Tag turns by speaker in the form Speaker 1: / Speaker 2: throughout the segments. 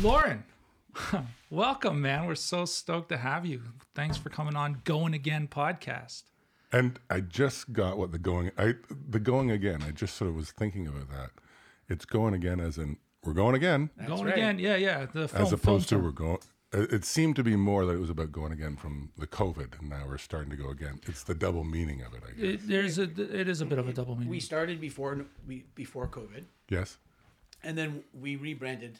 Speaker 1: Lauren, welcome, man. We're so stoked to have you. Thanks for coming on Going Again podcast.
Speaker 2: And I just got what the going I the going again. I just sort of was thinking about that. It's going again as in we're going again
Speaker 1: going
Speaker 3: right.
Speaker 1: again, yeah, yeah. The film,
Speaker 2: as opposed to
Speaker 1: film-
Speaker 2: we're going it it seemed to be more that it was about going again from the COVID, and now we're starting to go again. It's the double meaning of it, I guess.
Speaker 1: It, there's a it is a bit of a double meaning.
Speaker 3: We started before we before COVID,
Speaker 2: yes,
Speaker 3: and then we rebranded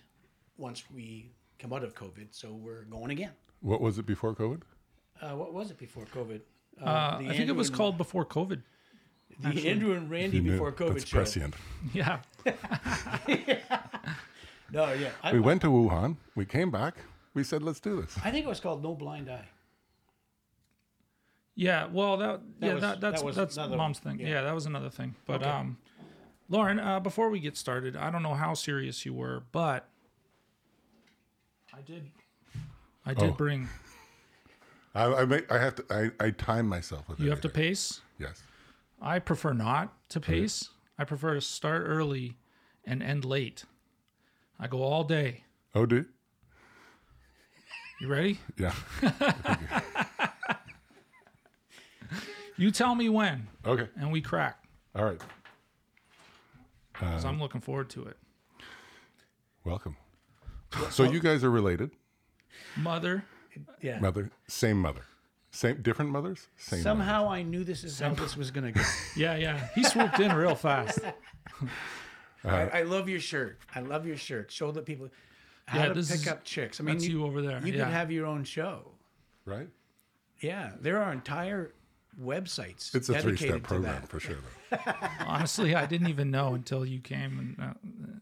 Speaker 3: once we come out of COVID. So we're going again.
Speaker 2: what was it before COVID?
Speaker 3: Uh, what was it before COVID? Uh,
Speaker 1: uh,
Speaker 3: the
Speaker 1: I think it was
Speaker 3: Andrew and-
Speaker 1: called before COVID.
Speaker 3: the Andrew and Randy
Speaker 2: You knew-
Speaker 3: before COVID
Speaker 2: That's
Speaker 3: show.
Speaker 2: prescient.
Speaker 1: Yeah,
Speaker 3: No, yeah, I,
Speaker 2: We went to Wuhan. We came back. We said, "Let's do this."
Speaker 3: I think it was called No Blind Eye.
Speaker 1: yeah. Well, that, yeah,
Speaker 3: was-
Speaker 1: that, that's
Speaker 3: that was
Speaker 1: that's
Speaker 3: another
Speaker 1: mom's
Speaker 3: one,
Speaker 1: thing. Yeah.
Speaker 3: yeah.
Speaker 1: that was another thing. But
Speaker 3: Okay.
Speaker 1: um, Lauren, uh, before we get started, I don't know how serious you were, but I did, I did
Speaker 2: Oh.
Speaker 1: bring.
Speaker 2: I, I, make, I have to. I, I time myself with it.
Speaker 1: You have to pace.
Speaker 2: Yes.
Speaker 1: I prefer not to pace. I prefer to start early and end late. I go all day.
Speaker 2: Oh, do
Speaker 1: You ready?
Speaker 2: yeah.
Speaker 1: You tell me when,
Speaker 2: Okay.
Speaker 1: and we crack.
Speaker 2: All right.
Speaker 1: 'cause I'm looking forward to it.
Speaker 2: Welcome. So you guys are related,
Speaker 1: Mother,
Speaker 3: Yeah.
Speaker 2: mother, same mother, same different mothers, same. mother.
Speaker 3: Somehow I knew this is how this was gonna go.
Speaker 2: Uh-huh.
Speaker 1: yeah, yeah. He swooped in real fast.
Speaker 3: I, I love your shirt. I love your shirt. Show the people how
Speaker 1: Yeah,
Speaker 3: to
Speaker 1: this
Speaker 3: pick
Speaker 1: is-
Speaker 3: up chicks. I mean,
Speaker 1: That's you over there.
Speaker 3: you
Speaker 1: yeah.
Speaker 3: could have your own show.
Speaker 2: right?
Speaker 3: Yeah, there are entire websites.
Speaker 2: It's a
Speaker 3: dedicated
Speaker 2: three-step
Speaker 3: to
Speaker 2: program
Speaker 3: that.
Speaker 2: for sure. Though.
Speaker 1: Honestly, I didn't even know until you came, and uh,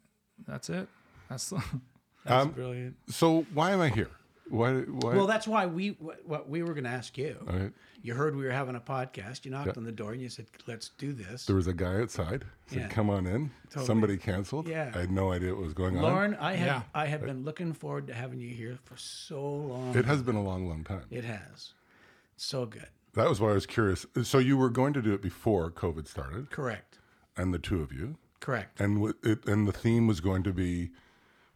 Speaker 1: that's it. That's the,
Speaker 3: That's brilliant.
Speaker 2: Um, So why am I here? Why? Why?
Speaker 3: Well, that's why we what, what we were going to ask you.
Speaker 2: Okay.
Speaker 3: You heard we were having a podcast. You knocked on the door and you said, "Let's do this."
Speaker 2: there was a guy outside said,
Speaker 3: Yeah.
Speaker 2: "Come on in." Somebody canceled.
Speaker 3: Yeah.
Speaker 2: I had no idea what was going on.
Speaker 3: Lauren, I have
Speaker 1: Yeah.
Speaker 3: I have been looking forward to having you here for so long.
Speaker 2: It has been a long, long time.
Speaker 3: It has. So good.
Speaker 2: That was why I was curious. So you were going to do it before COVID started,
Speaker 3: Correct.
Speaker 2: and the two of you,
Speaker 3: Correct.
Speaker 2: and w- it, and the theme was going to be,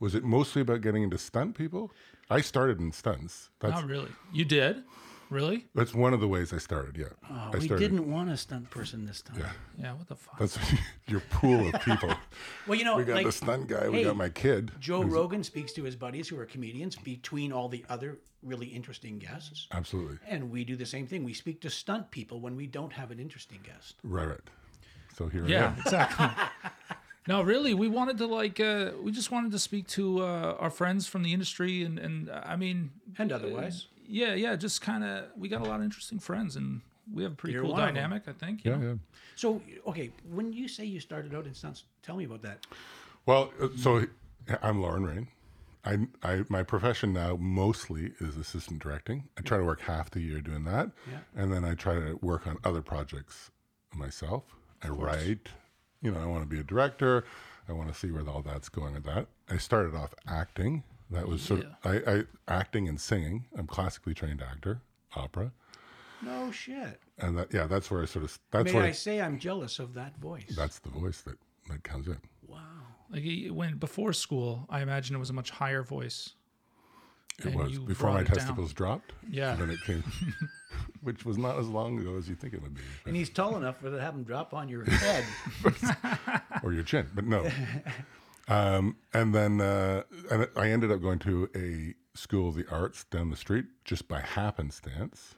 Speaker 2: was it mostly about getting into stunt people? I started in stunts. That's
Speaker 1: not really. You did, really?
Speaker 2: that's one of the ways I started. Yeah,
Speaker 3: Oh,
Speaker 2: I
Speaker 3: we
Speaker 2: started.
Speaker 3: didn't want a stunt person this time.
Speaker 1: Yeah. What the fuck?
Speaker 2: That's your pool of people.
Speaker 3: Well, you know,
Speaker 2: We got
Speaker 3: like
Speaker 2: the stunt guy. We
Speaker 3: hey,
Speaker 2: got my kid.
Speaker 3: Joe Rogan speaks to his buddies who are comedians between all the other really interesting guests.
Speaker 2: Absolutely
Speaker 3: And we do the same thing. We speak to stunt people when we don't have an interesting guest.
Speaker 2: right. Right. So here I
Speaker 1: Yeah,
Speaker 2: am.
Speaker 1: exactly. no, really, we wanted to like, uh, we just wanted to speak to uh, our friends from the industry, and and uh, I mean,
Speaker 3: And otherwise,
Speaker 1: yeah, yeah, just kind of, we got a lot of interesting friends, and we have a pretty
Speaker 3: You're
Speaker 1: cool
Speaker 3: one of 'em.
Speaker 1: dynamic, I think. you
Speaker 2: Yeah,
Speaker 1: know?
Speaker 2: yeah.
Speaker 3: so okay. When you say you started out in stunts, tell me about that.
Speaker 2: Well, uh, so I'm Lauren Rain. I, I my profession now mostly is assistant directing. I try to work half the year doing that,
Speaker 3: Yeah.
Speaker 2: and then I try to work on other projects myself. I write. You know, I want to be a director. I want to see where all that's going with that. I started off acting. That was sort of I, I acting and singing. I'm classically trained actor, opera,
Speaker 3: No shit.
Speaker 2: and that yeah, that's where I sort of that's
Speaker 3: May
Speaker 2: where
Speaker 3: I say I'm jealous of that voice?
Speaker 2: that's the voice that that comes in.
Speaker 3: Wow.
Speaker 1: Like y- when before school, I imagine it was a much higher voice.
Speaker 2: It
Speaker 1: and
Speaker 2: was
Speaker 1: you
Speaker 2: before
Speaker 1: brought
Speaker 2: my
Speaker 1: it down.
Speaker 2: testicles dropped.
Speaker 1: Yeah.
Speaker 2: and then it came, which was not as long ago as you think it would be,
Speaker 3: And he's tall enough for to have him drop on your head.
Speaker 2: or your chin, but no. Um, and then uh, and I ended up going to a school of the arts down the street just by happenstance.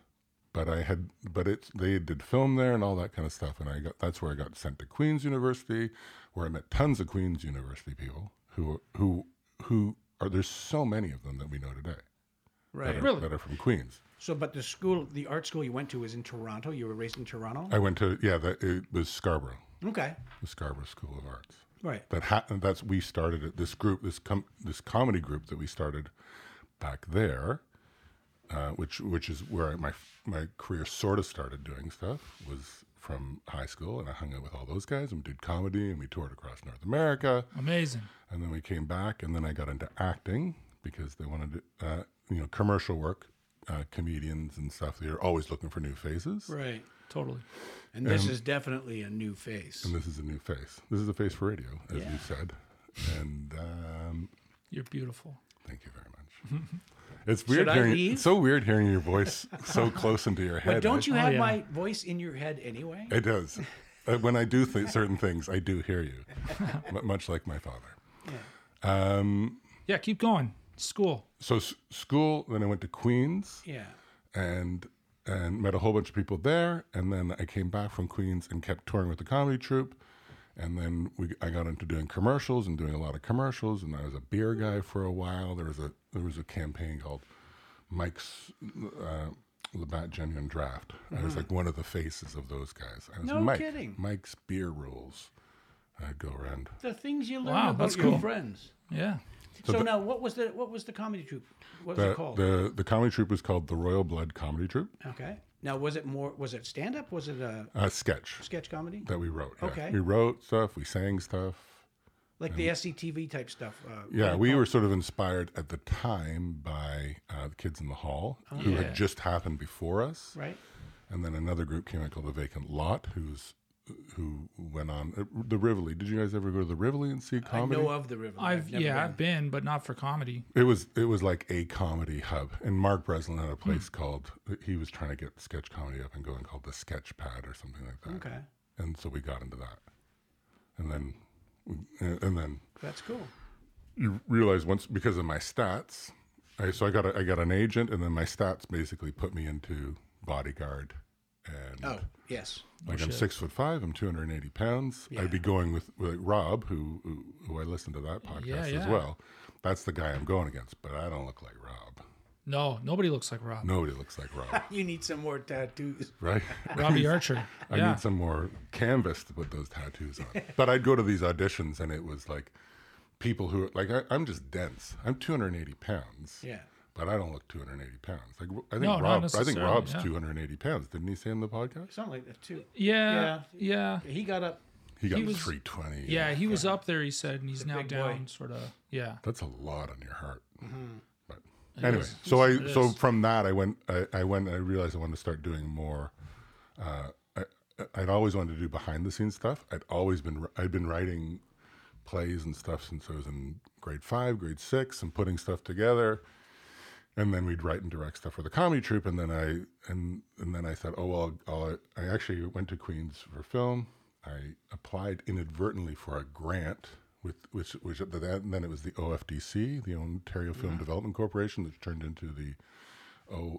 Speaker 2: But I had, but it's they did film there and all that kind of stuff, and I got that's where I got sent to Queen's University, where I met tons of Queen's University people who who who are there's so many of them that we know today
Speaker 3: right.
Speaker 1: Really?
Speaker 2: that are from Queens.
Speaker 3: So, but the school, the art school you went to was in Toronto. You were raised in Toronto.
Speaker 2: I went to yeah, that it was Scarborough.
Speaker 3: Okay.
Speaker 2: the Scarborough School of Arts.
Speaker 3: Right.
Speaker 2: That ha- that's we started it. This group, this com- this comedy group that we started back there, uh, which which is where my my career sort of started doing stuff was from high school, and I hung out with all those guys and did comedy, and we toured across North America,
Speaker 1: Amazing.
Speaker 2: and then we came back, and then I got into acting because they wanted to, uh, you know commercial work. Uh, comedians and stuff, they're always looking for new faces.
Speaker 3: Right.
Speaker 1: Totally.
Speaker 3: And this is definitely a new face.
Speaker 2: And this is a new face. This is a face for radio, as you said. And um,
Speaker 1: You're beautiful.
Speaker 2: Thank you very much. It's weird
Speaker 3: I
Speaker 2: hearing
Speaker 3: leave?
Speaker 2: it's so weird hearing your voice so close into your head.
Speaker 3: But don't
Speaker 2: eh?
Speaker 3: you have
Speaker 1: Oh, yeah.
Speaker 3: my voice in your head anyway?
Speaker 2: It does. Uh, when I do th- certain things, I do hear you, M- much like my father. Um,
Speaker 1: Yeah, keep going. School.
Speaker 2: so s- school, then I went to Queens
Speaker 3: Yeah.
Speaker 2: and and met a whole bunch of people there, and then I came back from Queens and kept touring with the comedy troupe, and then we I got into doing commercials and doing a lot of commercials, and I was a beer guy for a while. There was a there was a campaign called Mike's. Uh, Labatt Genuine Draft. I was like one of the faces of those guys. I was
Speaker 3: Mm-hmm. No
Speaker 2: Mike,
Speaker 3: kidding.
Speaker 2: Mike's Beer Rules. I'd go around.
Speaker 3: The things you learn
Speaker 1: Wow,
Speaker 3: about
Speaker 1: that's
Speaker 3: your
Speaker 1: cool.
Speaker 3: friends.
Speaker 1: Yeah.
Speaker 3: So, now, what was the what was the comedy troupe? What was
Speaker 2: The,
Speaker 3: it called?
Speaker 2: the the comedy troupe was called the Royal Blood Comedy Troupe.
Speaker 3: okay. Now, was it more? Was it stand up? Was it a
Speaker 2: A sketch
Speaker 3: sketch comedy?
Speaker 2: that we wrote. yeah.
Speaker 3: Okay.
Speaker 2: We wrote stuff. We sang stuff.
Speaker 3: Like the SCTV type stuff. Uh,
Speaker 2: um, Yeah, we were sort of inspired at the time by uh, the Kids in the Hall,
Speaker 3: Oh,
Speaker 2: who
Speaker 1: Yeah.
Speaker 2: had just happened before us,
Speaker 3: Right.
Speaker 2: and then another group came out called the Vacant Lot, who's who went on uh, the Rivoli. Did you guys ever go to the Rivoli and see comedy?
Speaker 3: I know of the river.
Speaker 1: I've,
Speaker 3: never
Speaker 1: yeah,
Speaker 3: been.
Speaker 1: I've been, but not for comedy.
Speaker 2: It was it was like a comedy hub, and Mark Breslin had a place
Speaker 3: Hmm.
Speaker 2: called he was trying to get sketch comedy up and going called the Sketch Pad or something like that.
Speaker 3: Okay,
Speaker 2: and so we got into that, and then and then
Speaker 3: that's cool.
Speaker 2: you realize once because of my stats, I, so I got a, I got an agent, and then my stats basically put me into bodyguard, and
Speaker 3: Oh yes,
Speaker 2: like I'm six foot five, I'm 280 pounds. I'd be going with, with Rob, who, who who I listened to that podcast
Speaker 1: Yeah,
Speaker 2: as
Speaker 1: yeah.
Speaker 2: well. That's the guy I'm going against, but I don't look like Rob.
Speaker 1: No, nobody looks like Rob.
Speaker 2: Nobody looks like Rob,
Speaker 3: you need some more tattoos.
Speaker 2: right?
Speaker 1: Robbie Archer.
Speaker 2: I
Speaker 1: yeah.
Speaker 2: need some more canvas to put those tattoos on. but I'd go to these auditions, and it was like people who like I, I'm just dense. I'm 280 pounds.
Speaker 3: Yeah,
Speaker 2: But I don't look 280 pounds. Like I think
Speaker 1: No, not
Speaker 2: Rob, I think
Speaker 1: necessarily,
Speaker 2: Rob's
Speaker 1: yeah.
Speaker 2: 280 pounds. Didn't he say in the podcast?
Speaker 3: something like that too.
Speaker 1: yeah. Yeah.
Speaker 3: He got up.
Speaker 2: He got
Speaker 1: was-
Speaker 2: 320.
Speaker 1: Yeah, he was up there, he said, and he's now
Speaker 3: big boy.
Speaker 1: down, sort of. Yeah.
Speaker 2: that's a lot on your heart. But anyway, so I
Speaker 1: It
Speaker 2: so
Speaker 1: is.
Speaker 2: from that I went I, I went I realized I wanted to start doing more. Uh, I, I'd always wanted to do behind the scenes stuff. I'd always been I'd been writing plays and stuff since I was in grade five, grade six, and putting stuff together. And then we'd write and direct stuff for the comedy troupe. And then I and and then I thought, oh well, I'll, I actually went to Queens for film. I applied inadvertently for a grant with which which at the- and then it was the OFDC, the Ontario Film Development Corporation, which turned into the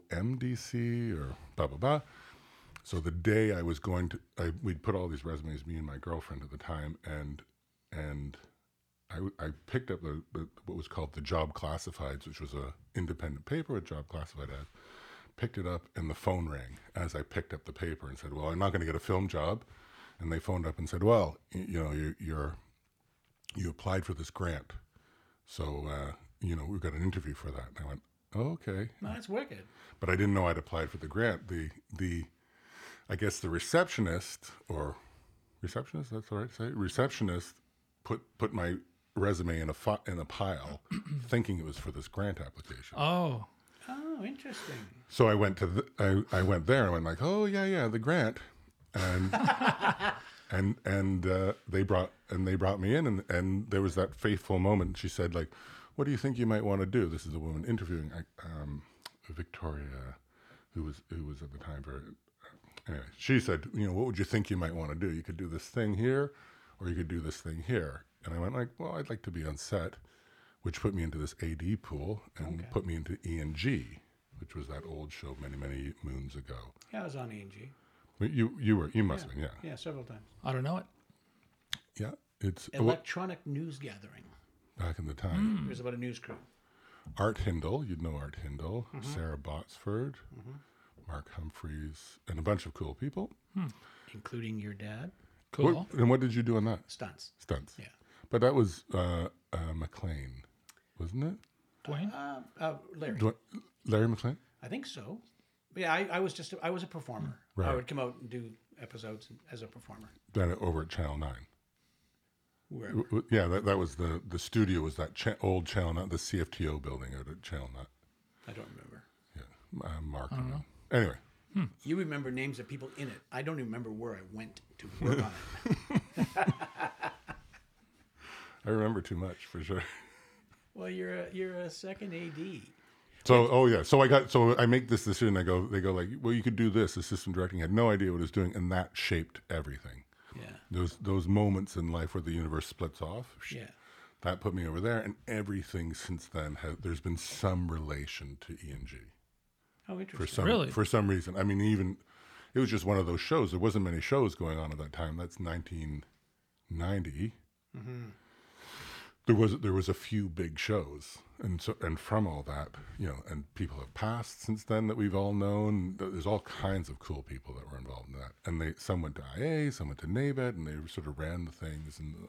Speaker 2: OMDC or blah blah blah. So the day I was going to, I, we'd put all these resumes, me and my girlfriend at the time, and and I, w- I picked up the, the, what was called the Job Classifieds, which was a independent paper with Job Classified ads. Picked it up, and the phone rang as I picked up the paper and said, "Well, I'm not going to get a film job." And they phoned up and said, "Well, y- you know, you, you're you applied for this grant, so uh, you know we've got an interview for that." And I went, oh, "Okay."
Speaker 3: No, that's wicked.
Speaker 2: but I didn't know I'd applied for the grant. The the I guess the receptionist or receptionist that's all right to say receptionist put put my resume in a fi- in a pile, thinking it was for this grant application.
Speaker 1: Oh,
Speaker 3: Oh, interesting.
Speaker 2: So I went to the, I I went there and went like, oh yeah yeah the grant, and and and uh, they brought and they brought me in and and there was that faithful moment. She said like, what do you think you might want to do? This is a woman interviewing I- um, Victoria, who was who was at the time very. Anyway, she said, you know, what would you think you might want to do? You could do this thing here, or you could do this thing here. And I went like, well, I'd like to be on set, which put me into this AD pool and put me into ENG, which was that old show many many moons ago.
Speaker 3: Yeah, I was on ENG.
Speaker 2: But You you were you must have been yeah
Speaker 3: Yeah, several times.
Speaker 1: I don't know it.
Speaker 2: yeah it's oh,
Speaker 3: Electronic news gathering.
Speaker 2: back in the time.
Speaker 3: It was about a news crew.
Speaker 2: Art Hindle, you'd know Art Hindle, Sarah Botsford, Mark Humphreys, and a bunch of cool people.
Speaker 3: including your dad.
Speaker 1: Cool.
Speaker 2: What, and what did you do on that?
Speaker 3: Stunts.
Speaker 2: Stunts.
Speaker 3: Yeah.
Speaker 2: But that was uh, uh, McLean, wasn't it?
Speaker 1: Dwayne?
Speaker 3: Uh, uh, Larry,
Speaker 2: Do I- Larry McLean?
Speaker 3: I think so. Yeah, I, I was just I was a performer. I
Speaker 2: Right.
Speaker 3: would come out and do episodes as a performer.
Speaker 2: Down at, over at Channel 9.
Speaker 3: Wherever.
Speaker 2: W- w- Yeah, that, that was the, the studio, was that cha- old Channel 9, the CFTO building out at Channel 9.
Speaker 3: I don't remember.
Speaker 2: Yeah, uh, Mark. and them. Anyway,
Speaker 3: You remember names of people in it. I don't even remember where I went to work on it.
Speaker 2: I remember too much for sure.
Speaker 3: Well, you're a, you're a second AD.
Speaker 2: So, oh yeah. So I got. So I make this decision. I go. They go like, well, you could do this. The system directing had no idea what it was doing, and that shaped everything.
Speaker 3: Yeah.
Speaker 2: Those those moments in life where the universe splits off. sh-
Speaker 3: Yeah.
Speaker 2: That put me over there, and everything since then has. There's been some relation to E and G
Speaker 3: Oh,
Speaker 2: for
Speaker 3: interesting.
Speaker 2: some
Speaker 1: Really?
Speaker 2: for some reason. I mean, even it was just one of those shows. There wasn't many shows going on at that time. That's 1990.
Speaker 3: Mm-hmm.
Speaker 2: There was there was a few big shows, and so and from all that, you know, and people have passed since then that we've all known. Th- There's all kinds of cool people that were involved in that, and they some went to IA, some went to NABET, and they sort of ran the things and. uh,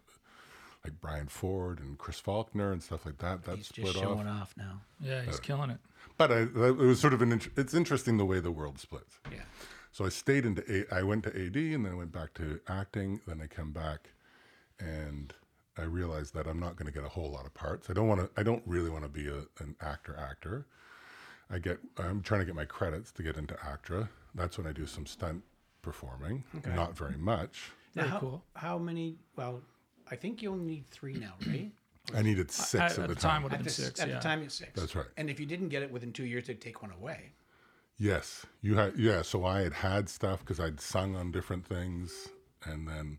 Speaker 2: Like Brian Ford and Chris Faulkner and stuff like that. That
Speaker 3: He's
Speaker 2: split
Speaker 3: just
Speaker 2: off.
Speaker 3: showing off now.
Speaker 1: Yeah,
Speaker 2: Uh,
Speaker 1: he's killing it.
Speaker 2: But I, that- it was sort of an. Int- it's interesting the way the world splits.
Speaker 3: Yeah.
Speaker 2: So I stayed into A- I went to AD and then I went back to acting. Then I come back, and I realized that I'm not going to get a whole lot of parts. I don't want to. I don't really want to be a, an actor actor. I get. I'm trying to get my credits to get into ACTRA. That's when I do some stunt performing. Not very much.
Speaker 3: Now,
Speaker 1: Very
Speaker 3: how,
Speaker 1: cool.
Speaker 3: How many? Well, I think you only need three now, right?
Speaker 2: I needed six
Speaker 1: at,
Speaker 2: at,
Speaker 1: at
Speaker 2: the
Speaker 1: time,
Speaker 2: time.
Speaker 1: would have been
Speaker 3: at the,
Speaker 1: six.
Speaker 3: at
Speaker 1: yeah.
Speaker 3: the time, it's six.
Speaker 2: That's right.
Speaker 3: And if you didn't get it within two years, they'd take one away.
Speaker 2: Yes, you had. Yeah, so I had had stuff because I'd sung on different things, and then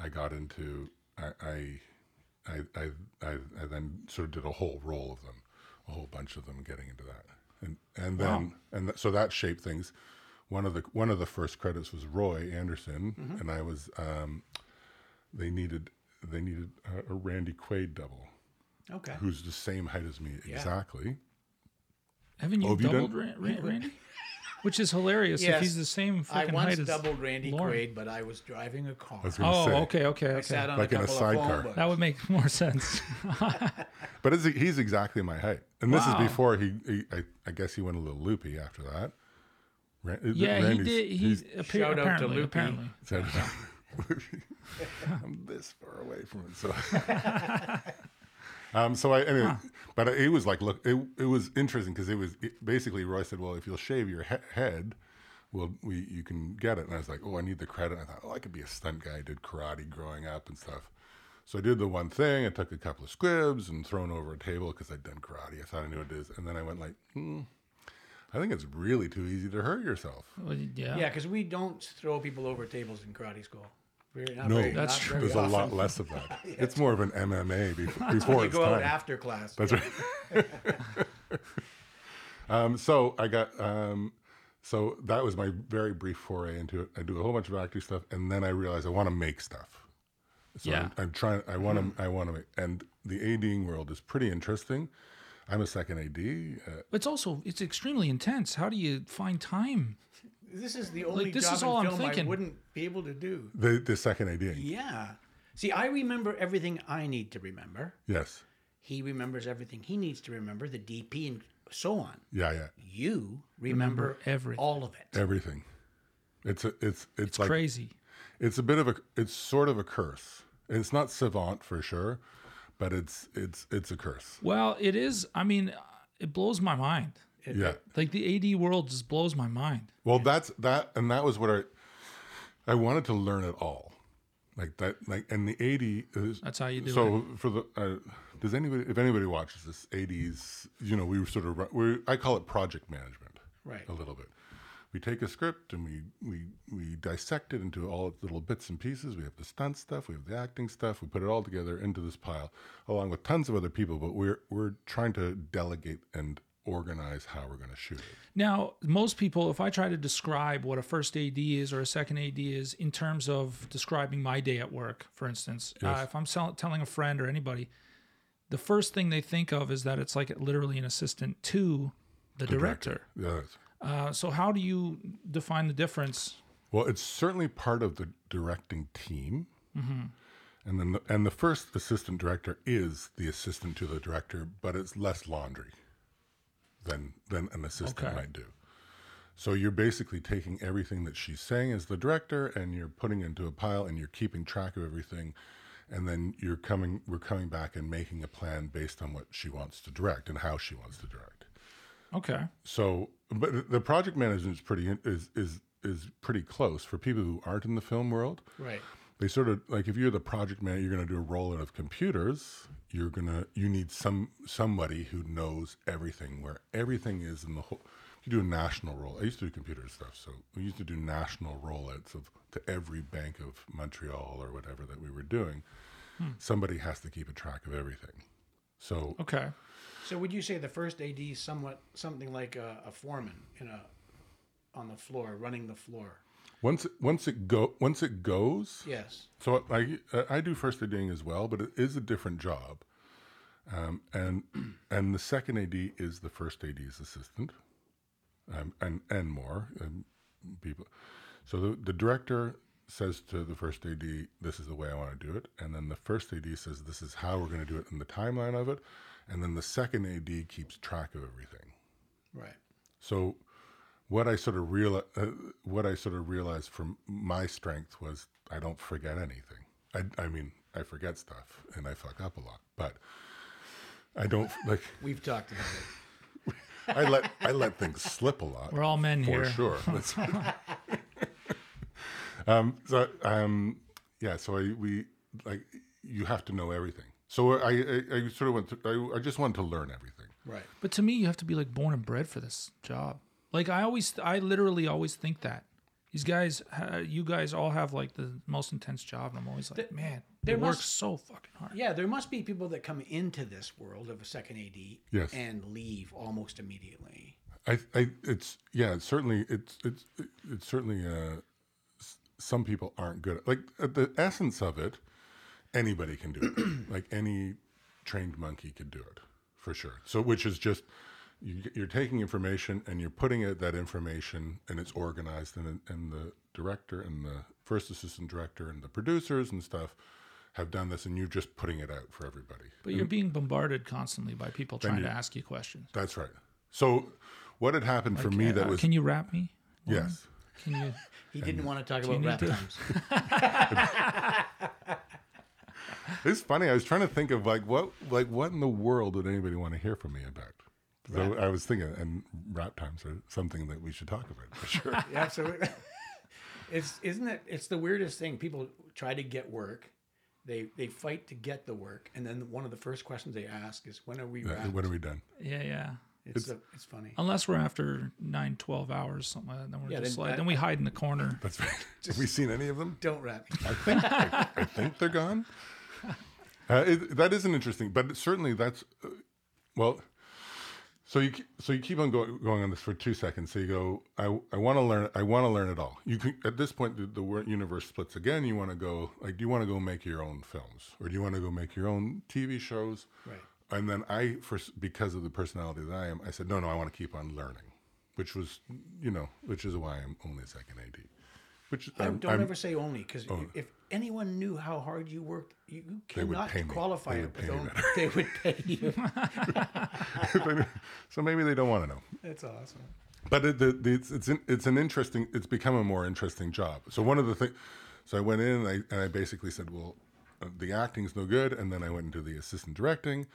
Speaker 2: I got into I I, I I I I then sort of did a whole roll of them, a whole bunch of them getting into that, and and then and th- so that shaped things. One of the one of the first credits was Roy Anderson, and I was um, they needed they needed a, a Randy Quaid double
Speaker 3: Okay.
Speaker 2: who's the same height as me exactly.
Speaker 1: Haven't you
Speaker 2: Oh, have you
Speaker 1: doubled
Speaker 2: done-
Speaker 1: Ran- Ran- Randy? Which is hilarious if
Speaker 3: Yes.
Speaker 1: he's the same
Speaker 3: I
Speaker 1: freaking
Speaker 3: once
Speaker 1: height as
Speaker 3: doubled Randy
Speaker 1: Lauren.
Speaker 3: Quaid, but I was driving a car.
Speaker 2: I was gonna
Speaker 1: Oh,
Speaker 2: say.
Speaker 1: okay, okay,
Speaker 3: I
Speaker 1: okay.
Speaker 3: sat on
Speaker 2: Like
Speaker 3: a
Speaker 2: in a
Speaker 3: couple of
Speaker 2: sidecar.
Speaker 3: phone books.
Speaker 1: That would make more sense.
Speaker 2: But it's, he's exactly my height, and this
Speaker 1: Wow.
Speaker 2: is before he. he I, I guess he went a little loopy after that. Ran-
Speaker 1: yeah,
Speaker 2: Randy's-
Speaker 1: he did. He
Speaker 2: he's-
Speaker 1: appear-
Speaker 3: Shout out to
Speaker 1: apparently,
Speaker 3: Loopy.
Speaker 1: apparently.
Speaker 2: said, I'm this far away from it. So, um, so I anyway, but it was like look, it, it was interesting because it was it, basically Roy said, well, if you'll shave your he- head. Well, we you can get it, and I was like, oh, I need the credit. I thought, oh, I could be a stunt guy. I did karate growing up and stuff, so I did the one thing. I took a couple of squibs and thrown over a table because I'd done karate. I thought I knew what it is, and then I went like, hmm, I think it's really too easy to hurt yourself.
Speaker 1: Well, yeah.
Speaker 3: Yeah, because we don't throw people over tables in karate school. We're not
Speaker 2: No,
Speaker 3: very,
Speaker 1: That's
Speaker 3: not
Speaker 1: true.
Speaker 3: very
Speaker 2: There's a lot
Speaker 3: often.
Speaker 2: less of that. It's more of an MMA be- before
Speaker 3: We
Speaker 2: it's
Speaker 3: go out
Speaker 2: time.
Speaker 3: after class.
Speaker 2: That's right. um, so I got. Um, so that was my very brief foray into it. I do a whole bunch of acting stuff, and then I realized I want to make stuff. So
Speaker 1: Yeah.
Speaker 2: I'm, I'm trying. I want to.
Speaker 3: Hmm.
Speaker 2: I want to make. And the ADing world is pretty interesting. I'm a second AD. Uh,
Speaker 1: But it's also it's extremely intense. How do you find time?
Speaker 3: This is the only
Speaker 1: this
Speaker 3: job
Speaker 1: is all
Speaker 3: in
Speaker 1: I'm
Speaker 3: film
Speaker 1: thinking.
Speaker 3: I wouldn't be able to do.
Speaker 2: the the second ADing.
Speaker 3: Yeah. See, I remember everything I need to remember.
Speaker 2: Yes.
Speaker 3: He remembers everything he needs to remember. The DP and so on.
Speaker 2: Yeah. Yeah.
Speaker 3: You remember,
Speaker 1: everything.
Speaker 3: all of it.
Speaker 2: Everything. It's a, it's it's, like
Speaker 1: Crazy.
Speaker 2: it's a bit of a it's sort of a curse it's not savant for sure but it's it's it's a curse
Speaker 1: Well, it is. I mean, uh, it blows my mind.
Speaker 2: yeah
Speaker 1: Like the AD world just blows my mind.
Speaker 2: well that's that and that was what i i wanted to learn it all like that like and the 80 is
Speaker 1: That's how you do it.
Speaker 2: so for the uh, does anybody if anybody watches this 80s you know we were sort of ru- we i call it project management
Speaker 3: Right.
Speaker 2: a little bit we take a script and we we we dissect it into all its little bits and pieces we have the stunt stuff we have the acting stuff we put it all together into this pile along with tons of other people but we're we're trying to delegate and organize how we're going to shoot it
Speaker 1: Now, most people, if I try to describe what a first AD is or a second AD is in terms of describing my day at work, for instance, uh, if I'm sell- telling a friend or anybody, the first thing they think of is that it's like literally an assistant to the director.
Speaker 2: yeah that's-
Speaker 1: Uh, so, how do you define the difference?
Speaker 2: Well, it's certainly part of the directing team. And then the, and the first assistant director is the assistant to the director, but it's less laundry than than an assistant
Speaker 1: Okay.
Speaker 2: might do. So you're basically taking everything that she's saying as the director and you're putting it into a pile and you're keeping track of everything and then you're coming we're coming back and making a plan based on what she wants to direct and how she wants to direct
Speaker 1: Okay.
Speaker 2: so but th- the project management is pretty in- is is is pretty close for people who aren't in the film world
Speaker 3: Right.
Speaker 2: they sort of like if you're the project man, you're going to do a rollout of computers. You're gonna you need some somebody who knows everything where everything is in the whole. You do a national roll. I used to do computer stuff, so we used to do national rollouts of to every bank of Montreal or whatever that we were doing. Somebody has to keep a track of everything. So
Speaker 1: Okay.
Speaker 3: So would you say the first AD is somewhat something like a, a foreman in a on the floor running the floor?
Speaker 2: once once it go once it goes,
Speaker 3: Yes.
Speaker 2: So I I do first aiding as well, but it is a different job. Um, and and the second AD is the first AD's assistant, um, and and more and people. So the, the director says to the first AD, "This is the way I want to do it," and then the first AD says, "This is how we're going to do it in the timeline of it," and then the second AD keeps track of everything.
Speaker 3: Right.
Speaker 2: So, what I sort of real uh, what I sort of realized from my strength was I don't forget anything. I, I mean, I forget stuff and I fuck up a lot, but I don't like
Speaker 3: We've talked about it.
Speaker 2: I let I let things slip a lot.
Speaker 1: We're all men
Speaker 2: for
Speaker 1: here.
Speaker 2: sure. That's- um, so um, yeah, so I we like you have to know everything. So I I, I sort of went through, I I just wanted to learn everything.
Speaker 3: Right.
Speaker 1: But to me, you have to be like born and bred for this job. Like I always, I literally always think that these guys, uh, you guys all have like the most intense job, and I'm always like, man, they
Speaker 3: there
Speaker 1: work
Speaker 3: must-
Speaker 1: so fucking hard.
Speaker 3: Yeah, there must be people that come into this world of a second AD
Speaker 2: Yes.
Speaker 3: and leave almost immediately.
Speaker 2: I, I, it's yeah, it's certainly, it's, it's, it's certainly. Uh, s- some people aren't good at like at the essence of it. Anybody can do it. like any trained monkey could do it for sure. So, which is just you, you're taking information and you're putting it that information, and it's organized, and and the director and the first assistant director and the producers and stuff have done this, and you're just putting it out for everybody.
Speaker 1: But you're being bombarded constantly by people trying to ask you questions.
Speaker 2: That's right. So, what had happened for me
Speaker 1: Yeah,
Speaker 2: that
Speaker 1: uh,
Speaker 2: was
Speaker 1: can you rap me?
Speaker 2: yes.
Speaker 1: Can you?
Speaker 3: He didn't want to talk about
Speaker 1: need
Speaker 3: rap
Speaker 1: to-
Speaker 3: times.
Speaker 2: It's funny. I was trying to think of like what like what in the world would anybody want to hear from me about? So I was thinking, and rap times are something that we should talk about for sure.
Speaker 3: Absolutely. it's isn't it it's the weirdest thing. People try to get work. They they fight to get the work and then one of the first questions they ask is when are we
Speaker 2: Uh,
Speaker 3: wrapped?
Speaker 2: what have we done?
Speaker 1: Yeah, yeah.
Speaker 3: it's it's, it's funny.
Speaker 1: Unless we're after nine, 12 hours, something like that, then we're
Speaker 3: Yeah,
Speaker 1: just
Speaker 3: then
Speaker 1: like,
Speaker 3: I-
Speaker 1: then we hide in the corner.
Speaker 2: That's right. have we seen any of them?
Speaker 3: Don't rap.
Speaker 2: I think I, I think they're gone. Uh, it, that isn't interesting, but certainly that's uh, well. So you ke- so you keep on go, going on this for two seconds. So you go, I, I want to learn I want to learn it all. You can at this point the, the wor- universe splits again. You want to go like, do you want to go make your own films or do you want to go make your own TV shows?
Speaker 3: Right.
Speaker 2: And then I for s- because of the personality that I am, I said no no I want to keep on learning, which was you know which is why I'm only second AD, which
Speaker 3: I
Speaker 2: I'm-
Speaker 3: Oh, don't
Speaker 2: I'm-
Speaker 3: ever say only because if anyone knew how hard you worked, you, you
Speaker 2: would
Speaker 3: cannot
Speaker 2: pay me.
Speaker 3: qualify
Speaker 2: They
Speaker 3: it.
Speaker 2: would pay
Speaker 3: with
Speaker 2: me
Speaker 3: only. They would pay you.
Speaker 2: so maybe they don't want to know.
Speaker 3: That's awesome.
Speaker 2: But it, the, the, it's it's an, it's an interesting. It's become a more interesting job. So one of the things. So I went in and I, and I basically said, well, uh, the acting's no good, and then I went into the assistant directing,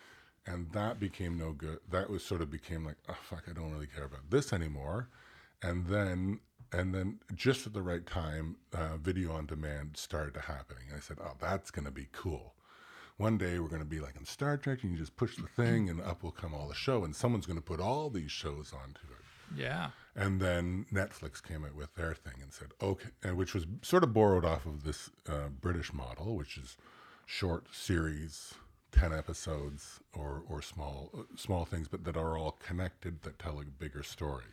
Speaker 2: and that became no good. That was sort of became like, oh fuck, I don't really care about this anymore, and then and then just at the right time, uh, video on demand started to happening. And I said, oh, that's gonna be cool one day we're going to be like in Star Trek, and you just push the thing, and up will come all the show, and someone's going to put all these shows onto it.
Speaker 1: Yeah.
Speaker 2: And then Netflix came out with their thing and said, okay, and which was sort of borrowed off of this uh, British model, which is short series, ten episodes, or or small small things, but that are all connected that tell a bigger story.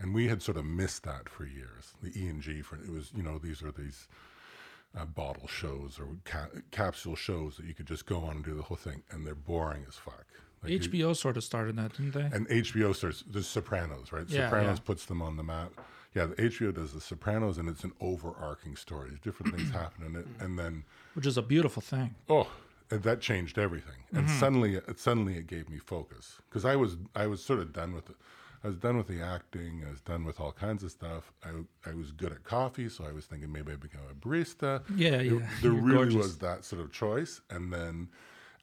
Speaker 2: And we had sort of missed that for years. The E and G for it was, you know, these are these uh, bottle shows or ca- capsule shows that you could just go on and do the whole thing, and they're boring as fuck. Like you-
Speaker 1: HBO sort of started that, didn't they?
Speaker 2: and HBO starts the Sopranos, right?
Speaker 1: Yeah,
Speaker 2: Sopranos
Speaker 1: yeah.
Speaker 2: puts them on the map. Yeah, the HBO does the Sopranos, and it's an overarching story. There's different things happen in it, and then
Speaker 1: Which is a beautiful thing.
Speaker 2: oh, and that changed everything. And suddenly, it, suddenly it gave me focus because I was I was sort of done with it. I was done with the acting. I was done with all kinds of stuff. I, I was good at coffee, so I was thinking maybe I become a barista.
Speaker 1: Yeah,
Speaker 2: There-
Speaker 1: yeah.
Speaker 2: There
Speaker 1: You're
Speaker 2: really
Speaker 1: gorgeous.
Speaker 2: was that sort of choice, and then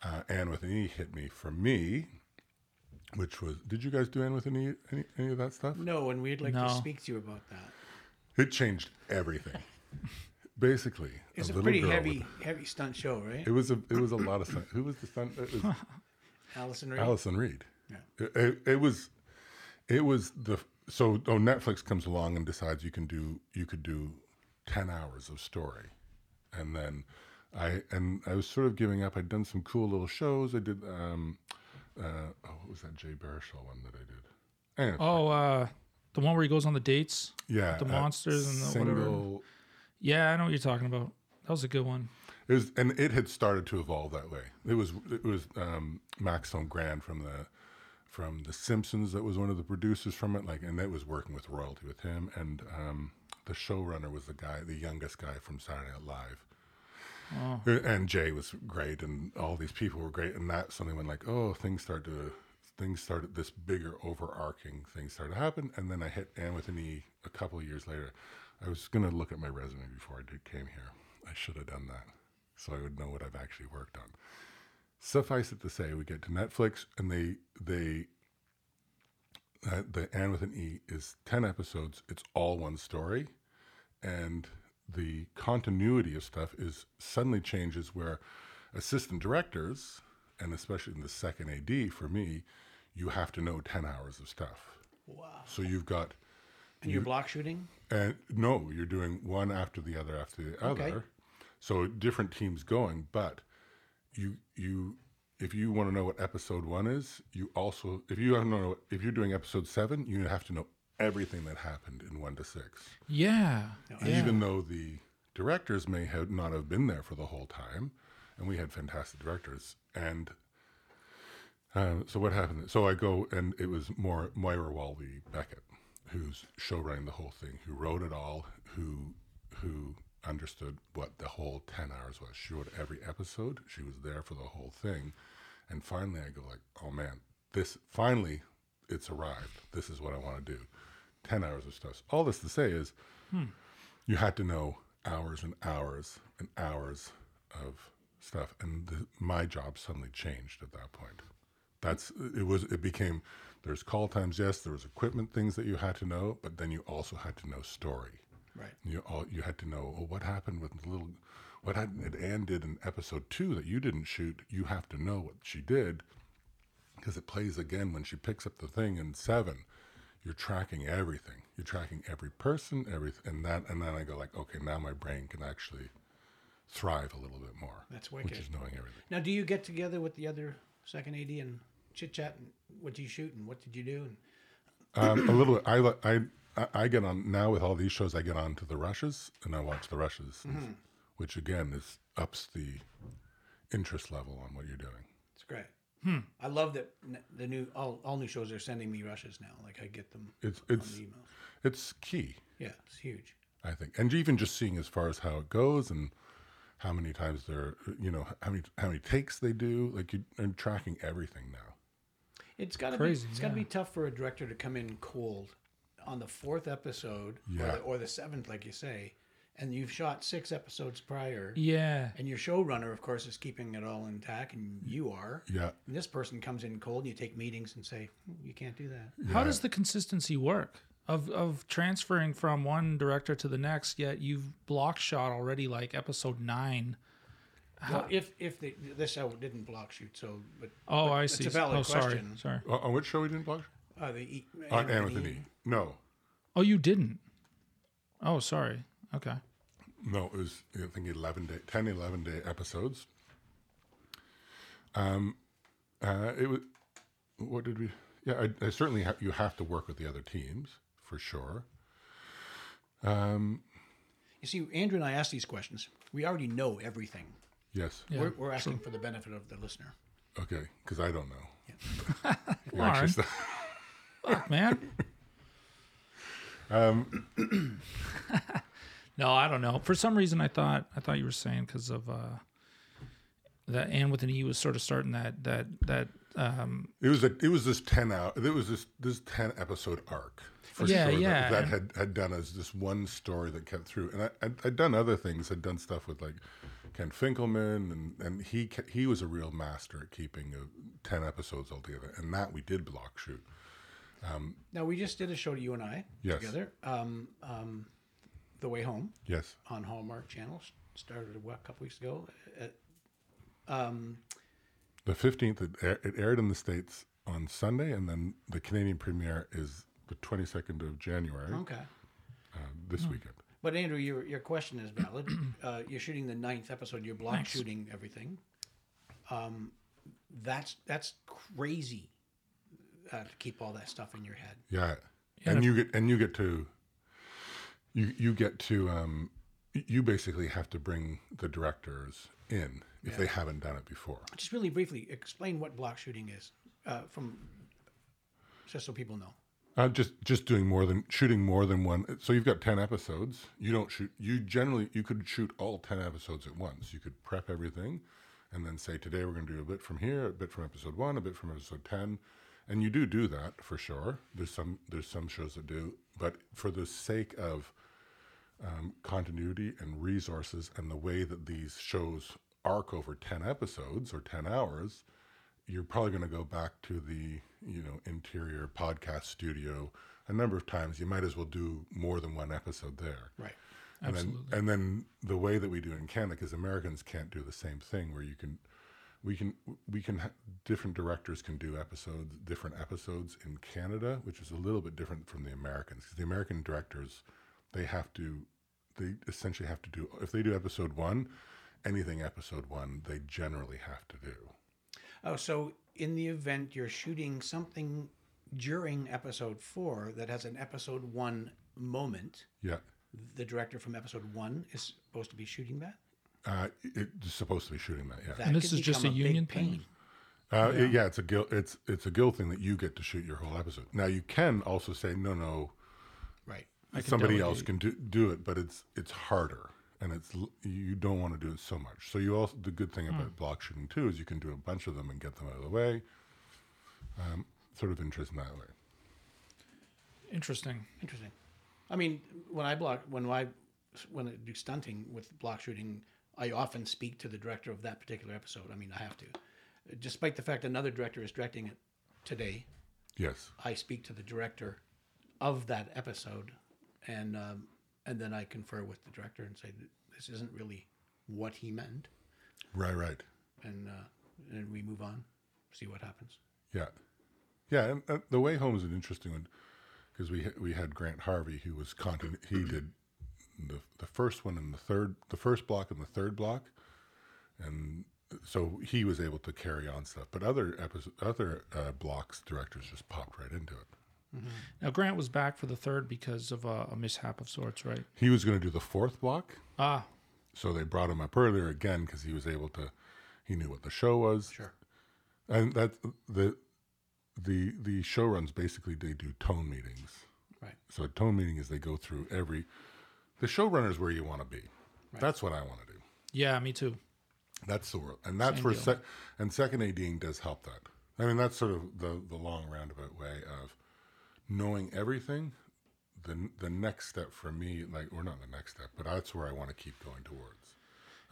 Speaker 2: uh, Anne with an E hit me for me, which was did you guys do Anne with an E any, any of that stuff?
Speaker 3: No, and we'd like
Speaker 1: No.
Speaker 3: to speak to you about that.
Speaker 2: It changed everything. basically
Speaker 3: It's a,
Speaker 2: little
Speaker 3: pretty
Speaker 2: girl
Speaker 3: heavy,
Speaker 2: with-
Speaker 3: heavy stunt show, right?
Speaker 2: it was a it was a lot of stunt. Who was the stunt? It was
Speaker 3: Allison Reed.
Speaker 2: Allison Reed. It, it, it was, it was the so oh Netflix comes along and decides you can do you could do ten hours of story, and then I and I was sort of giving up. I'd done some cool little shows. I did um, uh, oh what was that Jay Baruchel one that I did? Anyway,
Speaker 1: Oh, uh, the one where he goes on the dates.
Speaker 2: yeah,
Speaker 1: the
Speaker 2: uh,
Speaker 1: monsters and the whatever.
Speaker 2: single-
Speaker 1: Yeah, I know what you're talking about. That was a good one.
Speaker 2: It was, and it had started to evolve that way. It was it was um, Max von Grand from the from the Simpsons that was one of the producers from it. Like, and that was working with royalty with him. And um, the showrunner was the guy, the youngest guy from Saturday Night Live. Uh, And Jay was great, and all these people were great, and that's something when like, oh, things start to things started this bigger overarching thing started to happen, and then I hit Anthony E a couple of years later. I was gonna look at my resume before I did came here. I should have done that, so I would know what I've actually worked on. Suffice it to say, we get to Netflix, and they they uh, the Anne with an E is ten episodes. It's all one story and the continuity of stuff is suddenly changes where assistant directors and especially in the second AD for me you have to know 10 hours of stuff
Speaker 3: Wow.
Speaker 2: so you've got
Speaker 3: And you're block shooting?
Speaker 2: and no you're doing one after the other after the other so different teams going but you you if you want to know what episode 1 is you also if you don't know if you're doing episode 7 you have to know everything that happened in 1 to 6
Speaker 1: Yeah. yeah.
Speaker 2: even though the directors may have not have been there for the whole time, and we had fantastic directors. And uh, so what happened? So I go, and it was more Moira Walby Beckett, who's show running the whole thing, who wrote it all, who who understood what the whole ten hours was. She wrote every episode. She was there for the whole thing. And finally, I go like, oh man, this finally, it's arrived. This is what I want to do. Ten hours of stuff. All this to say is, you had to know hours and hours and hours of stuff and the, my job suddenly changed at that point that's it was it became there's call times yes there was equipment things that you had to know but then you also had to know story
Speaker 3: Right.
Speaker 2: you all you had to know oh, what happened with the little what happened it Anne did in episode two that you didn't shoot you have to know what she did because it plays again when she picks up the thing in seven you're tracking everything you're tracking every person everything and that and then i go like okay now my brain can actually thrive a little bit more
Speaker 3: That's
Speaker 2: which
Speaker 3: wicked.
Speaker 2: is knowing everything
Speaker 3: Now, do you get together with the other second AD and chit chat? And what did you shoot? And what did you do? And
Speaker 2: um, a little bit. I, li- I I- I get on now with all these shows. I get on to the rushes and I watch the rushes, which again is ups the interest level on what you're doing.
Speaker 3: it's great. I love that n- the new all, all new shows are sending me rushes now. Like I get them
Speaker 2: It's
Speaker 3: on
Speaker 2: it's
Speaker 3: the email.
Speaker 2: it's key,
Speaker 3: Yeah, it's huge.
Speaker 2: I think, and even just seeing as far as how it goes and how many times they're you know how many how many takes they do. Like you, I'm tracking everything now.
Speaker 3: It's gotta
Speaker 1: Crazy,
Speaker 3: be. It's gotta
Speaker 1: yeah.
Speaker 3: be tough for a director to come in cold on the fourth episode or,
Speaker 2: Yeah.
Speaker 3: the, or the seventh, like you say, and you've shot six episodes prior,
Speaker 1: Yeah.
Speaker 3: and your showrunner, of course, is keeping it all intact, and you are.
Speaker 2: Yeah,
Speaker 3: And this person comes in cold, and you take meetings and say, "Hmm, "You can't do that."
Speaker 1: How does the consistency work of of transferring from one director to the next? Yet you've block shot already, like episode nine.
Speaker 3: Well, if if they, this show didn't block shoot, so but
Speaker 1: Oh, I
Speaker 3: it's
Speaker 1: see.
Speaker 3: a valid
Speaker 1: oh, sorry,
Speaker 3: question.
Speaker 1: sorry.
Speaker 2: on, on which show we didn't block?
Speaker 3: uh, the E-
Speaker 2: On
Speaker 3: Anthony-
Speaker 2: Anthony. No,
Speaker 1: Oh, you didn't. Oh, sorry. Okay.
Speaker 2: No, it was I think eleven day, 10, 11 day episodes. Um, uh, it was. What did we? Yeah, I, I certainly ha- you have to work with the other teams for sure. Um,
Speaker 3: You see, Andrew and I ask these questions. We already know everything.
Speaker 2: yes.
Speaker 1: Yeah.
Speaker 3: we're, we're asking for the benefit of the listener.
Speaker 2: Okay, because I don't know. You're
Speaker 1: Lauren,
Speaker 2: anxious.
Speaker 1: fuck, man. no, I don't know. For some reason, I thought I thought you were saying because of uh, that Anne with an E was sort of starting that that that. Um,
Speaker 2: it was a, it was this ten hour. It was this this ten episode arc for
Speaker 1: Yeah,
Speaker 2: sure. that-
Speaker 1: yeah,
Speaker 2: That,
Speaker 1: and-
Speaker 2: had had done as this one story that kept through. And I I'd, I'd done other things. I'd done stuff with like Ken Finkelman, and and he ke- he was a real master at keeping uh ten episodes altogether. And that we did block shoot.
Speaker 3: Now we just did a show to you and I
Speaker 2: Yes.
Speaker 3: together. Um, um, The Way Home
Speaker 2: Yes.
Speaker 3: on Hallmark Channel. Started a what, couple weeks ago. Uh, um, It,
Speaker 2: The 15th, it, air, it aired in the States on Sunday, and then the Canadian premiere is the 22nd of January
Speaker 1: Oh.
Speaker 3: okay.
Speaker 2: uh, this weekend.
Speaker 3: But Andrew, your your question is valid. uh, you're shooting the ninth episode. You're block shooting everything. Um, that's that's crazy uh, to keep all that stuff in your head.
Speaker 2: Yeah. and you get and you get to you you get to um y- you basically have to bring the directors in if they haven't done it before.
Speaker 3: Just really briefly, explain what block shooting is, uh, from just so people know.
Speaker 2: Uh, just just doing more than shooting more than one. So you've got ten episodes. You don't shoot. You generally you could shoot all ten episodes at once. You could prep everything, and then say today we're going to do a bit from here, a bit from episode one, a bit from episode ten, and you do do that for sure. There's some there's some shows that do, but for the sake of um, continuity and resources and the way that these shows arc over ten episodes or ten hours, you're probably going to go back to the you know interior podcast studio a number of times you might as well do more than one episode there
Speaker 3: Right.
Speaker 2: and then, and then the way that we do it in canada because americans can't do the same thing where you can we can we can ha- different directors can do episodes different episodes in canada which is a little bit different from the americans because the american directors they have to they essentially have to do if they do episode one anything episode one they generally have to do
Speaker 3: Oh, so in the event you're shooting something during episode four that has an episode one moment,
Speaker 2: yeah
Speaker 3: the director from episode one is supposed to be shooting that.
Speaker 2: Uh, it- it's supposed to be shooting that, yeah.
Speaker 3: That
Speaker 1: And this
Speaker 3: could
Speaker 1: is just
Speaker 3: become
Speaker 1: a
Speaker 3: big
Speaker 1: union thing?
Speaker 2: uh, yeah. it's a guilt. It's it's a guilt thing that you get to shoot your whole episode. Now you can also say no, no,
Speaker 3: Right.
Speaker 2: somebody else can do, do it, but it's it's harder and it's l- you don't want to do it so much. So you also the good thing about block shooting too is you can do a bunch of them and get them out of the way. Um, sort of interest in that way.
Speaker 1: Interesting.
Speaker 3: Interesting. I mean, when I block, when I when I do stunting with block shooting, I often speak to the director of that particular episode. I mean, I have to, despite the fact another director is directing it today.
Speaker 2: Yes,
Speaker 3: I speak to the director of that episode, and um, and then I confer with the director and say this isn't really what he meant,
Speaker 2: right, right,
Speaker 3: and uh, and we move on, see what happens.
Speaker 2: yeah, yeah. And uh, the way home is an interesting one because we ha- we had Grant Harvey who was content. He did the the first one and the third, the first block and the third block, and so he was able to carry on stuff. But other episodes, other uh, blocks, directors just popped right into it.
Speaker 1: Now Grant was back for the third because of uh, a, a mishap of sorts, right?
Speaker 2: He was going to do the fourth block,
Speaker 1: Ah,
Speaker 2: so they brought him up earlier again because he was able to. He knew what the show was,
Speaker 3: Sure.
Speaker 2: and that the the the showruns basically they do tone meetings.
Speaker 3: Right.
Speaker 2: So a tone meeting is they go through every. The showrunner is where you want to be. That's what I want to do.
Speaker 1: yeah, me too.
Speaker 2: That's the world, and that's where sec- and second ADing does help that. I mean, that's sort of the the long roundabout way of knowing everything. The the next step for me, like, or not the next step, but that's where I want to keep going towards,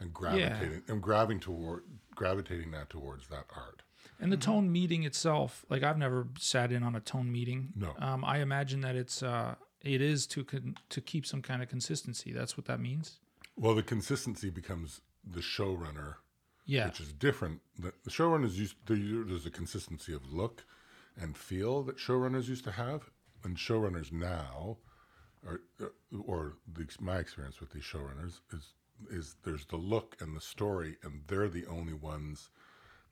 Speaker 2: and gravitating, and grabbing toward, gravitating now towards that art.
Speaker 1: And the tone meeting itself, like I've never sat in on a tone meeting.
Speaker 2: No.
Speaker 1: Um, I imagine that it's uh, it is to con- to keep some kind of consistency. That's what that means.
Speaker 2: Well, the consistency becomes the showrunner,
Speaker 1: Yeah.
Speaker 2: which is different. The, the showrunner is used. there- There's a consistency of look and feel that showrunners used to have, and showrunners now, or or the, my experience with these showrunners is is there's the look and the story, and they're the only ones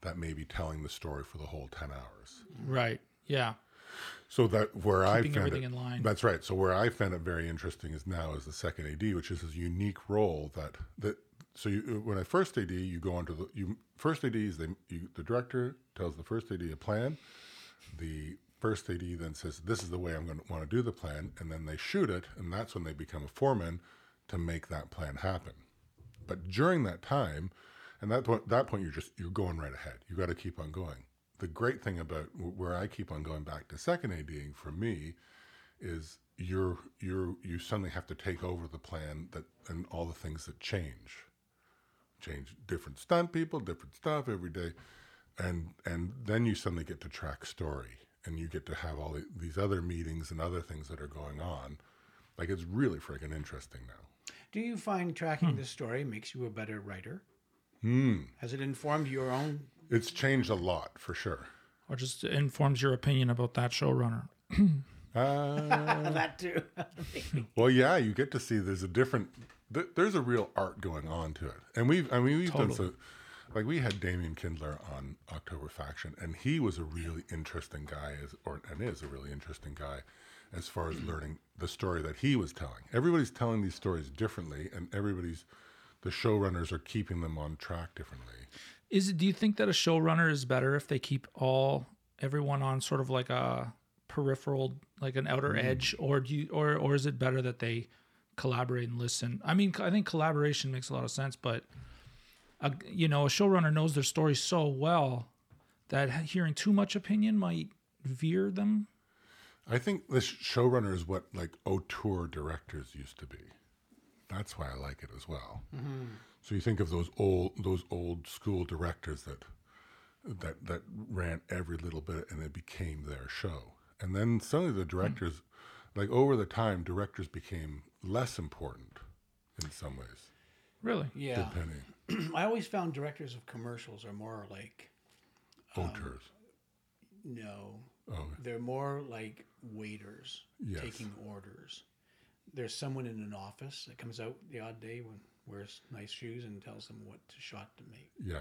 Speaker 2: that may be telling the story for the whole ten hours.
Speaker 1: Right. Yeah.
Speaker 2: So that where I
Speaker 1: Keeping
Speaker 2: found
Speaker 1: everything
Speaker 2: it,
Speaker 1: in line.
Speaker 2: That's right. So where I found it very interesting is now is the second AD, which is his unique role that that. So you, when I first AD, you go onto the you first AD is the you, the director tells the first AD a plan. The first AD then says, "This is the way I'm going to want to do the plan," and then they shoot it, and that's when they become a foreman to make that plan happen. But during that time, and that point, that point, you're just you're going right ahead. You got to keep on going. The great thing about wh- where I keep on going back to second ADing for me is you're you're you suddenly have to take over the plan that and all the things that change, change different stunt people, different stuff every day, and and then you suddenly get to track story and you get to have all the, these other meetings and other things that are going on Like it's really freaking interesting now.
Speaker 3: Do you find tracking this story makes you a better writer? Has it informed your own?
Speaker 2: It's changed a lot for sure.
Speaker 1: or just informs your opinion about that showrunner.
Speaker 2: Uh,
Speaker 3: that too.
Speaker 2: well, yeah, you get to see there's a different. Th- there's a real art going on to it, and we've I mean we've done so. Like we had Damien Kindler on October Faction, and he was a really interesting guy, as, or and is a really interesting guy, as far as learning the story that he was telling. Everybody's telling these stories differently, and everybody's the showrunners are keeping them on track differently.
Speaker 1: Is it, do you think that a showrunner is better if they keep all everyone on sort of like a peripheral, like an outer
Speaker 2: Mm-hmm.
Speaker 1: edge, or do you, or or is it better that they collaborate and listen? I mean, I think collaboration makes a lot of sense, but a, you know, a showrunner knows their story so well that hearing too much opinion might veer them.
Speaker 2: I think the sh- showrunner is what like auteur directors used to be. That's why I like it as well.
Speaker 3: Mm-hmm.
Speaker 2: So you think of those old those old school directors that that that ran every little bit and it became their show. And then suddenly
Speaker 3: Mm.
Speaker 2: the directors like over the time directors became less important in some ways.
Speaker 1: Really?
Speaker 3: Yeah.
Speaker 2: Depending
Speaker 3: I always found directors of commercials are more like Um,
Speaker 2: auteurs.
Speaker 3: no,
Speaker 2: Oh
Speaker 3: they're more like waiters
Speaker 2: Yes.
Speaker 3: taking orders. There's someone in an office that comes out the odd day when wears nice shoes and tells them what to shot to make.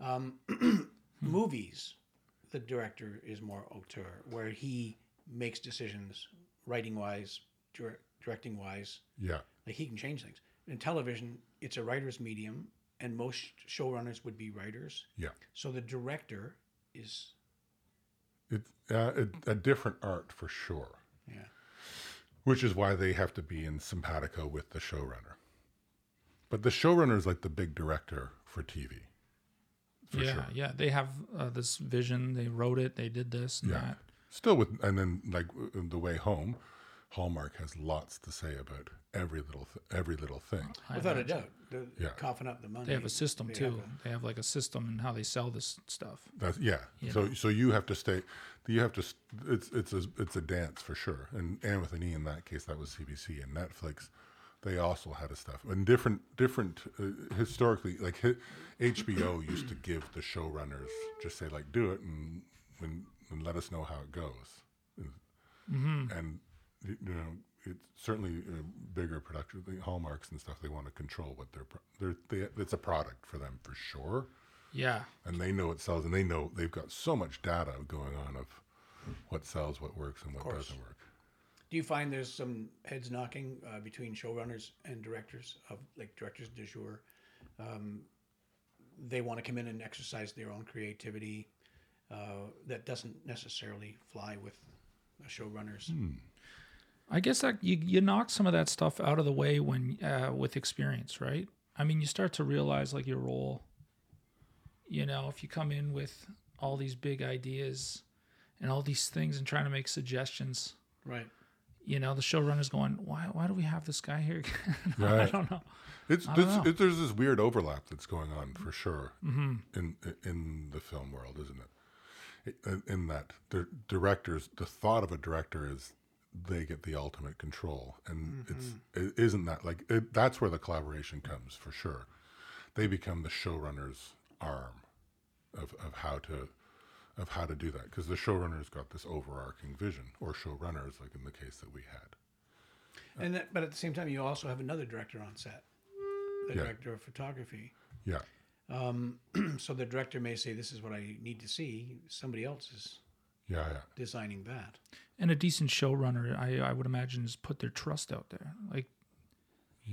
Speaker 3: Um,
Speaker 2: yeah. Hmm.
Speaker 3: Movies, the director is more auteur, where he makes decisions writing wise, dir- directing wise,
Speaker 2: Yeah.
Speaker 3: like he can change things. In television, it's a writer's medium, and most showrunners would be writers.
Speaker 2: Yeah.
Speaker 3: So the director is
Speaker 2: It's uh, it, a different art for sure.
Speaker 3: yeah.
Speaker 2: which is why they have to be in simpatico with the showrunner. But the showrunner is like the big director for TV. For
Speaker 1: yeah,
Speaker 2: sure.
Speaker 1: yeah. They have uh, this vision. They wrote it. They did this and that.
Speaker 2: Still with, and then like uh, the way home, Hallmark has lots to say about every little th- every little thing.
Speaker 3: Without a doubt, they're
Speaker 2: Yeah.
Speaker 3: coughing up the money.
Speaker 1: They have a system
Speaker 3: They have
Speaker 1: too. they have like a system in how they sell this stuff.
Speaker 2: That's yeah. So so you have to stay. You have to. s- It's it's a it's a dance for sure. And Anthony in that case that was CBC and Netflix. They also had a stuff and different different uh, historically like hi- HBO used to give the showrunners just say like do it and and, and let us know how it goes. And you know it's certainly uh bigger production the hallmarks and stuff they want to control what their pro- their they, it's a product for them for sure
Speaker 1: Yeah.
Speaker 2: and they know it sells and they know they've got so much data going on of what sells what works and what doesn't work
Speaker 3: Do you find there's some heads knocking uh, between showrunners and directors of like directors de jour? Um, they want to come in and exercise their own creativity. Uh, that doesn't necessarily fly with a showrunners.
Speaker 2: Hmm.
Speaker 1: I guess that you, you knock some of that stuff out of the way when uh, with experience, right? I mean, you start to realize like your role. You know, if you come in with all these big ideas and all these things and trying to make suggestions,
Speaker 3: Right.
Speaker 1: you know, the showrunner's going, "Why? Why do we have this guy here?" I
Speaker 2: Right.
Speaker 1: don't know.
Speaker 2: it's,
Speaker 1: I don't
Speaker 2: it's
Speaker 1: know. Mm-hmm.
Speaker 2: it, there's this weird overlap that's going on for sure in in the film world isn't it In- in that the directors the thought of a director is they get the ultimate control and it's
Speaker 1: Mm-hmm.
Speaker 2: it isn't that like it, that's where the collaboration comes for sure they become the showrunner's arm of, of how to of how to do that because the showrunner's got this overarching vision or showrunners like in the case that we had
Speaker 3: And that, but at the same time, you also have another director on set, the
Speaker 2: Yeah.
Speaker 3: director of photography. Um,
Speaker 2: yeah
Speaker 3: so the director may say, "This is what I need to see." Somebody else is
Speaker 2: yeah yeah
Speaker 3: designing that.
Speaker 1: And a decent showrunner, I, I would imagine, is put their trust out there. Like,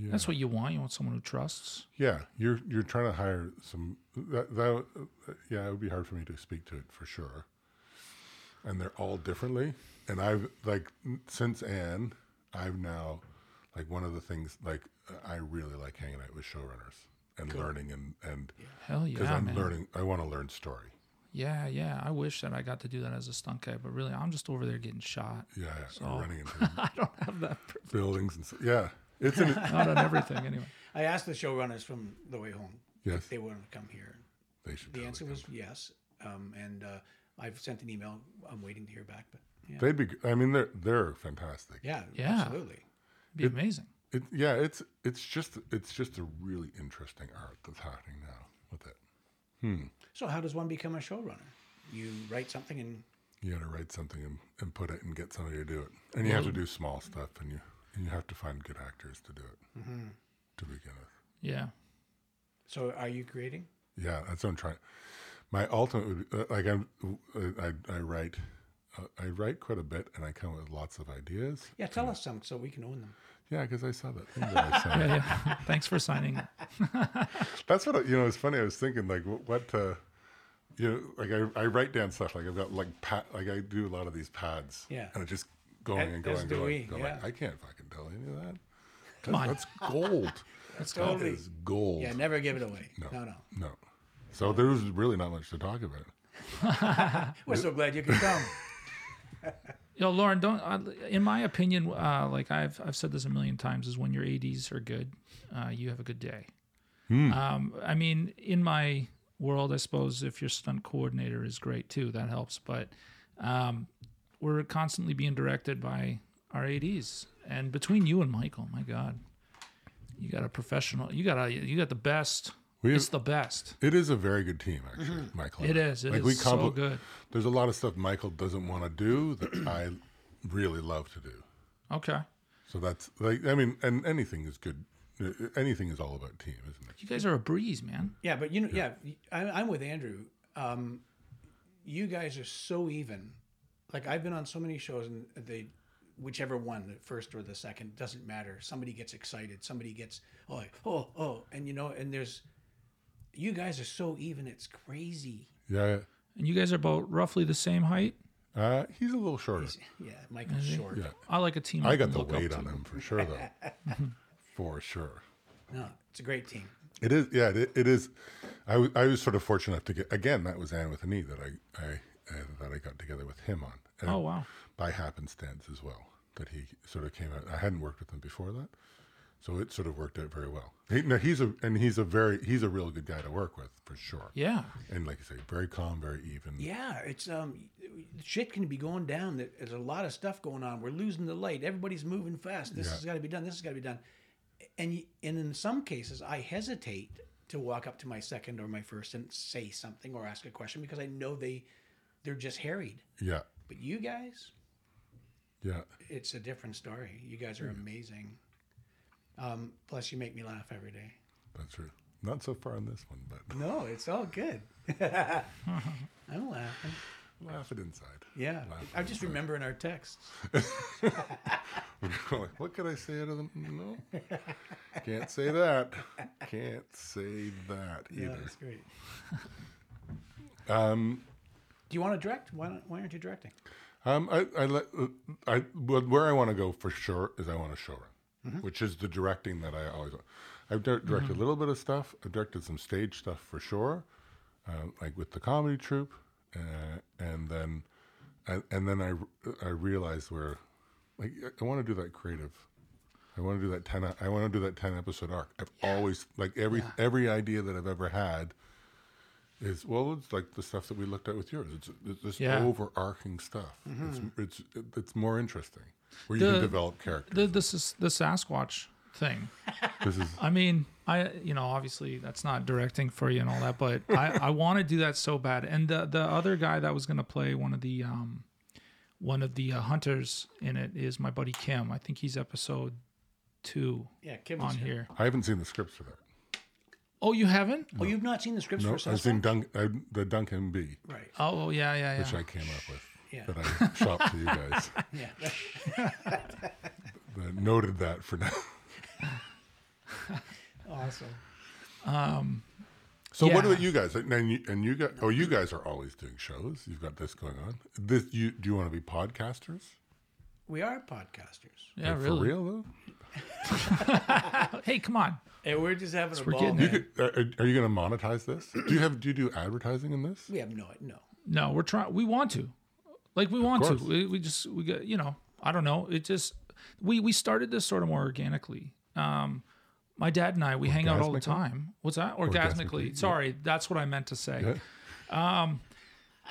Speaker 1: that's what you want. You want someone who trusts.
Speaker 2: Yeah, you're you're trying to hire some. That, that uh, yeah, it would be hard for me to speak to it for sure. And they're all differently. And I've like n- since Anne, I've now like one of the things like I really like hanging out with showrunners and learning and and
Speaker 1: Hell
Speaker 2: because
Speaker 1: yeah,
Speaker 2: I'm
Speaker 1: man.
Speaker 2: learning. I want to learn story.
Speaker 1: Yeah, yeah. I wish that I got to do that as a stunt guy, but really, I'm just over there getting shot.
Speaker 2: Yeah, yeah, or running into
Speaker 1: I don't have that
Speaker 2: buildings and s yeah, it's an
Speaker 1: not on everything anyway.
Speaker 3: I asked the showrunners from The Way Home
Speaker 2: yes.
Speaker 3: if they wanted to come here.
Speaker 2: They should.
Speaker 3: The
Speaker 2: totally
Speaker 3: answer
Speaker 2: come.
Speaker 3: was yes, um, and uh, I've sent an email. I'm waiting to hear back, but yeah,
Speaker 2: They'd be. I mean, they're they're fantastic.
Speaker 3: yeah,
Speaker 1: Yeah.
Speaker 3: absolutely.
Speaker 1: It'd be amazing.
Speaker 2: It, yeah, it's it's just it's just a really interesting art that's happening now with it.
Speaker 3: So how does one become a showrunner? You write something and
Speaker 2: You got to write something and, and put it and get somebody to do it, and you have to do small stuff, and you and you have to find good actors to do it to begin with.
Speaker 1: Yeah.
Speaker 3: so are you creating?
Speaker 2: Yeah, that's what I'm trying. My ultimate would be, uh, like I'm uh, I I write uh, I write quite a bit, and I come up with lots of ideas.
Speaker 3: Yeah, tell us some so we can own them.
Speaker 2: Yeah, because I saw that thing that I saw.
Speaker 1: Yeah. Thanks for signing.
Speaker 2: That's what I- you know. It's funny. I was thinking like wh- what, uh, you know, like I, I write down stuff. Like I've got like pa- like I do a lot of these pads.
Speaker 3: Yeah.
Speaker 2: And it just going
Speaker 3: As-
Speaker 2: and
Speaker 3: as
Speaker 2: going
Speaker 3: do
Speaker 2: going.
Speaker 3: we,
Speaker 2: going
Speaker 3: yeah.
Speaker 2: I can't fucking tell any of that.
Speaker 1: Come on.
Speaker 2: That's gold.
Speaker 1: That's
Speaker 2: That
Speaker 1: cool.
Speaker 3: Totally.
Speaker 2: is gold.
Speaker 3: Yeah, never give it away. No, no.
Speaker 2: No. So there's really not much to talk about.
Speaker 3: We're so glad you could come.
Speaker 1: Yo, Lauren, don't. I, in my opinion, uh, like I've I've said this a million times, is when your ads are good, uh, you have a good day.
Speaker 2: Hmm.
Speaker 1: Um, I mean, in my world, I suppose if your stunt coordinator is great too, that helps. But um, we're constantly being directed by our ads, and between you and Michael, my God, you got a professional. You got a you got the best.
Speaker 2: We have-
Speaker 1: it's the best.
Speaker 2: It is a very good team, actually, Michael.
Speaker 1: Mm-hmm. It is. It is so
Speaker 2: compli-
Speaker 1: good.
Speaker 2: There's a lot of stuff Michael doesn't want to do that I really love to do.
Speaker 1: Okay.
Speaker 2: So that's like I mean, and anything is good. Uh, Anything is all about team, isn't it?
Speaker 1: You guys are a breeze, man.
Speaker 3: yeah, but you know, yeah, I, I'm with Andrew. Um, you guys are so even. Like I've been on so many shows, and they, whichever one, the first or the second, doesn't matter. Somebody gets excited. Somebody gets oh oh oh, and you know, and there's, you guys are so even. It's crazy.
Speaker 2: Yeah.
Speaker 1: And you guys are about roughly the same height.
Speaker 2: Uh, he's a little shorter.
Speaker 3: Yeah, Michael's short.
Speaker 2: Yeah.
Speaker 1: I like a team.
Speaker 2: I got
Speaker 1: can
Speaker 2: the
Speaker 1: look up
Speaker 2: weight
Speaker 1: to.
Speaker 2: on him for sure, though. for sure.
Speaker 3: No, it's a great team.
Speaker 2: It is. Yeah. It, it is. I, w- I was sort of fortunate enough to get again. That was Anne with a knee that I, I uh, that I got together with him on. And
Speaker 1: Oh wow.
Speaker 2: By happenstance as well that he sort of came out. I hadn't worked with him before that, so it sort of worked out very well. He, no, he's a and he's a very he's a real good guy to work with for sure.
Speaker 1: Yeah.
Speaker 2: And like you say, very calm, very even.
Speaker 3: Yeah, it's um, shit can be going down. There- There's a lot of stuff going on. We're losing the light. Everybody's moving fast. This
Speaker 2: Yeah.
Speaker 3: has got to be done. This has got to be done. And y- and in some cases, I hesitate to walk up to my second or my first and say something or ask a question because I know they they're just harried.
Speaker 2: Yeah.
Speaker 3: But you guys,
Speaker 2: Yeah.
Speaker 3: it's a different story. You guys are amazing. Um, plus, you make me laugh every day.
Speaker 2: That's true. Not so far on this one, but
Speaker 3: No, it's all good. I'm laughing.
Speaker 2: laugh it inside.
Speaker 3: Yeah,
Speaker 2: Laugh
Speaker 3: I'm just remembering our texts.
Speaker 2: Like, what could I say out of them? No, can't say that. Can't say that
Speaker 3: Yeah,
Speaker 2: either.
Speaker 3: that's great.
Speaker 2: Um,
Speaker 3: Do you want to direct? Why, don't, why aren't you directing?
Speaker 2: um, I, I, let, I, well, where I want to go for sure is I want to showrun, which is the directing that I always. want. I've dir- directed a little bit of stuff. I've directed some stage stuff for sure, um, like with the comedy troupe, uh, and then, and, and then I, I realized where, like, I- I want to do that creative. I want to do that ten. I want to do that ten episode arc. I've always like every every idea that I've ever had is well, it's like the stuff that we looked at with yours. It's, it's this
Speaker 1: Yeah.
Speaker 2: overarching stuff. It's it's it's more interesting where you
Speaker 1: Mm-hmm. The-
Speaker 2: can develop characters.
Speaker 1: The, this is the Sasquatch thing.
Speaker 2: this is
Speaker 1: I mean, I you know obviously that's not directing for you and all that, but I I want to do that so bad. And the the other guy that was gonna play one of the um one of the uh, hunters in it is my buddy Kim. I think he's episode two
Speaker 3: Yeah, Kim was
Speaker 1: on here.
Speaker 2: I haven't seen the scripts for that.
Speaker 1: Oh, you haven't?
Speaker 3: Oh, you've not seen the scripts
Speaker 2: No,
Speaker 3: for
Speaker 2: I've
Speaker 3: Sasquatch?
Speaker 2: seen Dunk, uh, the Duncan B,
Speaker 3: Right.
Speaker 1: Oh, yeah, yeah,
Speaker 2: which
Speaker 1: yeah.
Speaker 2: I came up with
Speaker 3: Yeah.
Speaker 2: that I shot to you guys.
Speaker 3: Yeah.
Speaker 2: I noted that for now.
Speaker 3: awesome.
Speaker 2: So what
Speaker 1: Yeah.
Speaker 2: about you guys? And then you, and you guys, oh, you guys are always doing shows. You've got this going on. This you do you want to be podcasters?
Speaker 3: We are podcasters.
Speaker 1: yeah,
Speaker 2: Like,
Speaker 1: really.
Speaker 2: For real though?
Speaker 1: Hey, come on.
Speaker 3: And we're just having a ball.
Speaker 1: getting
Speaker 3: man.
Speaker 1: there.
Speaker 2: Are, are- are you going to monetize this? Do you have do you do advertising in this?
Speaker 3: We have no, no.
Speaker 1: No, we're trying. We want to, like, we want to.
Speaker 2: course.
Speaker 1: We, we just we got you know. I don't know. It just we we started this sort of more organically. Um, my dad and I we hang out all the
Speaker 2: Orgasmically?
Speaker 1: time. What's that? Orgasmically.
Speaker 2: Orgasmically, yeah.
Speaker 1: Sorry, that's what I meant to say. Um,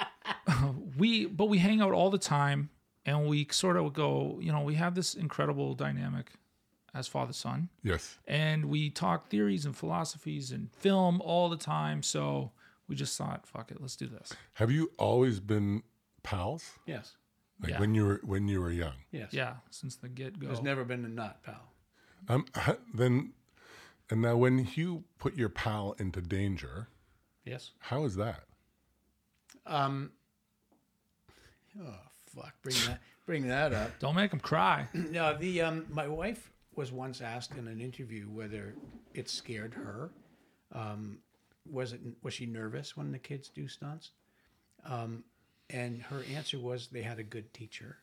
Speaker 1: we but we hang out all the time, and we sort of go. You know, we have this incredible dynamic as father son,
Speaker 2: Yes.
Speaker 1: and we talk theories and philosophies and film all the time. So we just thought, fuck it, let's do this.
Speaker 2: Have you always been pals?
Speaker 3: Yes.
Speaker 2: Like
Speaker 1: Yeah.
Speaker 2: when you were when you were young.
Speaker 3: Yes.
Speaker 1: Yeah, since the get go.
Speaker 3: There's never been a not pal.
Speaker 2: Um. Then, and now when you put your pal into danger,
Speaker 3: Yes.
Speaker 2: how is that?
Speaker 3: Um. Oh fuck! Bring that. Bring that up.
Speaker 1: Don't make him cry.
Speaker 3: No, the um, my wife was once asked in an interview whether it scared her. Um, was it was she nervous when the kids do stunts? Um, and her answer was they had a good teacher,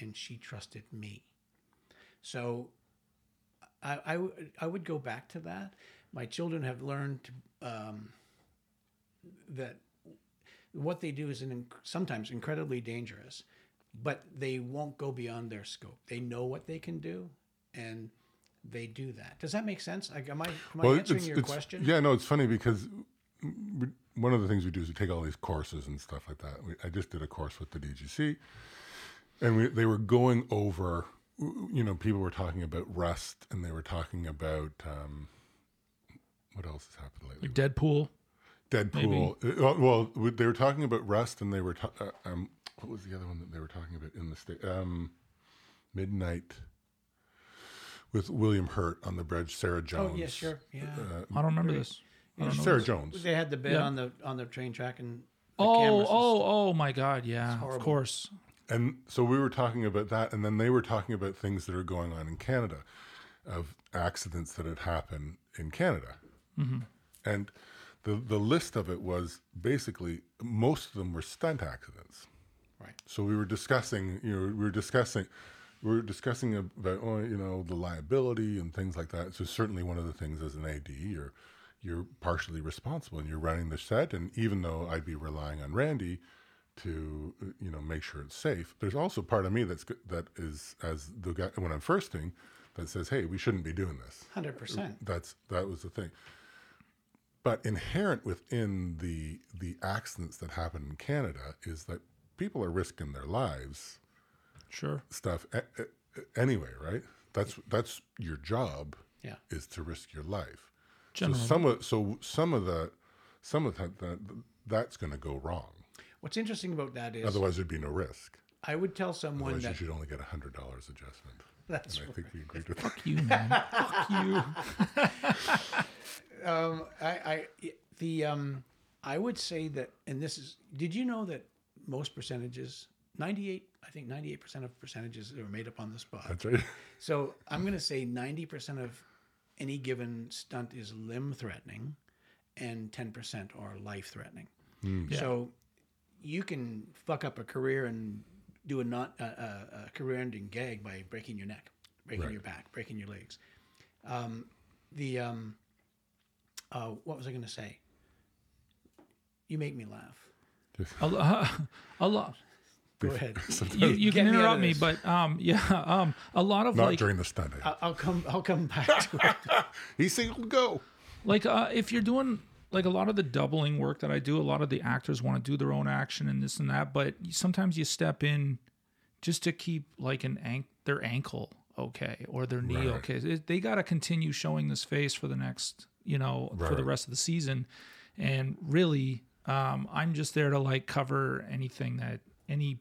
Speaker 3: and she trusted me. So, I I, w- I would go back to that. My children have learned um, that what they do is an, inc- sometimes incredibly dangerous, but they won't go beyond their scope. They know what they can do, and they do that. Does that make sense? Like, am I, am I answering your question?
Speaker 2: Yeah, no, it's funny because we, one of the things we do is we take all these courses and stuff like that. We, I just did a course with the DGC, and we, they were going over. You know, people were talking about rust, and they were talking about um, what else has happened lately.
Speaker 1: Deadpool.
Speaker 2: Deadpool. Uh, Well, well, we- they were talking about Rust, and they were ta- uh, um, what was the other one that they were talking about in the state? Um, Midnight with William Hurt on the bridge. Sarah
Speaker 3: Oh
Speaker 2: Jones.
Speaker 3: yeah, sure. Yeah.
Speaker 2: Uh,
Speaker 1: I don't remember this. I don't know
Speaker 2: Sarah
Speaker 1: this.
Speaker 2: Jones.
Speaker 3: They had the bit
Speaker 1: Yeah.
Speaker 3: on the on the train track and the
Speaker 1: Oh,
Speaker 3: cameras and
Speaker 1: oh, oh my God! Yeah, of
Speaker 3: horrible.
Speaker 1: course.
Speaker 2: And so we were talking about that, and then they were talking about things that are going on in Canada, of accidents that had happened in Canada, and the the list of it was basically most of them were stunt accidents.
Speaker 1: oh.
Speaker 3: Right.
Speaker 2: So we were discussing, you know, we were discussing, we were discussing about, oh, you know, the liability and things like that. So certainly one of the things as an AD, you're you're partially responsible and you're running the set. And even though I'd be relying on Randy to, uh, you know, make sure it's safe, there's also part of me that's g- that is as the guy when I'm firsting that says, hey, we shouldn't be doing this.
Speaker 3: Hundred percent.
Speaker 2: That's that was the thing. But inherent within the the accidents that happen in Canada is that people are risking their lives
Speaker 1: Sure.
Speaker 2: stuff a- a- anyway, right? That's that's your job
Speaker 3: Yeah.
Speaker 2: is to risk your life.
Speaker 1: Generally.
Speaker 2: So some of so some of the some of that, that that's going to go wrong.
Speaker 3: What's interesting about that is
Speaker 2: Otherwise, there'd be no risk.
Speaker 3: I would tell someone
Speaker 2: Otherwise, you
Speaker 3: that
Speaker 2: should only get a hundred dollars adjustment.
Speaker 3: that's
Speaker 2: And I think we agreed with that.
Speaker 1: Fuck you, man. Fuck you.
Speaker 3: um, I, I the um, I would say that, and this is. Did you know that most percentages, ninety-eight, I think ninety-eight percent of percentages are made up on the spot.
Speaker 2: That's right.
Speaker 3: So I'm going to say ninety percent of any given stunt is limb-threatening, and ten percent are life-threatening.
Speaker 1: Yeah.
Speaker 3: So you can fuck up a career and do a not a, a, a career-ending gag by breaking your neck, breaking
Speaker 2: Right.
Speaker 3: your back, breaking your legs. Um, the um, uh, what was I going to say? You make me laugh.
Speaker 1: A, lo- a lot.
Speaker 3: Go ahead.
Speaker 1: You,
Speaker 2: Sometimes-
Speaker 1: you can
Speaker 3: Get me out of
Speaker 1: interrupt me,
Speaker 3: this.
Speaker 1: but um, yeah, um, a lot of
Speaker 2: not
Speaker 1: like,
Speaker 2: during the stunt. I-
Speaker 3: I'll- I'll come. I'll come back to it.
Speaker 2: He singled go.
Speaker 1: like uh, if you're doing like a lot of the doubling work that I do, a lot of the actors want to do their own action and this and that, but sometimes you step in just to keep like an an- their ankle okay or their knee
Speaker 2: Right.
Speaker 1: okay. It, they got to continue showing this face for the next, you know, for the
Speaker 2: Right.
Speaker 1: rest of the season. And really, um, I'm just there to like cover anything that any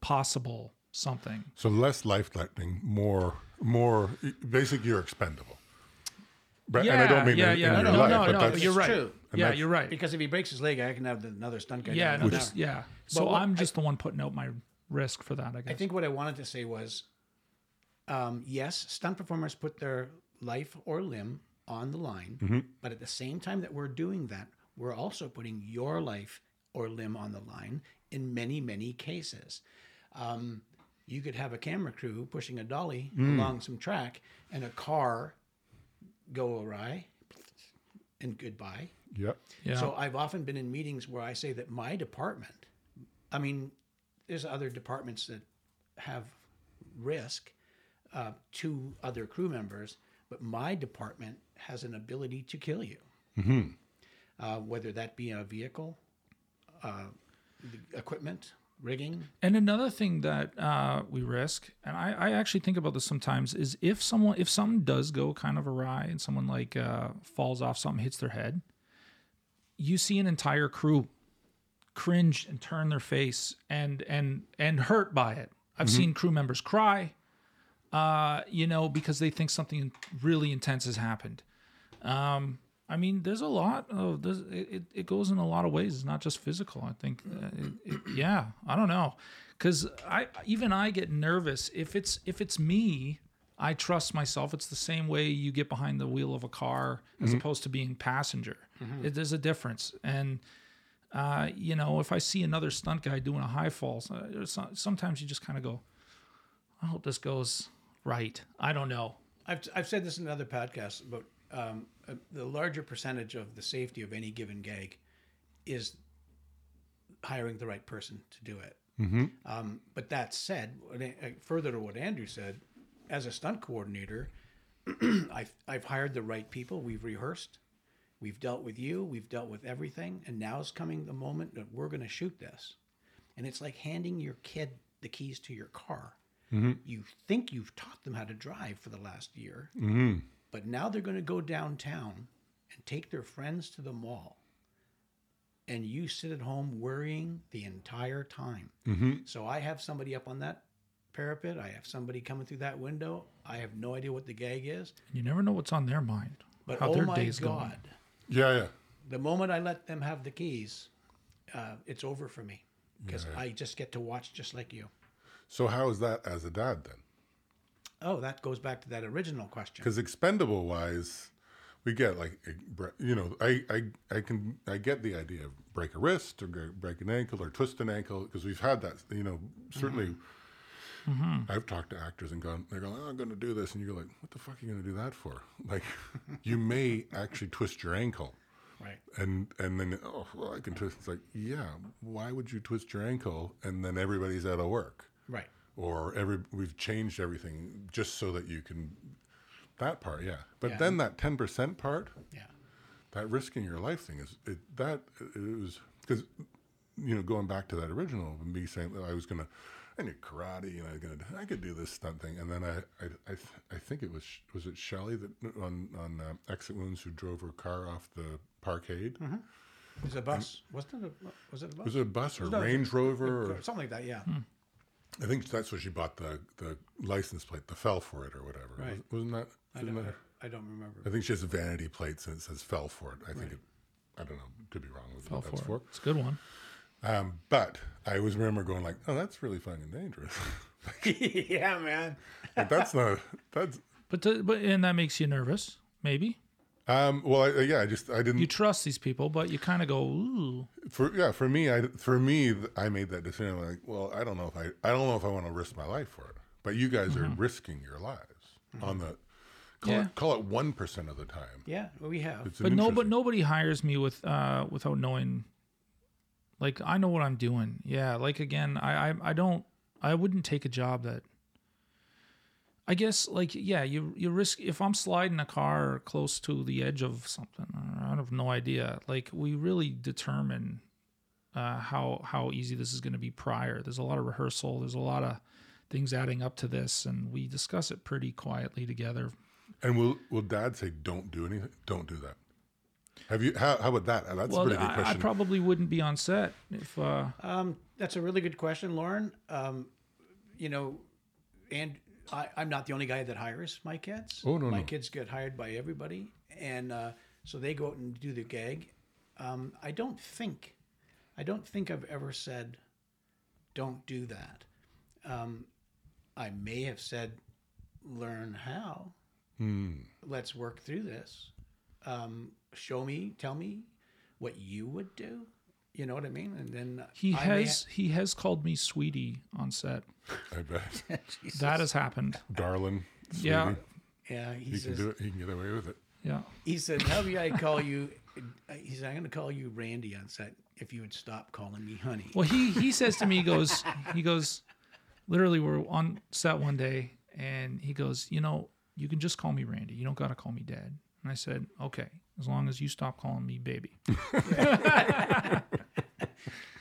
Speaker 1: possible something.
Speaker 2: So less life threatening, more, more. Basically, you're expendable. But, and I don't mean
Speaker 1: yeah,
Speaker 2: in, in
Speaker 1: yeah.
Speaker 2: your
Speaker 1: no,
Speaker 2: life,
Speaker 1: no,
Speaker 2: but
Speaker 1: no,
Speaker 2: that's
Speaker 1: You're right.
Speaker 3: true.
Speaker 2: And
Speaker 1: Yeah,
Speaker 2: that's-
Speaker 1: you're right.
Speaker 3: because if he breaks his leg, I can have the, another stunt guy.
Speaker 1: Yeah,
Speaker 3: down
Speaker 1: no,
Speaker 3: in an
Speaker 1: that's,
Speaker 3: hour.
Speaker 1: yeah. So
Speaker 3: what-
Speaker 1: I'm just the one putting out my risk for that. I guess.
Speaker 3: I think what I wanted to say was, um, yes, stunt performers put their life or limb on the line, but at the same time that we're doing that, we're also putting your life or limb on the line in many, many cases. Um, you could have a camera crew pushing a dolly along some track and a car go awry and goodbye.
Speaker 2: Yep.
Speaker 1: yeah.
Speaker 3: So I've often been in meetings where I say that my department, I mean, there's other departments that have risk uh, to other crew members, but my department has an ability to kill you, uh, whether that be a vehicle, uh, the equipment, rigging.
Speaker 1: And another thing that uh, we risk, and I, I actually think about this sometimes, is if someone if something does go kind of awry and someone like uh, falls off something, hits their head, you see an entire crew cringe and turn their face and and and hurt by it. I've
Speaker 3: Mm-hmm.
Speaker 1: seen crew members cry, uh, you know, because they think something really intense has happened. Um, I mean, there's a lot of there's, it, it- it goes in a lot of ways. It's not just physical. I think, uh, it, it, yeah, I don't know, because I even I get nervous if it's if it's me. I trust myself. It's the same way you get behind the wheel of a car as
Speaker 3: Mm-hmm.
Speaker 1: opposed to being passenger. It, there's a difference, and uh, you know, if I see another stunt guy doing a high fall, so- there's some- sometimes you just kind of go, I hope this goes right. I don't know.
Speaker 3: I've, I've said this in another podcast, but um, uh, the larger percentage of the safety of any given gig is hiring the right person to do it. Um, but that said, what An- uh, further to what Andrew said, as a stunt coordinator, I've, I've hired the right people. We've rehearsed. We've dealt with you. We've dealt with everything. And now's coming the moment that we're going to shoot this. And it's like handing your kid the keys to your car.
Speaker 1: Mm-hmm.
Speaker 3: You think you've taught them how to drive for the last year,
Speaker 1: Mm-hmm.
Speaker 3: but now they're going to go downtown and take their friends to the mall. And you sit at home worrying the entire time.
Speaker 1: Mm-hmm.
Speaker 3: So I have somebody up on that parapet. I have somebody coming through that window. I have no idea what the gag is,
Speaker 1: You never know what's on their mind,
Speaker 3: but
Speaker 1: how
Speaker 3: oh
Speaker 1: their
Speaker 3: my
Speaker 1: day's
Speaker 3: god,
Speaker 1: going.
Speaker 2: Yeah, yeah.
Speaker 3: the moment I let them have the keys, uh, it's over for me because I just get to watch just like you.
Speaker 2: So how is that as a dad then?
Speaker 3: Oh, that goes back to that original question.
Speaker 2: Because expendable wise, we get like you know I, I I can I get the idea of break a wrist or g- break an ankle or twist an ankle because we've had that you know certainly.
Speaker 1: Mm-hmm.
Speaker 2: I've talked to actors and gone. They go, oh, "I'm going to do this," and you're like, "What the fuck are you going to do that for?" Like, you may actually twist your ankle,
Speaker 3: Right.
Speaker 2: and and then oh, well, I can twist. It's like, yeah, why would you twist your ankle? And then everybody's out of work
Speaker 3: Right.
Speaker 2: or every we've changed everything just so that you can that part yeah but then that 10% part
Speaker 3: Yeah.
Speaker 2: that risking your life thing is it, that it was because you know going back to that original me saying that i was gonna i knew karate and i was gonna i could do this stunt thing and then i i i, th- I think it was was it shelly that on on uh, exit wounds who drove her car off the parkade
Speaker 3: It was a bus. Wasn't it a, was it a bus?
Speaker 2: was it a bus or
Speaker 3: No, it was a-
Speaker 2: range rover or
Speaker 3: Something like that, yeah.
Speaker 2: I think that's where she bought the, the license plate, the fell for it or whatever.
Speaker 3: Right.
Speaker 2: Wasn't that?
Speaker 3: I,
Speaker 2: Isn't
Speaker 3: don't,
Speaker 2: that her?
Speaker 3: I don't remember.
Speaker 2: I think she has vanity plates and it says fell for it. I think it, I don't know, could be wrong with
Speaker 1: Fell
Speaker 2: what that's
Speaker 1: for
Speaker 2: for.
Speaker 1: it. It's a good one.
Speaker 2: Um, but I always remember going like, oh, that's really fucking dangerous.
Speaker 3: yeah, man.
Speaker 2: like, that's not, that's,
Speaker 1: But the, but and that makes you nervous. Maybe
Speaker 2: um, well, I, yeah, I just, I didn't,
Speaker 1: you trust these people, but you kind of go, ooh,
Speaker 2: for, yeah, for me, I, for me, th- I made that decision. like, well, I don't know if I, I don't know if I want to risk my life for it, but you guys are risking your lives on the, call,
Speaker 1: Yeah.
Speaker 2: it, call it 1% of the time.
Speaker 3: Yeah, well, we have.
Speaker 2: It's an
Speaker 1: but no, but
Speaker 2: interesting-
Speaker 1: nobody hires me with uh without knowing. Like I know what I'm doing. Yeah. Like again, I I, I don't. I wouldn't take a job that. I guess like yeah, you you risk if I'm sliding a car close to the edge of something. I have no idea. Like we really determine uh, how how easy this is going to be prior. There's a lot of rehearsal. There's a lot of things adding up to this, and we discuss it pretty quietly together
Speaker 2: And will will Dad say, "Don't do anything. Don't do that"? Have you? How, how about that? That's a
Speaker 1: Well,
Speaker 2: pretty good
Speaker 1: I, I
Speaker 2: question.
Speaker 1: probably wouldn't be on set if uh,
Speaker 3: Um, that's a really good question, Lauren. Um, you know, and I, I'm not the only guy that hires my kids.
Speaker 2: Oh, no,
Speaker 3: my
Speaker 2: no.
Speaker 3: kids get hired by everybody, and uh, so they go out and do the gag. Um, I don't think, I don't think I've ever said, "Don't do that." Um, I may have said, "Learn how."
Speaker 2: Hmm.
Speaker 3: Let's work through this. Um, show me, tell me what you would do. You know what I mean? And then
Speaker 1: he
Speaker 3: I may
Speaker 1: has he has called me sweetie on set.
Speaker 2: I bet,
Speaker 1: That has happened.
Speaker 2: darling. Sweetie,
Speaker 1: Yeah.
Speaker 3: Yeah, he
Speaker 2: he can
Speaker 3: says.
Speaker 2: do it. He can get away with it.
Speaker 1: Yeah,
Speaker 3: He said, "How do I call you?" He said, "I'm going to call you Randy on set if you would stop calling me honey."
Speaker 1: Well, he he says to me, he goes, he goes, literally, we're on set one day, and he goes, you know, you can just call me Randy. You don't gotta call me Dad. And I said, okay, as long as you stop calling me baby.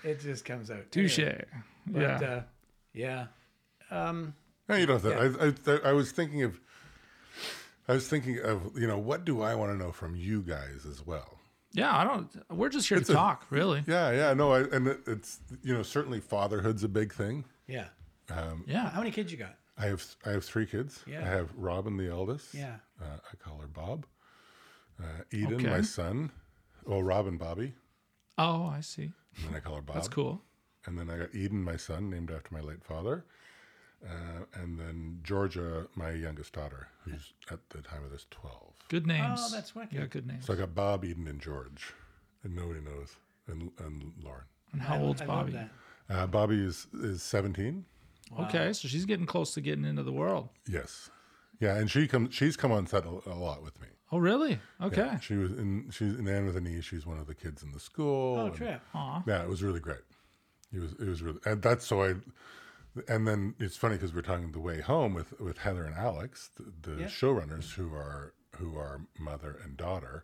Speaker 3: It just comes out.
Speaker 1: Touche.
Speaker 3: Anyway, But,
Speaker 1: Yeah.
Speaker 3: Uh, yeah. Um,
Speaker 2: No, you don't. Have to. I, I, I was thinking of, I was thinking of, you know, what do I want to know from you guys as well?
Speaker 1: Yeah, I don't. We're just here to
Speaker 2: a-
Speaker 1: talk, really.
Speaker 2: Yeah, yeah, no, I, and it, it's, you know, certainly fatherhood's a big thing.
Speaker 3: yeah.
Speaker 2: Um,
Speaker 1: Yeah,
Speaker 3: How many kids you got?
Speaker 2: I have, I have three kids.
Speaker 3: Yeah.
Speaker 2: I have Robin, the eldest.
Speaker 3: Yeah.
Speaker 2: Uh, I call her Bob. Uh, Eden,
Speaker 1: Okay.
Speaker 2: my son. Well, Robin, Bobby,
Speaker 1: Oh, I see.
Speaker 2: and then I call her Bob.
Speaker 1: That's cool.
Speaker 2: And then I got Eden, my son, named after my late father. Uh, and then Georgia, my youngest daughter, who's at the time of this 12.
Speaker 1: Good names.
Speaker 3: Oh, that's wicked.
Speaker 1: Yeah, good names.
Speaker 2: So I got Bob, Eden, and George, and nobody knows, and and Lauren.
Speaker 1: And how old's
Speaker 3: I
Speaker 1: Bobby?
Speaker 3: Love that.
Speaker 2: Uh, Bobby is is seventeen.
Speaker 1: Okay, so she's getting close to getting into the world.
Speaker 2: Yes, yeah, and she comes. She's come on set a, a lot with me.
Speaker 1: Oh, really?
Speaker 2: Yeah,
Speaker 1: Okay.
Speaker 2: she was in. She's in Anne with a knee. She's one of the kids in the school.
Speaker 3: Oh,
Speaker 2: and-
Speaker 3: trip.
Speaker 1: Aw.
Speaker 2: Yeah, it was really great. It was. It was really. And that's so I. And then it's funny because we're talking the way home with with Heather and Alex, the, the
Speaker 3: Yeah.
Speaker 2: showrunners who are who are mother and daughter.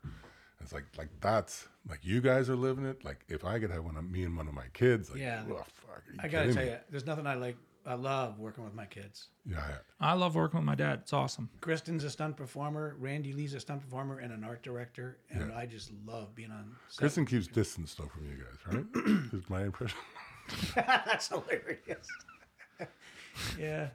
Speaker 2: It's like like that's like you guys are living it. Like if I could have one of me and one of my kids, like
Speaker 3: Yeah.
Speaker 2: oh, fuck, are you
Speaker 3: I gotta
Speaker 2: kidding
Speaker 3: tell
Speaker 2: me?
Speaker 3: you, there's nothing I like. I love working with my kids.
Speaker 2: yeah, yeah.
Speaker 1: I love working with my dad. It's awesome.
Speaker 3: Kristen's a stunt performer. Randy Lee's a stunt performer and an art director, and I just love being on. set.
Speaker 2: Kristen keeps distance though from you guys, right? is my impression.
Speaker 3: That's hilarious. yeah.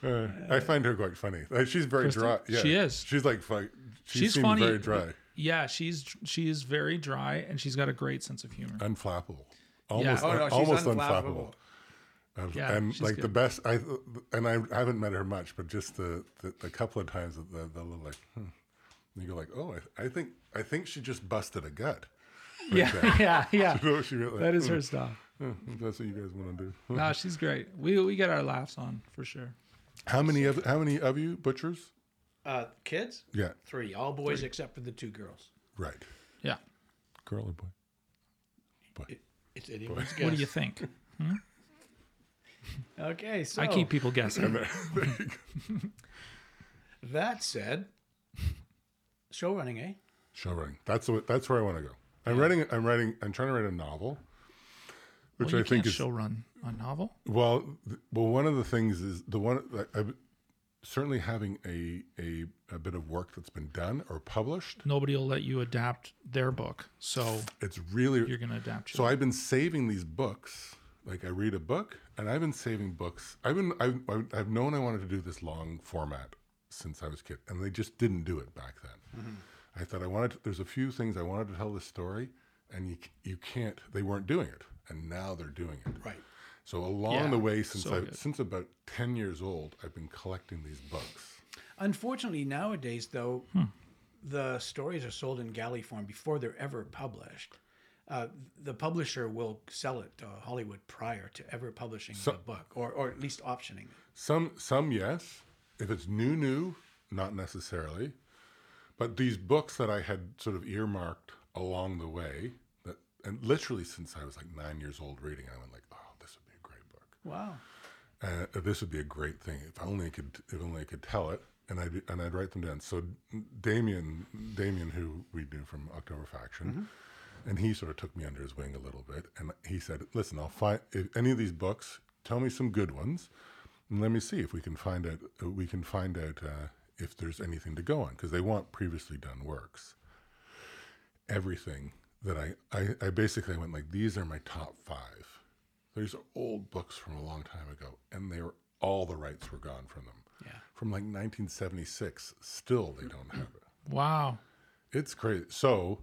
Speaker 2: Uh, I find her quite funny. Like, she's very
Speaker 1: Kristen?
Speaker 2: dry. Yeah,
Speaker 1: She is.
Speaker 2: She's like fuck. She
Speaker 1: She's
Speaker 2: seems
Speaker 1: funny.
Speaker 2: Very dry,
Speaker 1: Yeah, she's she is very dry and she's got a great sense of humor.
Speaker 2: unflappable. Almost,
Speaker 1: Oh,
Speaker 3: no, she's
Speaker 2: almost
Speaker 3: unflappable.
Speaker 2: unflappable. Um,
Speaker 1: Yeah,
Speaker 2: and
Speaker 1: she's
Speaker 2: like the
Speaker 1: good.
Speaker 2: best, I and I haven't met her much, but just the the, the couple of times that the, the little like, hmm. you go like, oh, I, I think I think she just busted a gut.
Speaker 1: yeah, yeah, yeah.
Speaker 2: So she really,
Speaker 1: That is her stuff.
Speaker 2: "Hmm, that's what you guys want to do. Hmm."
Speaker 1: No, she's great. We we get our laughs on for sure.
Speaker 2: How many of how many of you butchers?
Speaker 3: Uh, kids?
Speaker 2: Yeah,
Speaker 3: Three. All boys except for the two girls.
Speaker 2: right.
Speaker 1: Yeah.
Speaker 2: Girl or boy?
Speaker 3: It's anyone's guess.
Speaker 1: What do you think?
Speaker 3: Okay, so
Speaker 1: I keep people guessing.
Speaker 3: that said, show running, eh?
Speaker 2: Show running. That's what. That's where I want to go. I'm writing. I'm writing. I'm trying to write a novel, which
Speaker 1: well, you
Speaker 2: I think
Speaker 1: can't
Speaker 2: is
Speaker 1: show run a novel.
Speaker 2: Well, th- well, one of the things is the one that I, certainly having a, a a bit of work that's been done or published.
Speaker 1: Nobody will let you adapt their book, so
Speaker 2: It's really
Speaker 1: you're gonna adapt.
Speaker 2: so.
Speaker 1: yours.
Speaker 2: I've been saving these books. Like I read a book, and I've been saving books. I've been I've, I've- I've known I wanted to do this long format since I was a kid, and they just didn't do it back then. I thought I wanted. To, there's a few things I wanted to tell this story, and you c- you can't. They weren't doing it, and now they're doing it.
Speaker 3: Right.
Speaker 2: So along
Speaker 1: Yeah,
Speaker 2: the way, since
Speaker 1: so
Speaker 2: I
Speaker 1: good.
Speaker 2: since about ten years old, I've been collecting these books.
Speaker 3: Unfortunately, nowadays, though, the stories are sold in galley form before they're ever published. Uh, the publisher will sell it to Hollywood prior to ever publishing the book, or, or at least optioning it.
Speaker 2: Some some yes, if it's new new, not necessarily, but these books that I had sort of earmarked along the way that and literally since I was like nine years old reading, I went like, oh, this would be a great book.
Speaker 3: Wow.
Speaker 2: uh, this would be a great thing if only I could if only I could tell it and I'd and I'd write them down. So Damien Damien who we knew from October Faction and he sort of took me under his wing a little bit and he said, "Listen, I'll find if any of these books, tell me some good ones and let me see if we can find out uh, we can find out uh, if there's anything to go on because they want previously done works." Everything that I, I I basically went like these are my top 5. These are old books from a long time ago, and they were all the rights were gone from them.
Speaker 3: Yeah.
Speaker 2: From like 1976, still they don't have it.
Speaker 1: wow.
Speaker 2: It's crazy. So,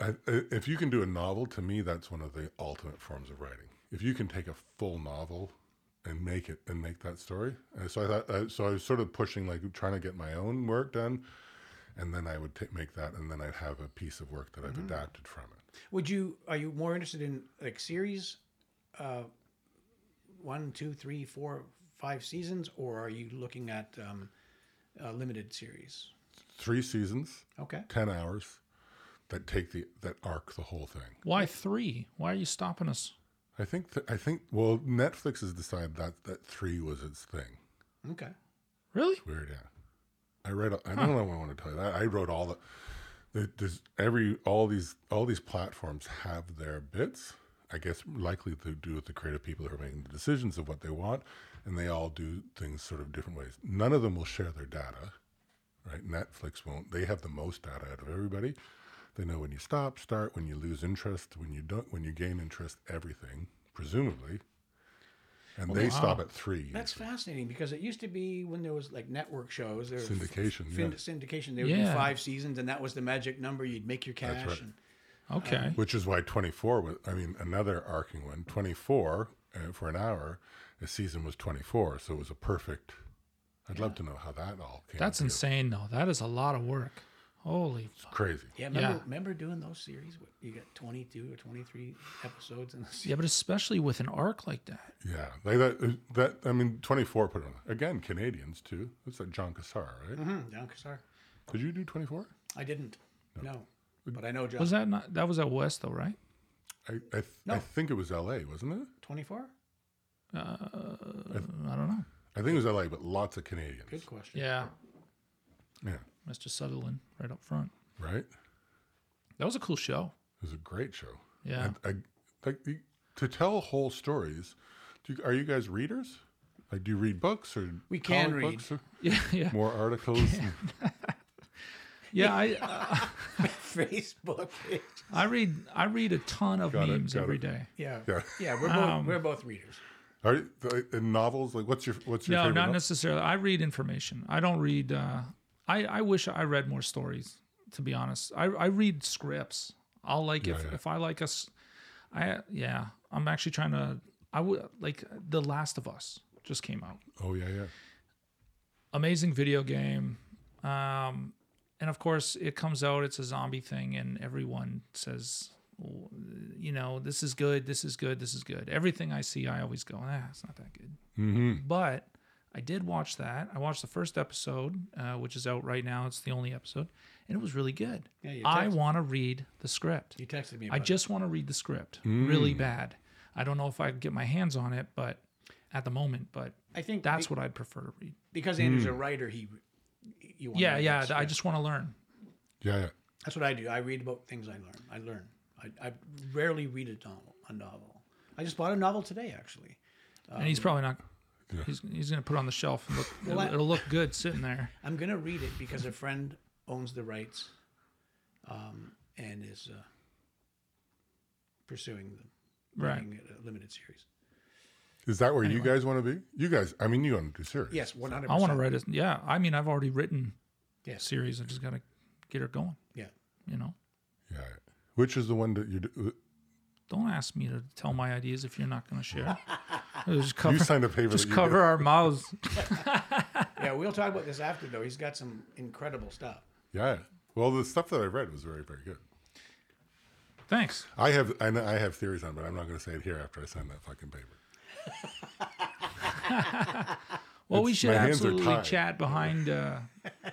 Speaker 2: I, I- if you can do a novel, to me, that's one of the ultimate forms of writing. If you can take a full novel and make it and make that story, and so I thought, I, so I was sort of pushing, like trying to get my own work done, and then I would ta- make that, and then I'd have a piece of work that I've adapted from it.
Speaker 3: Would you? Are you more interested in like series, uh, one, two, three, four, five seasons, or are you looking at um, a limited series?
Speaker 2: Three seasons.
Speaker 3: Okay.
Speaker 2: 10 hours that take the that arc the whole thing
Speaker 1: Why three? Why are you stopping us?
Speaker 2: i think th- i think well netflix has decided that that three was its thing
Speaker 3: Okay.
Speaker 1: Really?
Speaker 2: weird yeah i read i don't know what i want to tell you that i wrote all the the- there's every all these all these platforms have their bits. I guess likely to do with the creative people who are making the decisions of what they want, and they all do things sort of different ways. None of them will share their data, right? Netflix won't. They have the most data out of everybody. They know when you stop, start, when you lose interest, when you don't, when you gain interest, everything presumably. And they stop at three.
Speaker 3: That's fascinating because it used to be when there was like network shows, there was
Speaker 2: Syndication,
Speaker 3: fin-
Speaker 2: yeah.
Speaker 3: syndication. There would be
Speaker 1: Yeah.
Speaker 3: five seasons, and that was the magic number. You'd make your cash.
Speaker 2: right.
Speaker 3: and,
Speaker 1: Okay.
Speaker 2: Which is why 24 was, I mean, another arcing one. 24 uh, for an hour, a season was 24. So it was a perfect. I'd love to know how that all came.
Speaker 1: That's
Speaker 2: together.
Speaker 1: insane, though. That is a lot of work. Holy.
Speaker 2: It's crazy.
Speaker 3: yeah, remember,
Speaker 1: Yeah.
Speaker 3: remember doing those series? What, you got twenty two or twenty three episodes in the season.
Speaker 1: Yeah, but especially with an arc like that.
Speaker 2: Yeah. Like that, uh, that, I mean, 24 put on. Again, Canadians too. That's like John Cassar, right?
Speaker 3: Mhm, John Cassar.
Speaker 2: Did you do 24?
Speaker 3: I didn't. No. But I know John.
Speaker 1: Was that not? That was at West, though, right?
Speaker 2: I, I, th- I
Speaker 3: No.
Speaker 2: think it was LA, wasn't it?
Speaker 3: 24?
Speaker 1: I don't know.
Speaker 2: I think it was LA, but lots of Canadians.
Speaker 3: Good question.
Speaker 1: Yeah,
Speaker 2: Yeah.
Speaker 1: Mr. Sutherland, right up front.
Speaker 2: Right?
Speaker 1: That was a cool show.
Speaker 2: It was a great show.
Speaker 1: Yeah.
Speaker 2: I, I, like the- to tell whole stories. Do you, are you guys readers? Like, do you read books or
Speaker 3: We can
Speaker 2: comic
Speaker 3: read.
Speaker 2: books or
Speaker 1: Yeah, yeah,
Speaker 2: more articles?
Speaker 1: yeah. I
Speaker 3: Facebook. page.
Speaker 1: I read I read a ton of
Speaker 2: Got it,
Speaker 1: memes
Speaker 2: got
Speaker 1: every
Speaker 2: it.
Speaker 1: day.
Speaker 3: yeah.
Speaker 2: Yeah.
Speaker 3: Yeah, we're, both,
Speaker 1: Um,
Speaker 3: we're both readers.
Speaker 2: are you- like, in novels? Like, what's your what's your
Speaker 1: No,
Speaker 2: favorite?
Speaker 1: not
Speaker 2: novel?
Speaker 1: necessarily. I read information. I don't read. Uh, I I wish I read more stories. To be honest, I I read scripts. I'll like if
Speaker 2: yeah.
Speaker 1: if I like us, I yeah. I'm actually trying to. I would like The Last of Us just came out.
Speaker 2: Oh yeah, yeah.
Speaker 1: amazing video game. Um, and of course, it comes out, it's a zombie thing, and everyone says, you know, this is good, this is good, this is good. Everything I see, I always go, ah, it's not that good. But I did watch that. I watched the first episode, uh, which is out right now. It's the only episode, and it was really good.
Speaker 3: Yeah, you
Speaker 1: I
Speaker 3: text-
Speaker 1: want to read the script.
Speaker 3: You texted me about
Speaker 1: I just want to read the script really bad. I don't know if I can get my hands on it, but at the moment, but
Speaker 3: it. I think
Speaker 1: that's
Speaker 3: be-
Speaker 1: what I'd prefer to read.
Speaker 3: because Andrew's
Speaker 2: Hmm.
Speaker 3: a writer, he. You want
Speaker 1: Yeah,
Speaker 3: to
Speaker 1: yeah. I just want to learn.
Speaker 2: Yeah, yeah.
Speaker 3: That's what I do. I read about things I learn. I learn. I, I rarely read a novel, a novel. I just bought a novel today, actually.
Speaker 1: and
Speaker 3: Um,
Speaker 1: he's probably not. He's, he's going to put it on the shelf. And look, it'll,
Speaker 3: I-
Speaker 1: it'll look good sitting there.
Speaker 3: I'm going to read it because a friend owns the rights um, and is uh, pursuing the
Speaker 1: Right.
Speaker 3: making it a limited series.
Speaker 2: Is that where you guys want to be? You guys, I mean, you want to do series?
Speaker 3: Yes, 100%.
Speaker 1: I want to write it. Yeah. I mean, I've already written
Speaker 3: Yeah.
Speaker 1: a series. I just got to get her going.
Speaker 3: Yeah.
Speaker 1: You know,
Speaker 2: Yeah. Which is the one that you do,
Speaker 1: don't ask me to tell my ideas if you're not going to share. It'll just cover,
Speaker 2: you signed a paper.
Speaker 1: just
Speaker 2: that you
Speaker 1: cover our mouths.
Speaker 3: Yeah, we'll talk about this after though. He's got some incredible stuff.
Speaker 2: Did. Yeah. Well, the stuff that I read was very, very good.
Speaker 1: Thanks.
Speaker 2: I have I, know, I have theories on, it, but I'm not going to say it here after I sign that fucking paper.
Speaker 1: Well, we should
Speaker 2: my hands are
Speaker 1: absolutely
Speaker 2: tied.
Speaker 1: chat behind, uh,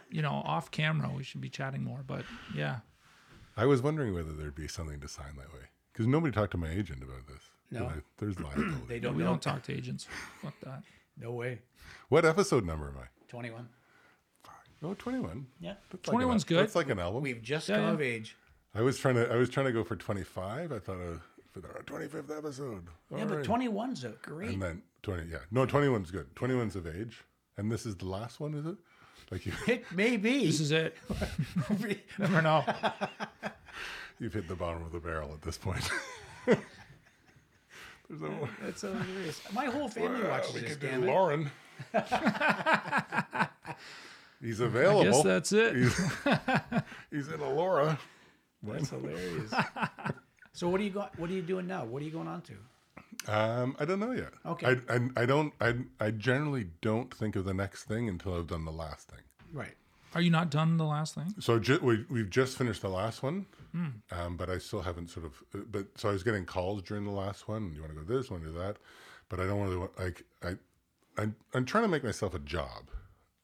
Speaker 1: you know, off camera. We should be chatting more. But yeah.
Speaker 2: I was wondering whether there'd be something to sign that way because nobody talked to my agent about this.
Speaker 3: No.
Speaker 2: And I- there's liability.
Speaker 3: They don't
Speaker 1: We
Speaker 3: know.
Speaker 1: don't talk to agents. Fuck that.
Speaker 3: No way.
Speaker 2: what episode number am I?
Speaker 3: Twenty one.
Speaker 2: Oh, 21.
Speaker 3: Yeah.
Speaker 2: That's like an
Speaker 1: 21's
Speaker 2: al-
Speaker 1: good.
Speaker 2: That's like an album.
Speaker 3: We've just
Speaker 1: Yeah,
Speaker 3: come
Speaker 1: yeah.
Speaker 3: of age.
Speaker 2: I was trying to I was trying to go for 25. I thought uh, for the 25th episode.
Speaker 3: Yeah, but
Speaker 2: Alright.
Speaker 3: twenty one's a great
Speaker 2: And then 20. Yeah. No, 21's good. 21's of age. And this is the last one, is it? Like you,
Speaker 3: it may be.
Speaker 1: This is it. Never know.
Speaker 2: you've hit the bottom of the barrel at this point. there's no.
Speaker 3: That's so hilarious. My whole family watches
Speaker 2: we
Speaker 3: this,
Speaker 2: could do
Speaker 3: damn it.
Speaker 2: Lauren. He's available.
Speaker 1: Guess that's it.
Speaker 2: He's, he's in a Laura.
Speaker 3: That's hilarious. so what are you got what are you doing now? What are you going on to?
Speaker 2: Um, I don't know yet.
Speaker 3: Okay.
Speaker 2: I, I, I don't. I, I generally don't think of the next thing until I've done the last thing.
Speaker 3: Right.
Speaker 1: Are you not done the last thing?
Speaker 2: So ju- we, we've just finished the last one, um, but I still haven't sort of. uh, But so I was getting calls during the last one. You want to go this? Want to do that? But I don't really want like I, I I'm trying to make myself a job.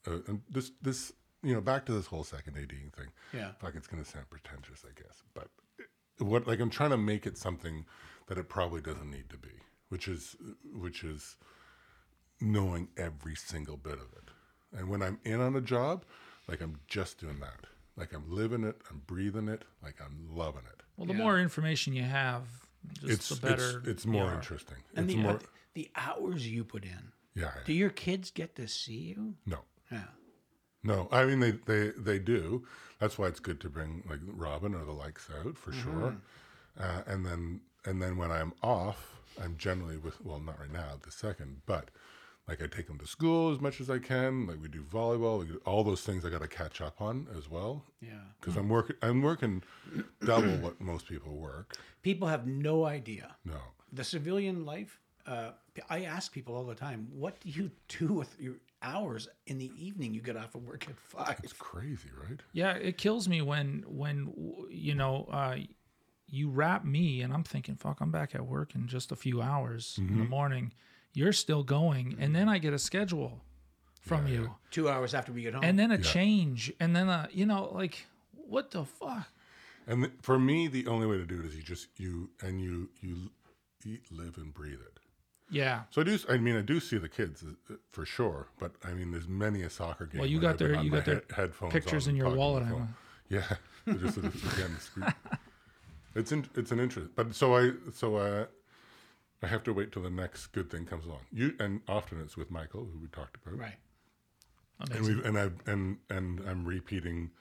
Speaker 2: Uh, and this this you know back to this whole second ADing thing.
Speaker 3: Yeah.
Speaker 2: Fuck, it's gonna sound pretentious, I guess. But what like I'm trying to make it something that it probably doesn't need to be, which is which is knowing every single bit of it. And when I'm in on a job, like I'm just doing that. Like I'm living it, I'm breathing it, like I'm loving it.
Speaker 1: Well, the
Speaker 3: Yeah.
Speaker 1: more information you have, just
Speaker 2: It's
Speaker 1: the
Speaker 2: it's
Speaker 1: better.
Speaker 2: it's
Speaker 1: you
Speaker 2: more
Speaker 1: are.
Speaker 2: interesting.
Speaker 3: And
Speaker 2: it's
Speaker 3: the, uh,
Speaker 2: more
Speaker 3: the hours you put in.
Speaker 2: yeah.
Speaker 3: Do your kids get to see you?
Speaker 2: no.
Speaker 3: Yeah.
Speaker 2: No, I mean they, they they do. That's why it's good to bring like Robin or the likes out for sure. Uh, and then and then when I'm off, I'm generally with well not right now the second, but like I take them to school as much as I can. Like we do volleyball, we do all those things I got to catch up on as well
Speaker 3: Yeah.
Speaker 2: because I'm working I'm working double what most people work.
Speaker 3: People have no idea.
Speaker 2: No,
Speaker 3: The civilian life, uh, I ask people all the time, what do you do with your hours in the evening? You get off of work at
Speaker 2: it's
Speaker 3: five.
Speaker 2: crazy, right?
Speaker 1: Yeah, it kills me when when w- you know uh, you wrap me, and I'm thinking, fuck, I'm back at work in just a few hours in
Speaker 2: Mm-hmm.
Speaker 1: the morning. You're still going, and then I get a schedule from you,
Speaker 3: Two hours after we get home.
Speaker 1: and then a change, and then a you know like what the fuck?
Speaker 2: And th- for me, the only way to do it is you just you and you you eat, live, and breathe it.
Speaker 1: Yeah.
Speaker 2: So I do. I mean, I do see the kids uh, for sure, but I mean, there's many a soccer game.
Speaker 1: Well, you
Speaker 2: where
Speaker 1: got
Speaker 2: they've been
Speaker 1: their-
Speaker 2: on
Speaker 1: you
Speaker 2: my
Speaker 1: got their
Speaker 2: he- headphones
Speaker 1: pictures in
Speaker 2: on and
Speaker 1: your
Speaker 2: talking on
Speaker 1: wallet,
Speaker 2: the
Speaker 1: I
Speaker 2: phone.
Speaker 1: know.
Speaker 2: Yeah, They're just sort of, again, screen- it's in, it's an interest, but so I so I I have to wait till the next good thing comes along. You and often it's with Michael, who we talked about,
Speaker 3: right.
Speaker 2: and we and I and and I'm repeating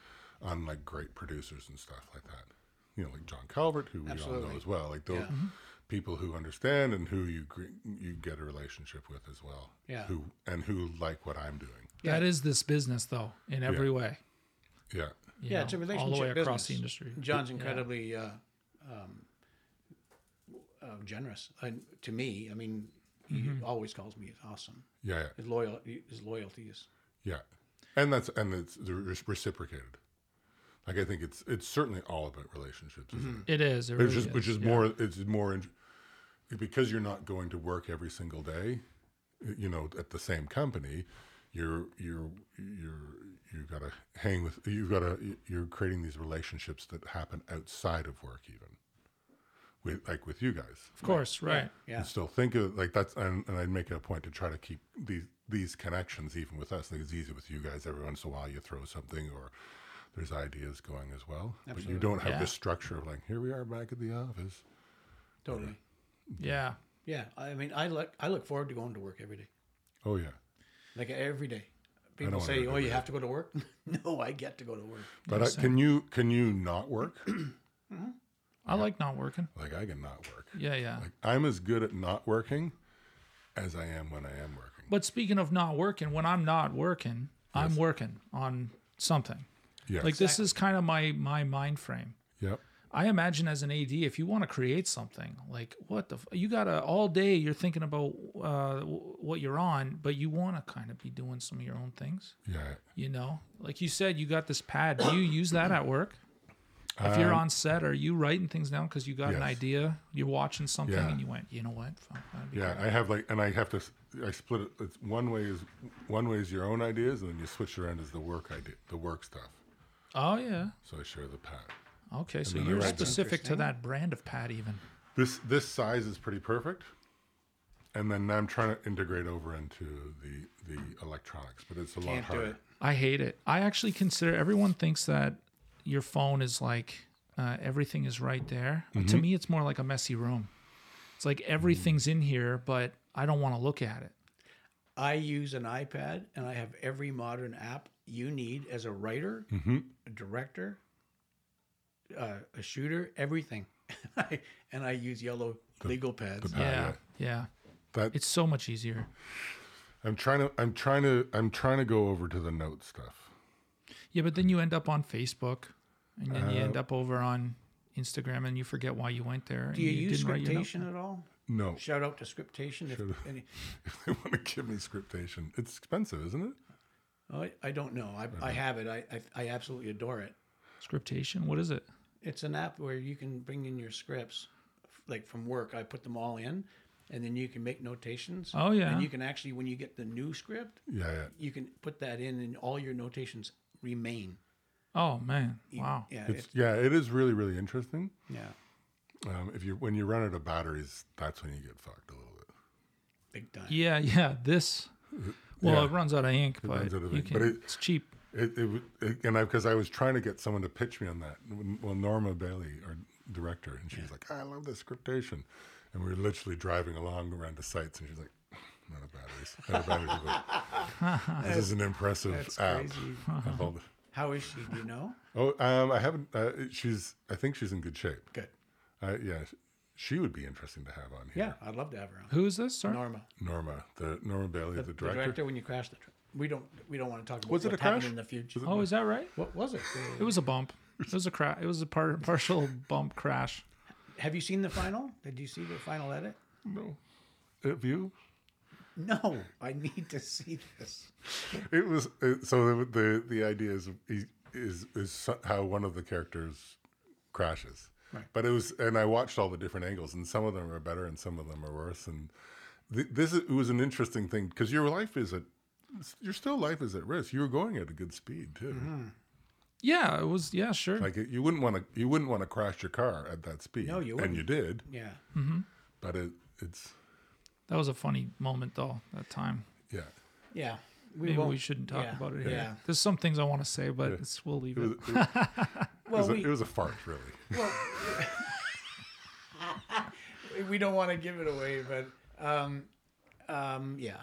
Speaker 2: on like great producers and stuff like that. You know, like John Calvert, who we all know
Speaker 3: Absolutely. Mm-hmm.
Speaker 2: as well. Like those people who understand and who you gr- you get a relationship with as well.
Speaker 3: Yeah.
Speaker 2: Who and who like what I'm doing.
Speaker 1: That is this business though, in every way.
Speaker 2: Yeah.
Speaker 1: you
Speaker 3: Yeah, it's a
Speaker 1: know,
Speaker 3: relationship
Speaker 1: all the way
Speaker 3: business.
Speaker 1: across the industry.
Speaker 3: John's incredibly uh, um, uh, generous, and to me, I mean, he always calls me awesome.
Speaker 2: Yeah. Yeah.
Speaker 3: His loyal, his loyalty is
Speaker 2: yeah. And that's and it's they're res- reciprocated. Like I think it's it's certainly all about relationships.
Speaker 3: Mm-hmm.
Speaker 2: Isn't it?
Speaker 1: It is. It
Speaker 2: But
Speaker 1: really
Speaker 2: it's just
Speaker 1: is.
Speaker 2: which is
Speaker 1: yeah.
Speaker 2: more it's more in, because you're not going to work every single day you know at the same company you're you're you're you got to hang with you got to you're creating these relationships that happen outside of work even with like with you guys
Speaker 1: Of course, right.
Speaker 3: yeah.
Speaker 2: and still think of like that's and, and i'd make it a point to try to keep these these connections even with us like it's easy with you guys every once in a while you throw something or there's ideas going as well but you don't have
Speaker 1: Yeah.
Speaker 2: this structure of like here we are back at the office
Speaker 3: totally.
Speaker 1: Yeah.
Speaker 3: Yeah, I mean, I look, I look forward to going to work every day,
Speaker 2: oh yeah
Speaker 3: like every day. People
Speaker 2: don't
Speaker 3: say,
Speaker 2: wanna
Speaker 3: "Oh, you have to go to work." no, I get to go to work.
Speaker 2: But I, can you can you not work?
Speaker 1: I like not working.
Speaker 2: like I can not work.
Speaker 1: Yeah, yeah.
Speaker 2: Like I'm as good at not working as I am when I am working.
Speaker 1: But speaking of not working, when I'm not working, I'm working on something.
Speaker 2: Yeah.
Speaker 1: Like this is kind of my my mind frame.
Speaker 2: Yep.
Speaker 1: I imagine as an AD, if you want to create something, like what the f- you gotta all day, you're thinking about uh, w- what you're on, but you want to kind of be doing some of your own things.
Speaker 2: Yeah.
Speaker 1: You know, like you said, you got this pad. Do you use that at work? If you're on set, are you writing things down because you got an
Speaker 2: Uh, Yes.
Speaker 1: idea? You're watching something
Speaker 2: Yeah.
Speaker 1: and you went, you know what? Fuck, that'd be
Speaker 2: Yeah. I have like, and I have to. s- I split it. It's one way is one way is your own ideas, and then you switch around is the work idea, the work stuff.
Speaker 1: Oh yeah.
Speaker 2: So I share the pat.
Speaker 1: Okay, so
Speaker 2: then I
Speaker 1: you're
Speaker 2: write down-
Speaker 1: specific to that brand of pad even.
Speaker 2: This this size is pretty perfect, and then I'm trying to integrate over into the the electronics, but it's a lot
Speaker 3: Can't do
Speaker 2: harder.
Speaker 3: it.
Speaker 1: I hate it. I actually consider everyone thinks that your phone is like uh, everything is right there.
Speaker 3: Mm-hmm.
Speaker 1: To me, it's more like a messy room. It's like everything's
Speaker 3: Mm.
Speaker 1: in here, but I don't want to look at it.
Speaker 3: I use an iPad, and I have every modern app you need as a writer, a director, uh, a shooter, everything. and I use yellow legal pads.
Speaker 2: Yeah,
Speaker 1: yeah,
Speaker 2: yeah.
Speaker 1: yeah.
Speaker 2: That
Speaker 1: It's so much easier.
Speaker 2: I'm trying to I'm trying to I'm trying to go over to the note stuff.
Speaker 1: Yeah, but then you end up on Facebook, and then you end up over on Instagram, and you forget why you went there. and
Speaker 3: Uh, Do you, use
Speaker 1: didn't write your note.
Speaker 3: scriptation at all?
Speaker 2: No,
Speaker 3: Shout out to scriptation. If any,
Speaker 2: if they want to give me scriptation, it's expensive, isn't it?
Speaker 3: oh, I, I don't know. I, I have it. I, I, I absolutely adore it.
Speaker 1: Scriptation. What is it?
Speaker 3: It's an app where you can bring in your scripts, like from work. I put them all in, and then you can make notations.
Speaker 1: Oh, yeah.
Speaker 3: And you can actually, when you get the new script,
Speaker 2: Yeah, yeah.
Speaker 3: you can put that in, and all your notations remain.
Speaker 1: Oh man,
Speaker 3: You-
Speaker 1: wow.
Speaker 3: Yeah.
Speaker 2: It's,
Speaker 3: it-
Speaker 2: yeah, it is really really interesting.
Speaker 3: yeah.
Speaker 2: Um, if you when you run out of batteries, that's when you get fucked a little bit.
Speaker 3: Big time.
Speaker 1: Yeah, yeah. This. Well,
Speaker 2: Yeah.
Speaker 1: it runs out of ink, but
Speaker 2: runs out of
Speaker 1: you
Speaker 2: ink,
Speaker 1: can,
Speaker 2: but it-
Speaker 1: it's cheap.
Speaker 2: It, it, was- it and I because I was trying to get someone to pitch me on that. Well, Norma Bailey, our director, and she was like, "I love this scriptation," and we were literally driving along around the sites, and she's like, "Not a batteries, not a batteries." She's like, this is an impressive app. of all the-
Speaker 3: How is she? Do you know?
Speaker 2: oh, um, I haven't. Uh, she's. I think she's in good shape.
Speaker 3: Good.
Speaker 2: Uh, yeah, she would be interesting to have on
Speaker 3: Yeah,
Speaker 2: here.
Speaker 3: I'd love to have her on.
Speaker 1: Who is this? Sorry.
Speaker 3: Norma,
Speaker 2: Norma, the Norma Bailey, the,
Speaker 3: the
Speaker 2: director.
Speaker 3: director. When you crash the, tr- we don't we don't want to talk about
Speaker 2: Was it
Speaker 3: what's
Speaker 2: a
Speaker 3: happening
Speaker 2: crash?
Speaker 3: in the future.
Speaker 1: Oh, is that right?
Speaker 3: What was it?
Speaker 1: It was a bump. It was a crash. It was a par- partial bump crash.
Speaker 3: Have you seen the final? Did you see the final edit?
Speaker 2: No, have Uh, you?
Speaker 3: No, I need to see this.
Speaker 2: It was it, so the, the the idea is is is, is so- how one of the characters crashes,
Speaker 3: Right.
Speaker 2: but it was and I watched all the different angles and some of them are better and some of them are worse and th- this is, it was an interesting thing because your life is at your still life is at risk. You were going at a good speed too.
Speaker 3: Mm-hmm.
Speaker 1: Yeah, it was. Yeah, sure.
Speaker 2: Like it, you wouldn't want to you wouldn't want to crash your car at that speed.
Speaker 3: No, you
Speaker 2: and you did,
Speaker 3: Yeah.
Speaker 2: but it it's
Speaker 1: that was a funny moment though. That time.
Speaker 2: yeah.
Speaker 3: Yeah.
Speaker 1: Maybe we,
Speaker 3: won't-
Speaker 1: shouldn't talk
Speaker 3: yeah,
Speaker 1: about it here.
Speaker 3: yeah.
Speaker 1: There's some things I want to say, but it's, we'll leave
Speaker 2: It was,
Speaker 1: it.
Speaker 2: it, was- it
Speaker 3: Well,
Speaker 2: was a,
Speaker 3: we,
Speaker 2: it was a fart, really.
Speaker 3: we don't want to give it away, but um, um, yeah.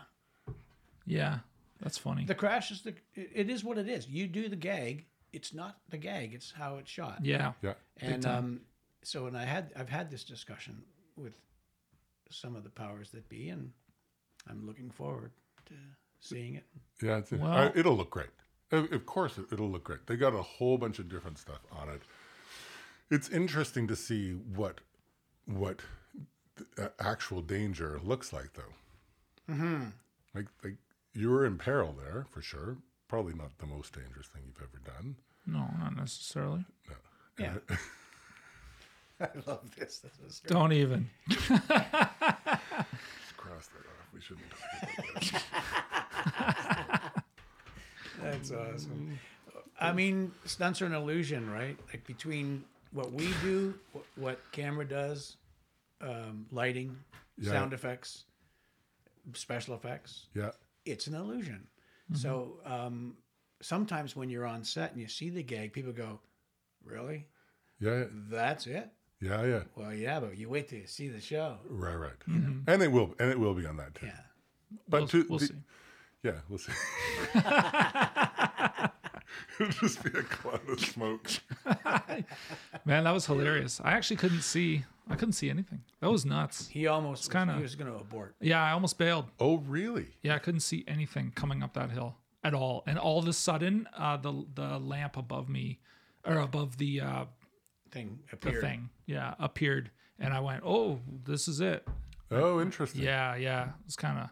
Speaker 1: Yeah, that's funny.
Speaker 3: The crash is the. It it is what it is. You do the gag. It's not the gag. It's how it's shot.
Speaker 1: yeah.
Speaker 2: Yeah,
Speaker 3: and um, so and I had I've had this discussion with some of the powers that be, and I'm looking forward to seeing it.
Speaker 2: Yeah, it's,
Speaker 1: Well-
Speaker 2: I- it'll look great. Of of course, it- it'll look great. They got a whole bunch of different stuff on it. It's interesting to see what what the, uh, actual danger looks like, though. Mm-hmm. Like, like you're in peril there for sure. Probably not the most dangerous thing you've ever done.
Speaker 1: No, not necessarily.
Speaker 3: Yeah. I love this. This is great.
Speaker 1: Don't even.
Speaker 2: Let's cross that off. We shouldn't. talk about
Speaker 3: That's awesome. I mean, stunts are an illusion, right? Like between what we do, what, what camera does, um, lighting,
Speaker 2: Yeah.
Speaker 3: sound effects, special effects.
Speaker 2: yeah,
Speaker 3: it's an illusion. So um, sometimes when you're on set and you see the gag, people go, "Really?
Speaker 2: yeah,
Speaker 3: That's it?"
Speaker 2: yeah, yeah.
Speaker 3: Well, yeah, but you wait till you see the show.
Speaker 2: Right, right. And it will, and it will be on that too.
Speaker 3: Yeah,
Speaker 2: But
Speaker 1: We'll,
Speaker 2: to
Speaker 1: we'll
Speaker 2: the-
Speaker 1: see.
Speaker 2: Yeah, we'll see. It'll just be a cloud of smoke.
Speaker 1: Man, that was hilarious. I actually couldn't see. I couldn't see anything. That was nuts.
Speaker 3: he almost was,
Speaker 1: kinda-
Speaker 3: he was going to abort.
Speaker 1: Yeah, I almost bailed.
Speaker 2: Oh, really?
Speaker 1: Yeah, I couldn't see anything coming up that hill at all. And all of a sudden, uh, the the lamp above me, or above the uh,
Speaker 3: Thing
Speaker 1: the
Speaker 3: appeared.
Speaker 1: thing, yeah, appeared, and I went, "Oh, this is it."
Speaker 2: Oh, interesting.
Speaker 1: Yeah, yeah. It was kind of,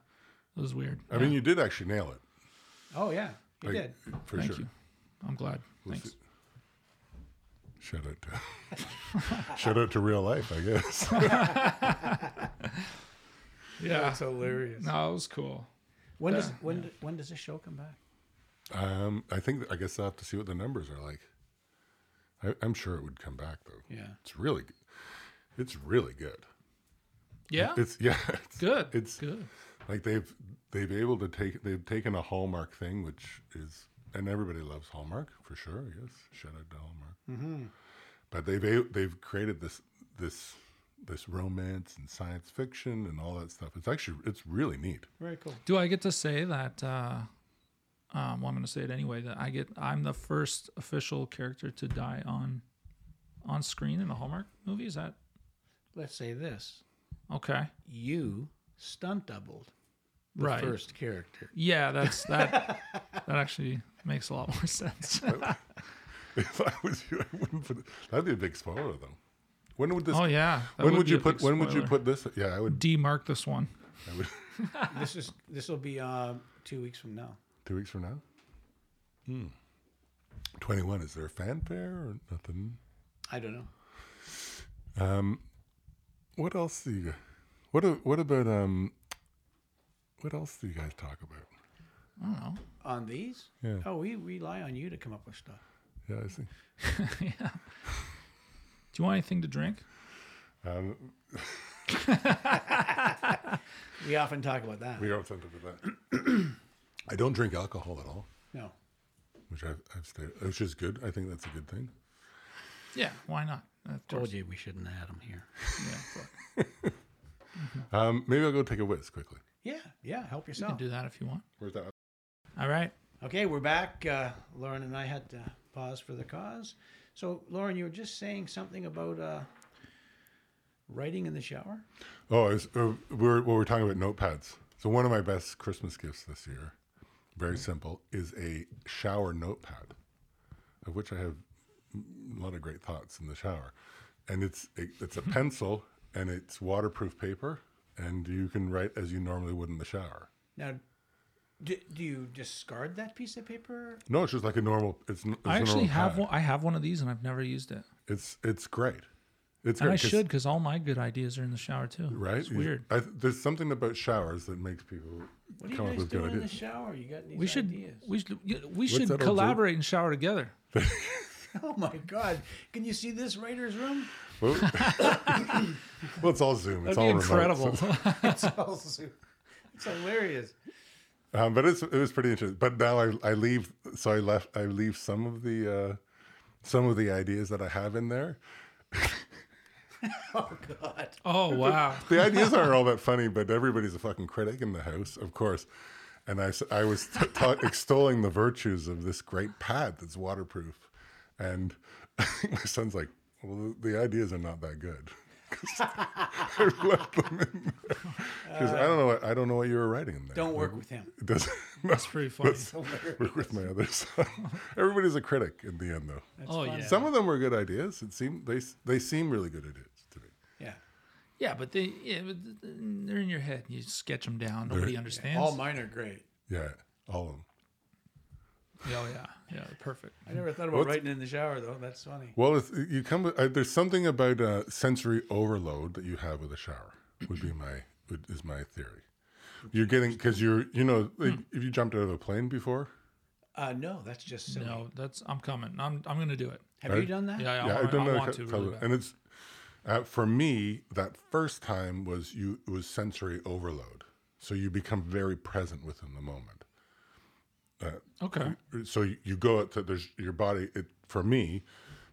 Speaker 1: it was weird.
Speaker 2: I mean, you did actually nail it.
Speaker 3: Oh yeah, he
Speaker 2: Like,
Speaker 3: did.
Speaker 2: For
Speaker 1: Thank
Speaker 2: sure.
Speaker 1: you. I'm glad.
Speaker 2: We'll
Speaker 1: Thanks.
Speaker 2: see. Shout out to shout out to real life, I guess.
Speaker 1: Yeah.
Speaker 3: hilarious.
Speaker 1: No, it was cool.
Speaker 3: When does when do- when does this show come back?
Speaker 2: um, I think I guess I'll have to see what the numbers are like. I, I'm sure it would come back though.
Speaker 3: Yeah.
Speaker 2: It's really, g- it's really good.
Speaker 1: Yeah.
Speaker 2: It's yeah. It's,
Speaker 1: good.
Speaker 2: It's
Speaker 1: good.
Speaker 2: like they've they've able to take they've taken a Hallmark thing, which is and everybody loves Hallmark for sure. Yes, shout out to Hallmark. Mm-hmm. But they've a- they've created this this this romance and science fiction and all that stuff. It's actually it's really neat.
Speaker 3: Very cool.
Speaker 1: Do I get to say that? Uh, um, well, I'm going to say it anyway. That I get. I'm the first official character to die on, on screen in a Hallmark movie. Is that
Speaker 3: Let's say this:
Speaker 1: okay?
Speaker 3: you stunt doubled the
Speaker 1: Right.
Speaker 3: first character.
Speaker 1: Yeah, that's that. that actually makes a lot more sense.
Speaker 2: If I was you, I wouldn't put that'd be a big spoiler though. When would this?
Speaker 1: oh yeah. that
Speaker 2: when would,
Speaker 1: be
Speaker 2: you
Speaker 1: a
Speaker 2: put?
Speaker 1: big
Speaker 2: When would you
Speaker 1: spoiler.
Speaker 2: put this? Yeah, I would.
Speaker 1: demark this one?
Speaker 2: I would
Speaker 3: This is this will be uh, two weeks from now.
Speaker 2: two weeks from now. Hmm. Twenty one. Is there a fanfare or nothing?
Speaker 3: I don't know.
Speaker 2: Um, what else do you? What a- what about um? What else do you guys talk about?
Speaker 1: I don't know.
Speaker 3: On these?
Speaker 2: Yeah.
Speaker 3: Oh, we rely on you to come up with stuff.
Speaker 2: Yeah, I see.
Speaker 1: yeah. Do you want anything to drink?
Speaker 2: Um,
Speaker 3: We often talk about that.
Speaker 2: we don't tend to do that. I don't drink alcohol at all.
Speaker 3: no.
Speaker 2: which I've, I've stated, which is good. I think that's a good thing.
Speaker 1: Yeah, why not? Of course.
Speaker 3: Told you we shouldn't have had him here.
Speaker 1: Yeah, but
Speaker 2: Um, maybe I'll go take a whiz quickly.
Speaker 3: Yeah, yeah. Help
Speaker 1: you can
Speaker 3: yourself.
Speaker 1: do that if you want.
Speaker 2: Where's that?
Speaker 1: All right.
Speaker 3: Okay, we're back. Uh, Lauren and I had to pause for the cause. So, Lauren, you were just saying something about uh, writing in the shower.
Speaker 2: Oh, it's, uh, we're well, we're talking about notepads. So one of my best Christmas gifts this year,
Speaker 1: Mm-hmm.
Speaker 2: very simple, is a shower notepad, of which I have a lot of great thoughts in the shower, and it's a, it's a
Speaker 1: Hmm.
Speaker 2: pencil and it's waterproof paper, and you can write as you normally would in the shower.
Speaker 3: Now, do, do you discard that piece of paper?
Speaker 2: No, it's just like a normal. It's, n- it's
Speaker 1: I
Speaker 2: a
Speaker 1: actually
Speaker 2: normal
Speaker 1: have
Speaker 2: pad.
Speaker 1: one. I have one of these, and I've never used it.
Speaker 2: It's it's great. It's
Speaker 1: And
Speaker 2: great
Speaker 1: I
Speaker 2: 'cause-
Speaker 1: should, because all my good ideas are in the shower too.
Speaker 2: right.
Speaker 1: It's
Speaker 2: You-
Speaker 1: weird.
Speaker 2: I, th- there's something about showers that makes people
Speaker 3: What are
Speaker 2: come up
Speaker 3: you guys
Speaker 2: with good
Speaker 3: doing in the
Speaker 2: ideas.
Speaker 3: shower? You got these
Speaker 1: We should,
Speaker 3: ideas.
Speaker 1: we should you know, we should
Speaker 2: that old joke?
Speaker 1: collaborate and shower together.
Speaker 3: Oh my God! Can you see this writer's room?
Speaker 2: Well, well, it's all Zoom. It's
Speaker 1: That'd be
Speaker 2: all remote,
Speaker 1: incredible.
Speaker 2: so-
Speaker 3: It's all Zoom. It's hilarious.
Speaker 2: um, but it's it was pretty interesting. But now I, I leave. So I left. I leave some of the uh, some of the ideas that I have in there.
Speaker 3: Oh God!
Speaker 1: oh wow.
Speaker 2: The ideas aren't all that funny, but everybody's a fucking critic in the house, of course. And I, s- I was t- ta- extolling the virtues of this great pad that's waterproof, and my son's like, "Well, the ideas are not that good." 'Cause I left them in there. She goes, "I don't know. What, I don't know what you were writing in there."
Speaker 3: Don't work with him.
Speaker 2: It doesn't.
Speaker 1: That's pretty funny.
Speaker 2: work with my other son. Everybody's a critic in the end, though.
Speaker 1: oh yeah.
Speaker 2: Some of them were good ideas. It seemed they they seem really good ideas to me.
Speaker 3: Yeah.
Speaker 1: yeah, but they yeah, but th- th- they're in your head. You sketch them down. Nobody understands.
Speaker 3: All mine are great.
Speaker 2: Yeah, all of them.
Speaker 1: Yeah, oh yeah, yeah, they're perfect.
Speaker 3: I never thought about writing in the shower though. That's funny.
Speaker 2: Well, it's, you come. with- Uh, there's something about uh, sensory overload that you have with a shower. Would be my would, is my theory. You're getting because you're you know
Speaker 1: Hmm.
Speaker 2: like, if you jumped out of a plane before.
Speaker 3: Uh, no, that's just silly.
Speaker 1: No, that's I'm coming. I'm I'm gonna do it.
Speaker 3: Have you done that?
Speaker 1: Yeah, I,
Speaker 2: Yeah, I've done
Speaker 1: I,
Speaker 2: that. a
Speaker 1: want
Speaker 2: cou-
Speaker 1: to
Speaker 2: couple-
Speaker 1: really bad.
Speaker 2: and it's uh, for me that first time was you it was sensory overload, so you become very present within the moment.
Speaker 1: Okay.
Speaker 2: so you- you go out to there's your body it for me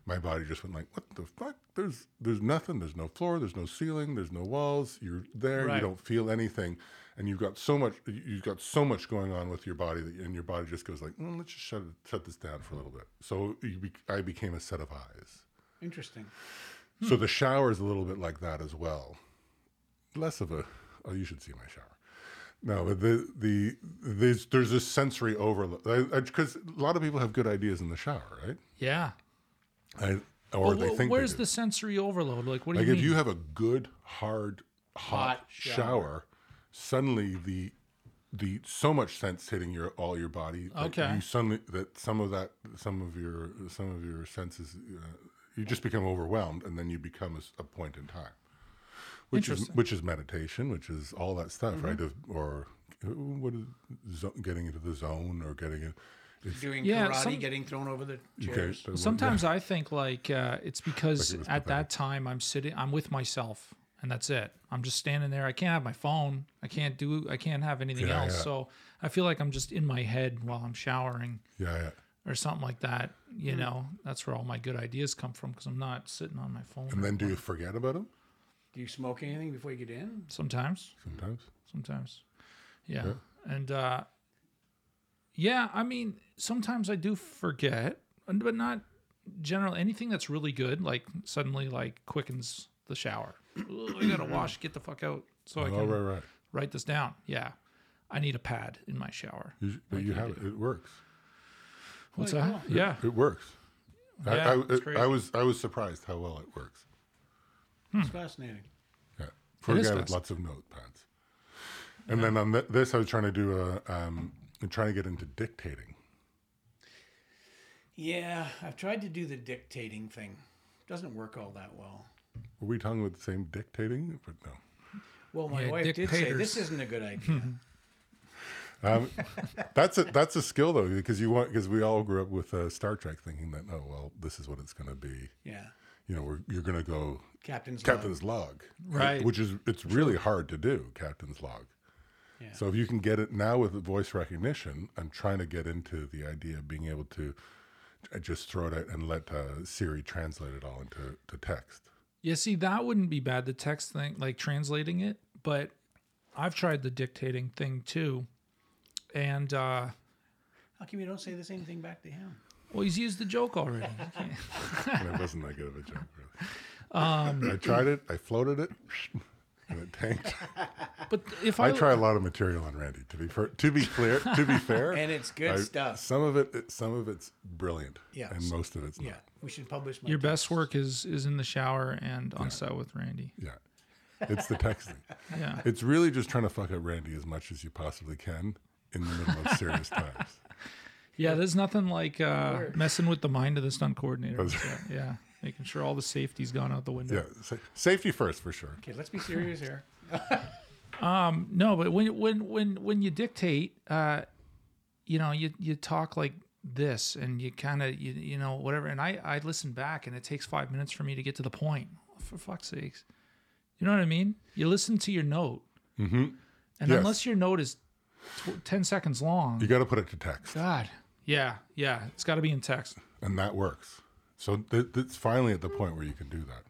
Speaker 2: my body just went like what the fuck there's there's nothing there's no floor there's no ceiling there's no walls you're there you
Speaker 1: Right.
Speaker 2: don't feel anything and you've got so much you- you've got so much going on with your body that and your body just goes like mm, let's just shut it- shut this down for a little bit so you be, i became a set of eyes
Speaker 3: Interesting.
Speaker 2: so the shower is a little bit like that as well. Less of a oh, you should see my shower. No, but the the there's there's this sensory overload because a lot of people have good ideas in the shower, right?
Speaker 1: Yeah.
Speaker 2: I, or
Speaker 1: But
Speaker 2: they
Speaker 1: wh-
Speaker 2: think
Speaker 1: where's
Speaker 2: they do.
Speaker 1: the sensory overload? Like, what do
Speaker 2: like
Speaker 1: you
Speaker 2: if
Speaker 1: mean?
Speaker 2: you have a good hard hot,
Speaker 3: Hot
Speaker 2: shower.
Speaker 3: shower.
Speaker 2: suddenly the the so much sense hitting your all your body that
Speaker 1: Okay.
Speaker 2: you suddenly that some of that some of your some of your senses uh, you just become overwhelmed and then you become a s- a, point in time which
Speaker 1: Interesting.
Speaker 2: is
Speaker 1: Mm-hmm.
Speaker 2: which is meditation which is all that stuff right of, or uh, what is zo- getting into the zone or getting in it's,
Speaker 3: Doing
Speaker 1: Yeah,
Speaker 3: karate,
Speaker 1: some-
Speaker 3: getting thrown over the
Speaker 2: okay,
Speaker 3: chairs.
Speaker 2: so what-
Speaker 1: Sometimes I think like uh, it's because
Speaker 2: Like it was
Speaker 1: at that time I'm sitting, I'm with myself, and that's it. I'm just standing there. I can't have my phone. I can't do. I can't have anything
Speaker 2: Yeah,
Speaker 1: else.
Speaker 2: yeah.
Speaker 1: So I feel like I'm just in my head while I'm showering
Speaker 2: yeah, yeah.
Speaker 1: or something like that. You know, that's where all my good ideas come from because I'm not sitting on my phone.
Speaker 2: and then do you forget about them
Speaker 3: Do you smoke anything before you get in?
Speaker 1: sometimes,
Speaker 2: sometimes
Speaker 1: sometimes, yeah. And uh, yeah, I mean, sometimes I do forget, and- but not general anything that's really good like suddenly like quickens the shower Ooh, i gotta wash get the fuck out so i
Speaker 2: oh
Speaker 1: can
Speaker 2: right right
Speaker 1: write this down yeah i need a pad in my shower
Speaker 2: You, but you have it. It works.
Speaker 1: what's that yeah
Speaker 2: It works. I,
Speaker 1: Yeah,
Speaker 2: I,
Speaker 1: it's
Speaker 2: it-
Speaker 1: crazy.
Speaker 2: I was I was surprised how well it works.
Speaker 3: It's
Speaker 1: Hmm.
Speaker 3: fascinating.
Speaker 2: Yeah, for
Speaker 1: It
Speaker 2: a
Speaker 1: is
Speaker 2: guy with
Speaker 1: fast.
Speaker 2: lots of notepads. And then on th- this, I was trying to do a um, I'm trying to get into dictating.
Speaker 3: Yeah, I've tried to do the dictating thing. Doesn't work all that well.
Speaker 2: Were we talking about the same dictating? But no,
Speaker 3: Well, my
Speaker 1: Yeah,
Speaker 3: wife did say
Speaker 1: dictators.
Speaker 3: this isn't a good idea.
Speaker 2: um, that's a that's a skill though because you want because we all grew up with uh, Star Trek thinking that oh well this is what it's going to be.
Speaker 3: yeah,
Speaker 2: You know, we're, you're going to go
Speaker 3: captain's log.
Speaker 2: captain's log,
Speaker 1: Right.
Speaker 2: Which is it's really hard to do captain's log.
Speaker 3: Yeah.
Speaker 2: So if you can get it now with the voice recognition, I'm trying to get into the idea of being able to j- just throw it out and let uh, Siri translate it all into to text.
Speaker 1: Yeah, see, that wouldn't be bad. The text thing, like translating it, but I've tried the dictating thing too, and uh,
Speaker 3: How come you don't say the same thing back to him?
Speaker 1: well, he's used the joke already.
Speaker 2: And it wasn't that good of a joke, really.
Speaker 3: Um,
Speaker 2: I tried it. I floated it. And it tanked.
Speaker 1: but if I,
Speaker 2: I try a lot of material on Randy. To be fair, to be clear, to be fair,
Speaker 3: And it's good
Speaker 2: I-
Speaker 3: stuff.
Speaker 2: Some of it, some of it's brilliant.
Speaker 3: Yeah.
Speaker 2: and most of it's not.
Speaker 3: Yeah, we should publish my
Speaker 1: your best work is is in the shower and on set with Randy.
Speaker 2: Yeah. It's the texting.
Speaker 1: Yeah.
Speaker 2: It's really just trying to fuck up Randy as much as you possibly can in the middle of serious times.
Speaker 1: Yeah, there's nothing like uh, messing with the mind of the stunt coordinator.
Speaker 2: That's-
Speaker 1: Yeah, yeah, making sure all the safety's gone out the window.
Speaker 2: Yeah. sa- safety first for sure.
Speaker 3: Okay, let's be serious here.
Speaker 1: No, but when when when when you dictate, uh, you know, you you talk like this, and you kind of you you know whatever. And I I listen back, and it takes five minutes for me to get to the point. For fuck's sakes, you know what I mean? You listen to your note, mm-hmm. and
Speaker 2: Yes.
Speaker 1: unless your note is tw- ten seconds long,
Speaker 2: You got to put it to text,
Speaker 1: God, yeah, yeah, it's got to be in text.
Speaker 2: and that works. So th- it's finally at the point where you can do that.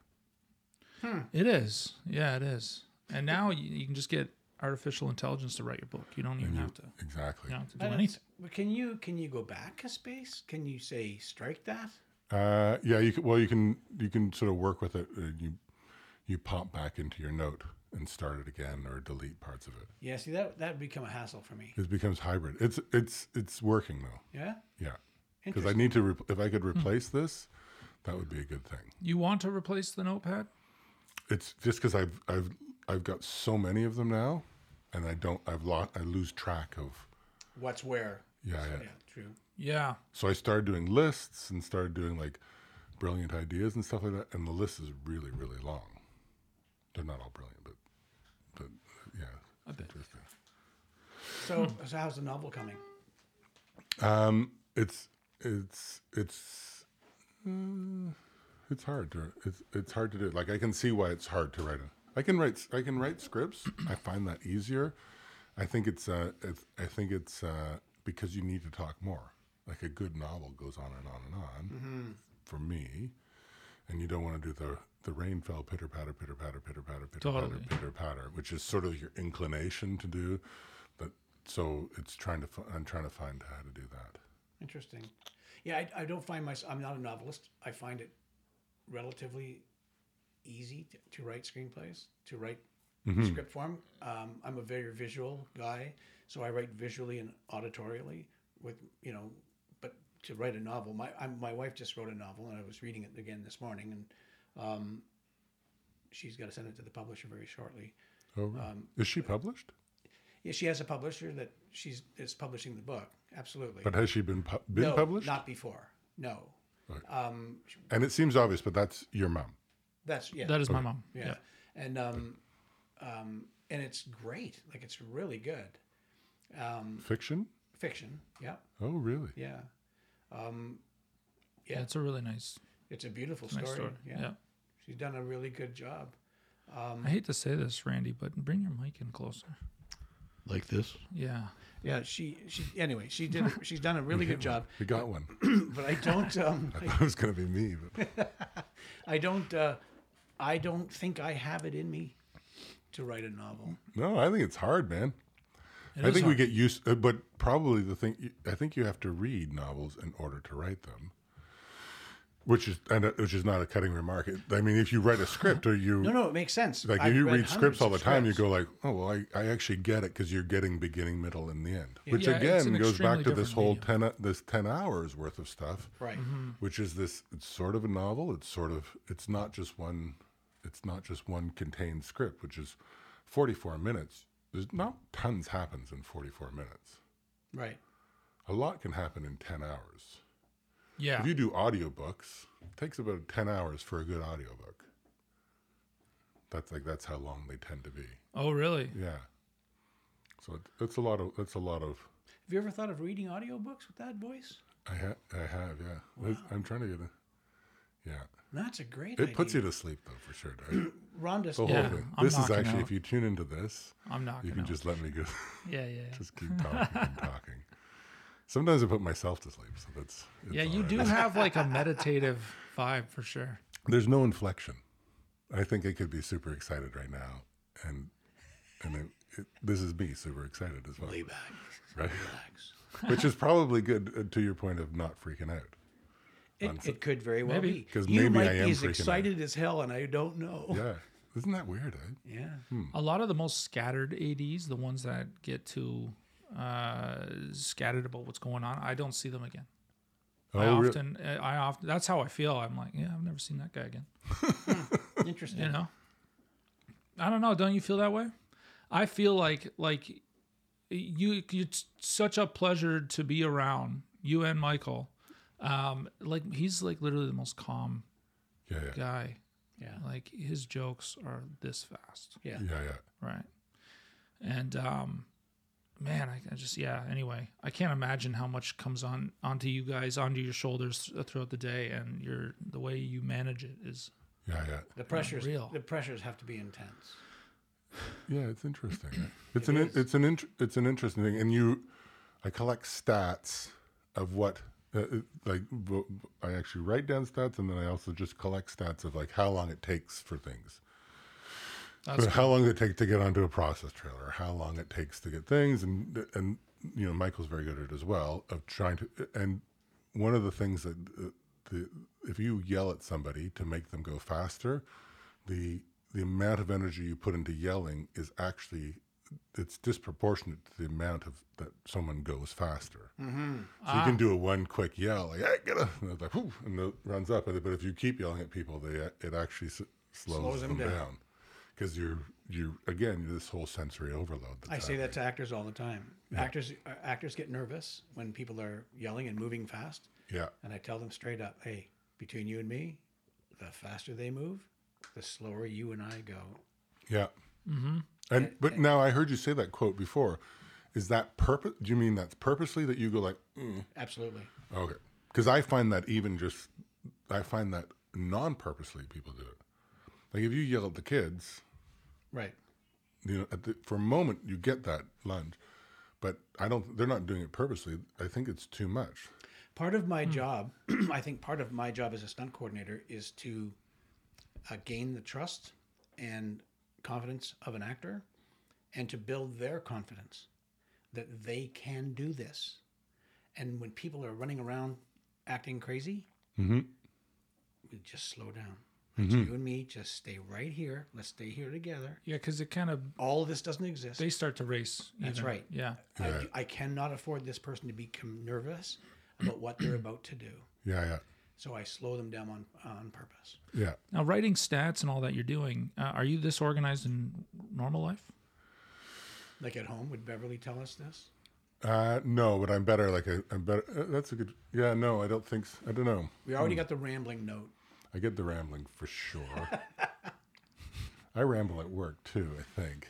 Speaker 1: It is, yeah, it is. And now you, you can just get artificial intelligence to write your book. You don't even have to.
Speaker 2: Exactly.
Speaker 1: You don't have to
Speaker 3: I
Speaker 1: do
Speaker 3: don't-
Speaker 1: anything.
Speaker 3: but Can you can you go back a space? Can you say strike that?
Speaker 2: Uh, yeah. You can, well, you can you can sort of work with it. Uh, you you pop back into your note and start it again, or delete parts of it.
Speaker 3: Yeah, see that that would become a hassle for me.
Speaker 2: It becomes hybrid. It's it's it's working though.
Speaker 3: Yeah,
Speaker 2: Yeah. Because I
Speaker 3: interesting.
Speaker 2: need to. Re- if I
Speaker 1: Hmm.
Speaker 2: could replace this, that would be a good thing.
Speaker 1: You want to replace the notepad?
Speaker 2: it's just because I've I've I've got so many of them now, and I don't I've lost I lose track of
Speaker 3: What's where?
Speaker 2: yeah, yeah.
Speaker 3: Yeah, true.
Speaker 1: Yeah.
Speaker 2: So I started doing lists and started doing like brilliant ideas and stuff like that, and the list is really really long. They're not all brilliant, but but yeah, it's interesting.
Speaker 3: So, so how's the novel coming?
Speaker 2: Um, it's it's it's. uh, it's hard to it's it's hard to do. Like I can see why it's hard to write. A, I can write I can write scripts. I find that easier. I think it's uh it's, I think it's uh because you need to talk more. Like a good novel goes on and on and on
Speaker 3: Mm-hmm.
Speaker 2: for me, and you don't want to do the the rain fell pitter patter pitter patter pitter patter pitter
Speaker 1: Totally.
Speaker 2: patter pitter patter, which is sort of your inclination to do. But so it's trying to fi- I'm trying to find how to do that.
Speaker 3: Interesting. Yeah, I, I don't find myself. I'm not a novelist. I find it relatively easy to, to write screenplays, to write script form. Um, I'm a very visual guy, so I write visually and auditorially. With you know, but to write a novel, my i my wife just wrote a novel, and I was reading it again this morning, and um, she's got to send it to the publisher very shortly.
Speaker 2: Oh, really?
Speaker 3: Um,
Speaker 2: is she published?
Speaker 3: Yeah, she has a publisher that she's is publishing the book. Absolutely.
Speaker 2: But has she been pu- been
Speaker 3: eh, no,
Speaker 2: published?
Speaker 3: Not before. No. Um, sh-
Speaker 2: And it seems obvious, but that's your mom.
Speaker 3: that's yeah.
Speaker 1: That is my mom.
Speaker 3: yeah.
Speaker 1: Yeah.
Speaker 3: And um, um, and it's great. Like it's really good. Um,
Speaker 2: Fiction?
Speaker 3: fiction. Yeah.
Speaker 2: Oh, really?
Speaker 3: Yeah. Um,
Speaker 1: Yeah, it's a really nice,
Speaker 3: it's a beautiful
Speaker 1: nice
Speaker 3: story.
Speaker 1: story.
Speaker 3: Yeah. Um,
Speaker 1: Yeah.
Speaker 3: She's done a really good job.
Speaker 1: I hate to say this, Randy, but bring your mic in closer.
Speaker 4: Like this?
Speaker 1: Yeah.
Speaker 3: Yeah. She she anyway she did a- she's done a really good job.
Speaker 2: We got one.
Speaker 3: But I don't um,
Speaker 2: I thought it was going to be me, but
Speaker 3: I don't uh, I don't think I have it in me to write a novel.
Speaker 2: no, I think it's hard, man. I think we get used, uh, but probably the thing I think you have to read novels in order to write them, which is and uh, which is not a cutting remark. It- I mean, if you write a script or you
Speaker 3: No, no, it makes sense.
Speaker 2: like
Speaker 3: I've
Speaker 2: if you
Speaker 3: read
Speaker 2: read
Speaker 3: hundreds
Speaker 2: scripts all
Speaker 3: of
Speaker 2: the time, you
Speaker 3: scripts.
Speaker 2: go like, oh well, I, I actually get it because you're getting beginning, middle, and the end, which
Speaker 1: Yeah, it's
Speaker 2: again
Speaker 1: an
Speaker 2: goes back
Speaker 1: extremely
Speaker 2: to this
Speaker 1: different
Speaker 2: whole
Speaker 1: medium.
Speaker 2: ten o- this ten hours worth of stuff,
Speaker 3: right.
Speaker 1: Mm-hmm.
Speaker 2: which is this it's sort of a novel it's sort of it's not just one it's not just one contained script which is 44 minutes there's not tons happens in 44 minutes
Speaker 3: Right.
Speaker 2: a lot can happen in 10 hours
Speaker 1: Yeah.
Speaker 2: if you do audiobooks it takes about 10 hours for a good audiobook that's like that's how long they tend to be
Speaker 1: oh, really?
Speaker 2: yeah so it, it's a lot of that's a lot of
Speaker 3: Have you ever thought of reading audiobooks with that voice?
Speaker 2: i, ha- I have yeah It's- i'm trying to get a yeah
Speaker 3: That's a great
Speaker 2: it puts you to sleep though for sure doesn't it?
Speaker 3: Ron just
Speaker 2: The whole
Speaker 1: Yeah,
Speaker 2: thing.
Speaker 1: I'm
Speaker 2: this is
Speaker 1: knocking
Speaker 2: actually,
Speaker 1: out.
Speaker 2: if you tune into this,
Speaker 1: I'm not.
Speaker 2: you
Speaker 1: gonna.
Speaker 2: can just let me go.
Speaker 1: yeah, yeah. yeah.
Speaker 2: just keep talking and talking. Sometimes I put myself to sleep, so that's it's
Speaker 1: Yeah,
Speaker 2: all
Speaker 1: you
Speaker 2: right.
Speaker 1: do have like a meditative vibe for sure.
Speaker 2: There's no inflection. I think I could be super excited right now, and and it, it, this is me super excited as well,
Speaker 3: lay back,
Speaker 2: right?
Speaker 3: relax.
Speaker 2: Which is probably good uh, to your point of not freaking out.
Speaker 3: It, it could very well
Speaker 1: Maybe.
Speaker 3: be
Speaker 2: 'Cause
Speaker 3: you
Speaker 2: maybe
Speaker 3: might
Speaker 2: I am
Speaker 3: be as
Speaker 2: freaking out.
Speaker 3: excited as hell, and I don't know.
Speaker 2: Yeah, isn't that weird? Eh?
Speaker 3: Yeah.
Speaker 1: A lot of the most scattered ads, the ones that get too uh, scattered about what's going on, I don't see them again. I
Speaker 2: re-
Speaker 1: often, eh, I often, that's how I feel. I'm like, yeah, I've never seen that guy again.
Speaker 3: Interesting.
Speaker 1: You know, I don't know. Don't you feel that way? I feel like like you. It's such a pleasure to be around you and Michael. Um, like he's like literally the most calm
Speaker 2: yeah, yeah,
Speaker 1: guy.
Speaker 3: Yeah.
Speaker 1: Like his jokes are this fast,
Speaker 3: Yeah.
Speaker 2: yeah, yeah.
Speaker 1: right? And um, man, I, I just yeah. Anyway, I can't imagine how much comes on onto you guys, onto your shoulders throughout the day, and your the way you manage it is
Speaker 2: Yeah, yeah,
Speaker 3: The pressures.
Speaker 1: Unreal.
Speaker 3: The pressures have to be intense.
Speaker 2: yeah. It's interesting. eh? It's an in- it's an int- it's an interesting thing, and you, I collect stats of what uh, uh, like vo- I actually write down stats, and then I also just collect stats of like how long it takes for things.
Speaker 1: That's
Speaker 2: So how long does it take to get onto a process trailer? How long it takes to get things, and and you know Michael's very good at it as well of trying to. And one of the things that uh, the if you yell at somebody to make them go faster, the the amount of energy you put into yelling is actually it's disproportionate to the amount of that someone goes faster. So you can do a one quick yell like "Hey, get up!" and they're like "Whew," and it runs up. But if you keep yelling at people, they it actually s- slows,
Speaker 3: Slows them
Speaker 2: them
Speaker 3: down.
Speaker 2: down because you're you again this whole sensory overload. That's
Speaker 3: I say
Speaker 2: happening.
Speaker 3: that to actors all the time. Actors uh, actors get nervous when people are yelling and moving fast,
Speaker 2: Yeah,
Speaker 3: and I tell them straight up, "Hey, between you and me, the faster they move, the slower you and I go."
Speaker 2: yeah. Mm-hmm. And but now I heard you say that quote before. Is that purpose? Do you mean that's purposely that you go like mm,
Speaker 3: Absolutely.
Speaker 2: okay? Because I find that even just I find that non-purposely people do it. Like if you yell at the kids,
Speaker 3: Right.
Speaker 2: you know, at the, for a moment you get that lunge, but I don't. They're not doing it purposely. I think it's too much.
Speaker 3: Part of my job, I think part of my job as a stunt coordinator is to uh, gain the trust and confidence of an actor and to build their confidence that they can do this. And when people are running around acting crazy, we just slow down. It's
Speaker 2: Hmm.
Speaker 3: you and me, just stay right here. Let's stay here together.
Speaker 1: yeah, because it kind of
Speaker 3: All of this doesn't exist.
Speaker 1: they start to race.
Speaker 3: That's
Speaker 1: even.
Speaker 3: right.
Speaker 1: Yeah.
Speaker 3: I, I cannot afford this person to become nervous about what they're about to do.
Speaker 2: Yeah,
Speaker 3: So I slow them down on, on purpose.
Speaker 2: yeah, yeah.
Speaker 1: Now, writing stats and all that you're doing, uh, are you this organized in normal life?
Speaker 3: Like at home, would Beverly tell us this?
Speaker 2: Uh, no, but I'm better. Like I, I'm better. Uh, that's a good. Yeah, no, I don't think. s I don't know.
Speaker 3: We already got the rambling note.
Speaker 2: I get the rambling for sure. I ramble at work too. I think.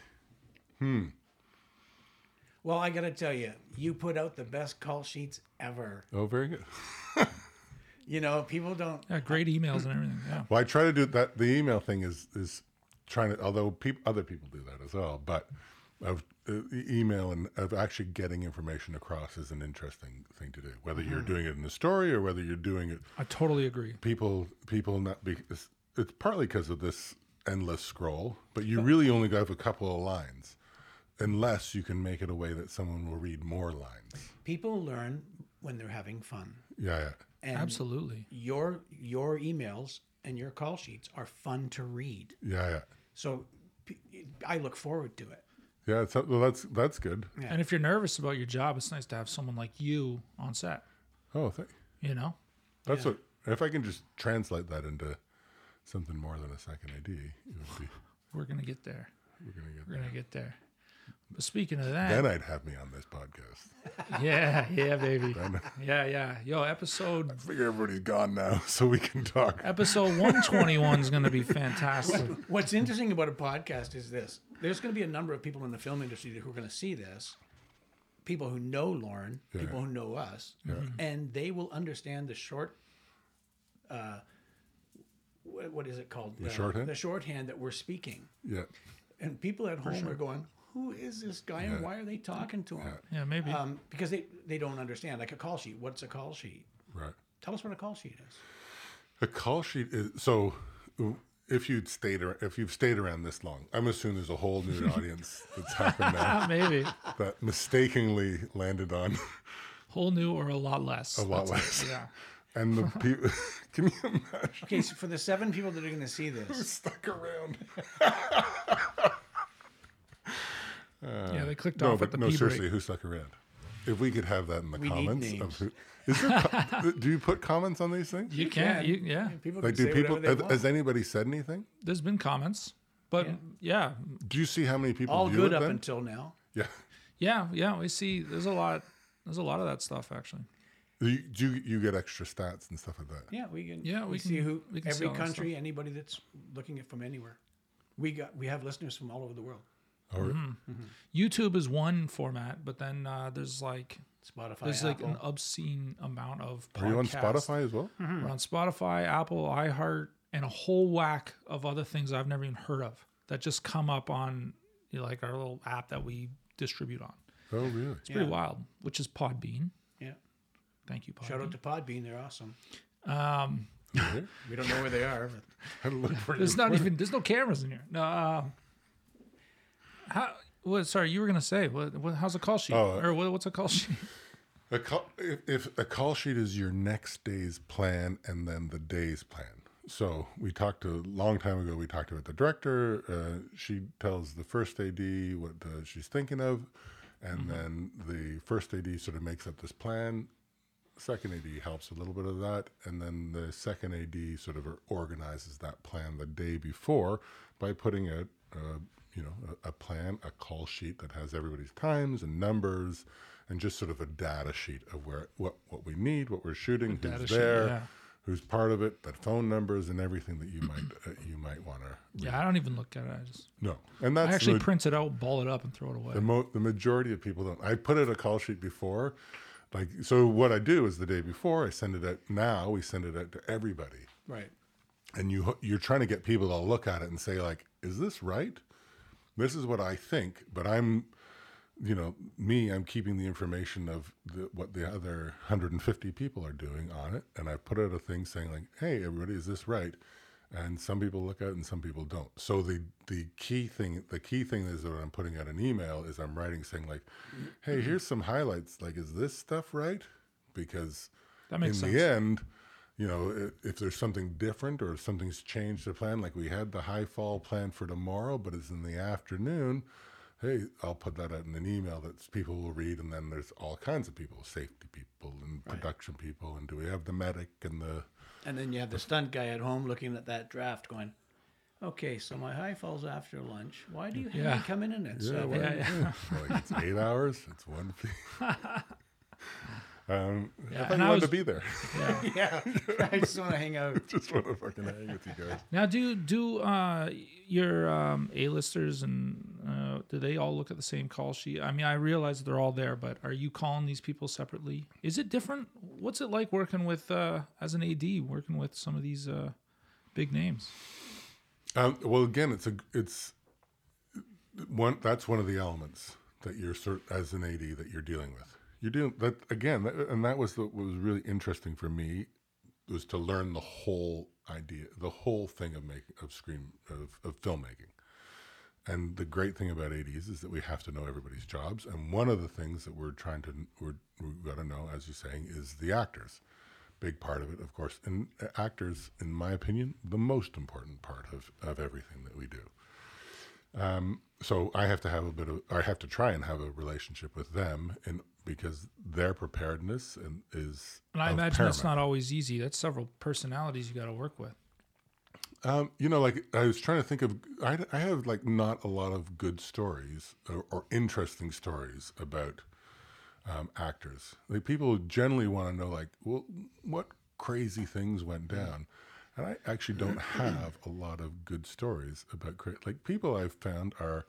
Speaker 3: Well, I got to tell you, you put out the best call sheets ever.
Speaker 2: Oh, very good.
Speaker 3: You know, people don't.
Speaker 1: Yeah, great emails and everything. Yeah.
Speaker 2: Well, I try to do that. The email thing is is trying to. Although peop, other people do that as well, but of uh, e- email and of actually getting information across is an interesting thing to do. Whether you're doing it in a story or whether you're doing it
Speaker 1: I totally agree.
Speaker 2: people people not be it's, it's partly because of this endless scroll but you really only have a couple of lines unless you can make it a way that someone will read more lines
Speaker 3: People learn when they're having fun.
Speaker 2: yeah yeah
Speaker 3: And
Speaker 1: Absolutely.
Speaker 3: your your emails and your call sheets are fun to read.
Speaker 2: yeah yeah
Speaker 3: So p- I look forward to it.
Speaker 2: yeah it's, well, that's that's good
Speaker 1: And if you're nervous about your job, it's nice to have someone like you on set.
Speaker 2: oh thank
Speaker 1: You know,
Speaker 2: that's what if i can just translate that into something more than a second id it would be,
Speaker 1: we're gonna get there.
Speaker 2: we're gonna get
Speaker 1: We're gonna get there. But speaking of
Speaker 2: then
Speaker 1: that,
Speaker 2: i'd have me on this podcast
Speaker 1: yeah, yeah, baby, yeah, yeah. Yo, episode
Speaker 2: i figure everybody's gone now so we can talk
Speaker 1: episode one twenty one is gonna be fantastic.
Speaker 3: What's interesting about a podcast is this there's going to be a number of people in the film industry who are going to see this people who know Lauren, people who know us, and they will understand the short uh, wha- what is it called? The,
Speaker 2: shorthand?
Speaker 3: The shorthand that we're speaking.
Speaker 2: Yeah.
Speaker 3: And people at home are going, who is this guy and why are they talking to him?
Speaker 1: Yeah, maybe.
Speaker 3: Um, because they, they don't understand. Like a call sheet. What's a call sheet?
Speaker 2: Right.
Speaker 3: Tell us what a call sheet is.
Speaker 2: A call sheet is so. If you'd stayed, ar- if you've stayed around this long, I'm assuming there's a whole new audience that's happened now
Speaker 1: maybe.
Speaker 2: that mistakenly landed on
Speaker 1: Whole new or a lot less.
Speaker 2: a lot less.
Speaker 1: Yeah.
Speaker 2: And the people, can you imagine
Speaker 3: Okay, so for the seven people that are going to see this,
Speaker 2: stuck around?
Speaker 1: yeah, they clicked
Speaker 2: Uh, No,
Speaker 1: off at
Speaker 2: but
Speaker 1: the
Speaker 2: no,
Speaker 1: pee
Speaker 2: seriously,
Speaker 1: break.
Speaker 2: who stuck around? If we could have that in the
Speaker 3: need
Speaker 2: comments of
Speaker 3: names.
Speaker 2: who is there, co- do you put comments on these things?
Speaker 1: You can't.
Speaker 3: can.
Speaker 1: You, yeah.
Speaker 3: people
Speaker 2: Like,
Speaker 3: can
Speaker 2: do
Speaker 3: say
Speaker 2: people?
Speaker 3: whatever
Speaker 2: Has,
Speaker 3: they want.
Speaker 2: has anybody said anything?
Speaker 1: There's been comments, but yeah, yeah,
Speaker 2: Do you see how many people
Speaker 3: all
Speaker 2: view
Speaker 3: good
Speaker 2: it
Speaker 3: up
Speaker 2: then?
Speaker 3: until now.
Speaker 2: yeah.
Speaker 1: yeah, We see there's a lot. There's a lot of that stuff actually.
Speaker 2: Do you, do you you get extra stats and stuff like that?
Speaker 3: Yeah, we can.
Speaker 1: Yeah,
Speaker 3: we,
Speaker 1: we
Speaker 3: see
Speaker 1: can-
Speaker 3: who
Speaker 1: we can
Speaker 3: every
Speaker 1: sell that
Speaker 3: country, anybody that's looking at from anywhere. We got we have listeners from all over the world.
Speaker 2: Or
Speaker 1: YouTube is one format, but then uh, there's like
Speaker 3: Spotify,
Speaker 1: there's like
Speaker 3: Apple. Hmm.
Speaker 1: an obscene amount of. Podcasts.
Speaker 2: are you on Spotify as well?
Speaker 1: We're on Spotify, Apple, iHeart, and a whole whack of other things I've never even heard of that just come up on you know, like our little app that we distribute on.
Speaker 3: Mm-hmm.
Speaker 2: Oh, really?
Speaker 1: It's pretty wild, which is Podbean.
Speaker 3: yeah.
Speaker 1: Thank you, Podbean.
Speaker 3: Shout out to Podbean, they're awesome.
Speaker 1: um,
Speaker 2: Yeah.
Speaker 3: We don't know where they are. But
Speaker 2: I look for you.
Speaker 1: there's not even there's no cameras in here. No. Uh, how? What? Sorry, you were gonna say what? what how's a call sheet?
Speaker 2: Oh,
Speaker 1: or what, what's a call sheet?
Speaker 2: A call, if, if a call sheet is your next day's plan and then the day's plan. So we talked a long time ago. We talked about the director. Uh, she tells the first AD what uh, she's thinking of, and then the first AD sort of makes up this plan. Second AD helps a little bit of that, and then the second AD sort of organizes that plan the day before by putting out, uh, you know, a, a plan, a call sheet that has everybody's times and numbers, and just sort of a data sheet of where what what we need, what we're shooting,
Speaker 1: data
Speaker 2: who's
Speaker 1: sheet,
Speaker 2: there,
Speaker 1: yeah.
Speaker 2: who's part of it, the phone numbers, and everything that you might uh, you might want to
Speaker 1: yeah, I don't even look at it. I just
Speaker 2: know. And
Speaker 1: I
Speaker 2: that's
Speaker 1: actually
Speaker 2: the-
Speaker 1: print it out, ball it up, and throw it away.
Speaker 2: the, mo- the majority of people don't. I put out a call sheet before, like so. What I do is the day before I send it out. Now we send it out to everybody,
Speaker 3: right.
Speaker 2: and you ho- you're trying to get people to look at it and say like, "Is this right? This is what I think." But I'm, you know, me. I'm keeping the information of the, what the other 150 people are doing on it, and I put out a thing saying like, "Hey, everybody, is this right?" And some people look at it and some people don't. So the the key thing the key thing is that I'm putting out an email is I'm writing saying like, "Hey, here's some highlights. Like, is this stuff right?" Because
Speaker 1: That makes
Speaker 2: in
Speaker 1: sense.
Speaker 2: the end, you know, i- if there's something different or if something's changed the plan, like we had the high fall plan for tomorrow, but it's in the afternoon, hey, I'll put that out in an email that people will read. And then there's all kinds of people safety people and production people. And do we have the medic and the.
Speaker 3: And then you have the stunt guy at home looking at that draft going, Okay, so my high falls after lunch. Why do you have
Speaker 1: Yeah.
Speaker 3: me coming in at
Speaker 2: Yeah,
Speaker 3: seven?
Speaker 2: well,
Speaker 1: yeah,
Speaker 2: yeah. like it's eight hours, it's one. um, I
Speaker 1: Yeah,
Speaker 2: thought
Speaker 1: and
Speaker 2: you
Speaker 1: I
Speaker 2: wanted
Speaker 1: was-
Speaker 2: to be there.
Speaker 3: yeah. I just want to hang out.
Speaker 2: Just want to fucking hang with you guys.
Speaker 1: Now, do do uh, your um, A-listers and uh, do they all look at the same call sheet? I mean, I realize they're all there, but are you calling these people separately? Is it different? What's it like working with uh, as an AD, working with some of these uh, big names?
Speaker 2: Um, well, again, it's a it's one that's one of the elements that you're sort as an AD that you're dealing with. You're dealing that again, that, and that was the, what was really interesting for me was to learn the whole idea, the whole thing of making of screen of, of filmmaking. And the great thing about ADs is that we have to know everybody's jobs. And one of the things that we're trying to we're, we've got to know, as you're saying, is the actors. Big part of it, of course, and uh, actors, in my opinion, the most important part of of everything that we do. Um, so I have to have a bit of, I have to try and have a relationship with them, and because their preparedness and is.
Speaker 1: And I
Speaker 2: of
Speaker 1: imagine that's
Speaker 2: paramount.
Speaker 1: not always easy. That's several personalities you got to work with.
Speaker 2: Um, you know, like I was trying to think of, I, I have like not a lot of good stories or, or interesting stories about um, actors. Like people generally want to know, like, well, what crazy things went down, and I actually don't have a lot of good stories about cra- like people I've found are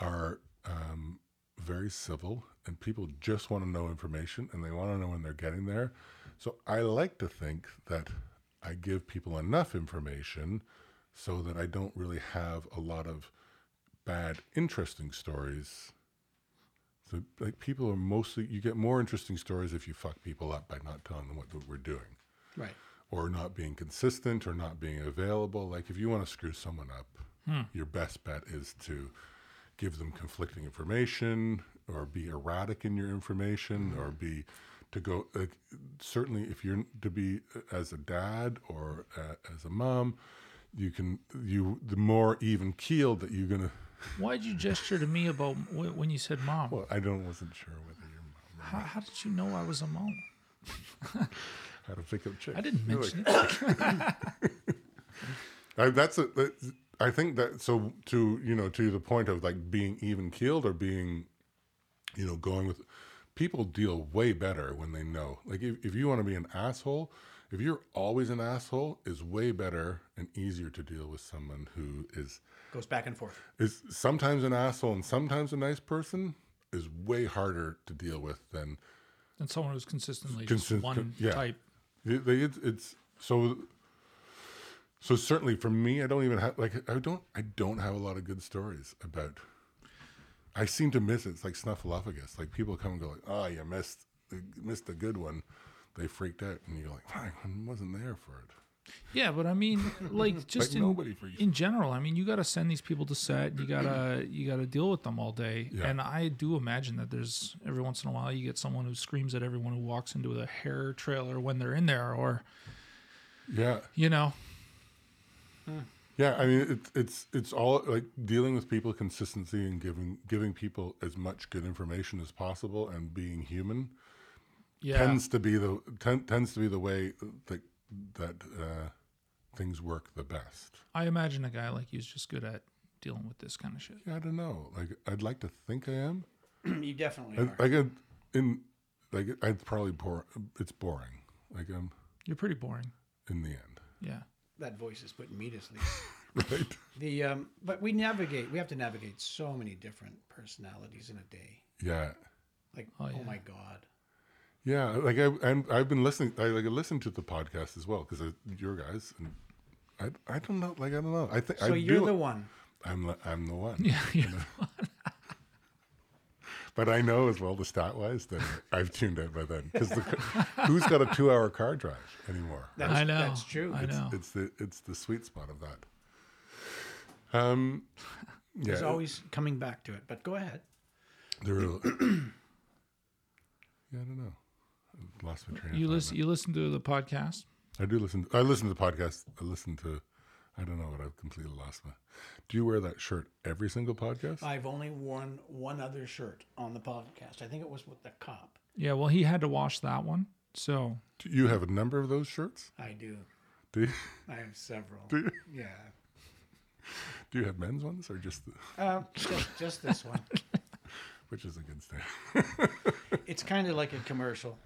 Speaker 2: are um, very civil, and people just want to know information, and they want to know when they're getting there. So I like to think that I give people enough information so that I don't really have a lot of bad, interesting stories. So, like, people are mostly, you get more interesting stories if you fuck people up by not telling them what we're doing
Speaker 3: Right.
Speaker 2: or not being consistent or not being available. Like, if you want to screw someone up,
Speaker 1: Hmm.
Speaker 2: your best bet is to give them conflicting information or be erratic in your information
Speaker 1: Hmm.
Speaker 2: or be to go like certainly if you're to be uh, as a dad or uh, as a mom you can you the more even keeled that you're gonna
Speaker 1: Why'd you gesture to me about wh- when you said mom?
Speaker 2: well i don't wasn't sure whether your mom
Speaker 1: How, how did you know I was a mom?
Speaker 2: had to pick up chicks
Speaker 1: I didn't
Speaker 2: You're like,
Speaker 1: mention it.
Speaker 2: I, that's a, that's- I think that so to you know to the point of like being even keeled or being, you know, going with people deal way better when they know. Like if, if you want to be an asshole, if you're always an asshole, is way better and easier to deal with someone who is
Speaker 3: Goes back and forth.
Speaker 2: is sometimes an asshole and sometimes a nice person is way harder to deal with than
Speaker 1: And someone who's consistently
Speaker 2: Consist-
Speaker 1: just one
Speaker 2: yeah.
Speaker 1: type.
Speaker 2: It- like, it's, it's so. So certainly for me, I don't even have like I don't I don't have a lot of good stories about. I seem to miss it. It's like snuffleupagus. Like people come and go like, oh, you missed you missed a good one. They freaked out, and you're like, I wasn't there for it.
Speaker 1: Yeah, but I mean, like just in,
Speaker 2: nobody freaks.
Speaker 1: in general. I mean, you got to send these people to set. You gotta you gotta deal with them all day.
Speaker 2: Yeah.
Speaker 1: And I do imagine that there's every once in a while you get someone who screams at everyone who walks into the hair trailer when they're in there, or
Speaker 2: Yeah,
Speaker 1: you know,
Speaker 2: yeah. I mean, it's it's it's all like dealing with people consistency and giving giving people as much good information as possible and being human.
Speaker 1: yeah,
Speaker 2: tends to be the ten, tends to be the way that that uh, things work the best.
Speaker 1: I imagine a guy like you's just good at dealing with this kind of shit.
Speaker 2: Yeah, I don't know. Like I'd like to think I am.
Speaker 3: you definitely
Speaker 2: I,
Speaker 3: are.
Speaker 2: like I'd- in like I'd probably bore. It's boring. Like I'm
Speaker 1: You're pretty boring.
Speaker 2: in the end,
Speaker 1: Yeah.
Speaker 3: that voice is putting me to sleep.
Speaker 2: right?
Speaker 3: The um, but we navigate. We have to navigate so many different personalities in a day.
Speaker 2: yeah,
Speaker 3: Like
Speaker 1: Oh,
Speaker 3: oh,
Speaker 1: yeah.
Speaker 3: my god,
Speaker 2: yeah. Like I and I've been listening. I like I listened to the podcast as well because your guys and. I, I don't know like I don't know I think
Speaker 3: so
Speaker 2: I
Speaker 3: you're
Speaker 2: do,
Speaker 3: the one.
Speaker 2: I'm the- I'm the one
Speaker 1: Yeah. yeah.
Speaker 2: But I know as well the stat wise that I've tuned out by then because who's got a two hour car drive anymore?
Speaker 3: That's,
Speaker 1: I know.
Speaker 3: That's true.
Speaker 1: I know.
Speaker 2: It's the it's the sweet spot of that. Um, yeah,
Speaker 3: It's always coming back to it. But go ahead.
Speaker 2: there are- yeah, I don't know. I lost my train.
Speaker 1: You
Speaker 2: of thought.
Speaker 1: listen. You listen to the podcast.
Speaker 2: I do listen. I listen to podcasts. I listen to. I don't know what I've completely lost my. Do you wear that shirt every single podcast?
Speaker 3: I've only worn one other shirt on the podcast. I think it was with the cop.
Speaker 1: Yeah. Well, he had to wash that one, so
Speaker 2: do you have a number of those shirts?
Speaker 3: I do.
Speaker 2: Do you,
Speaker 3: I have several.
Speaker 2: do you,
Speaker 3: Yeah.
Speaker 2: do you have men's ones or just the,
Speaker 3: Uh, just, just this one.
Speaker 2: which is a good stand?
Speaker 3: It's kind of like a commercial.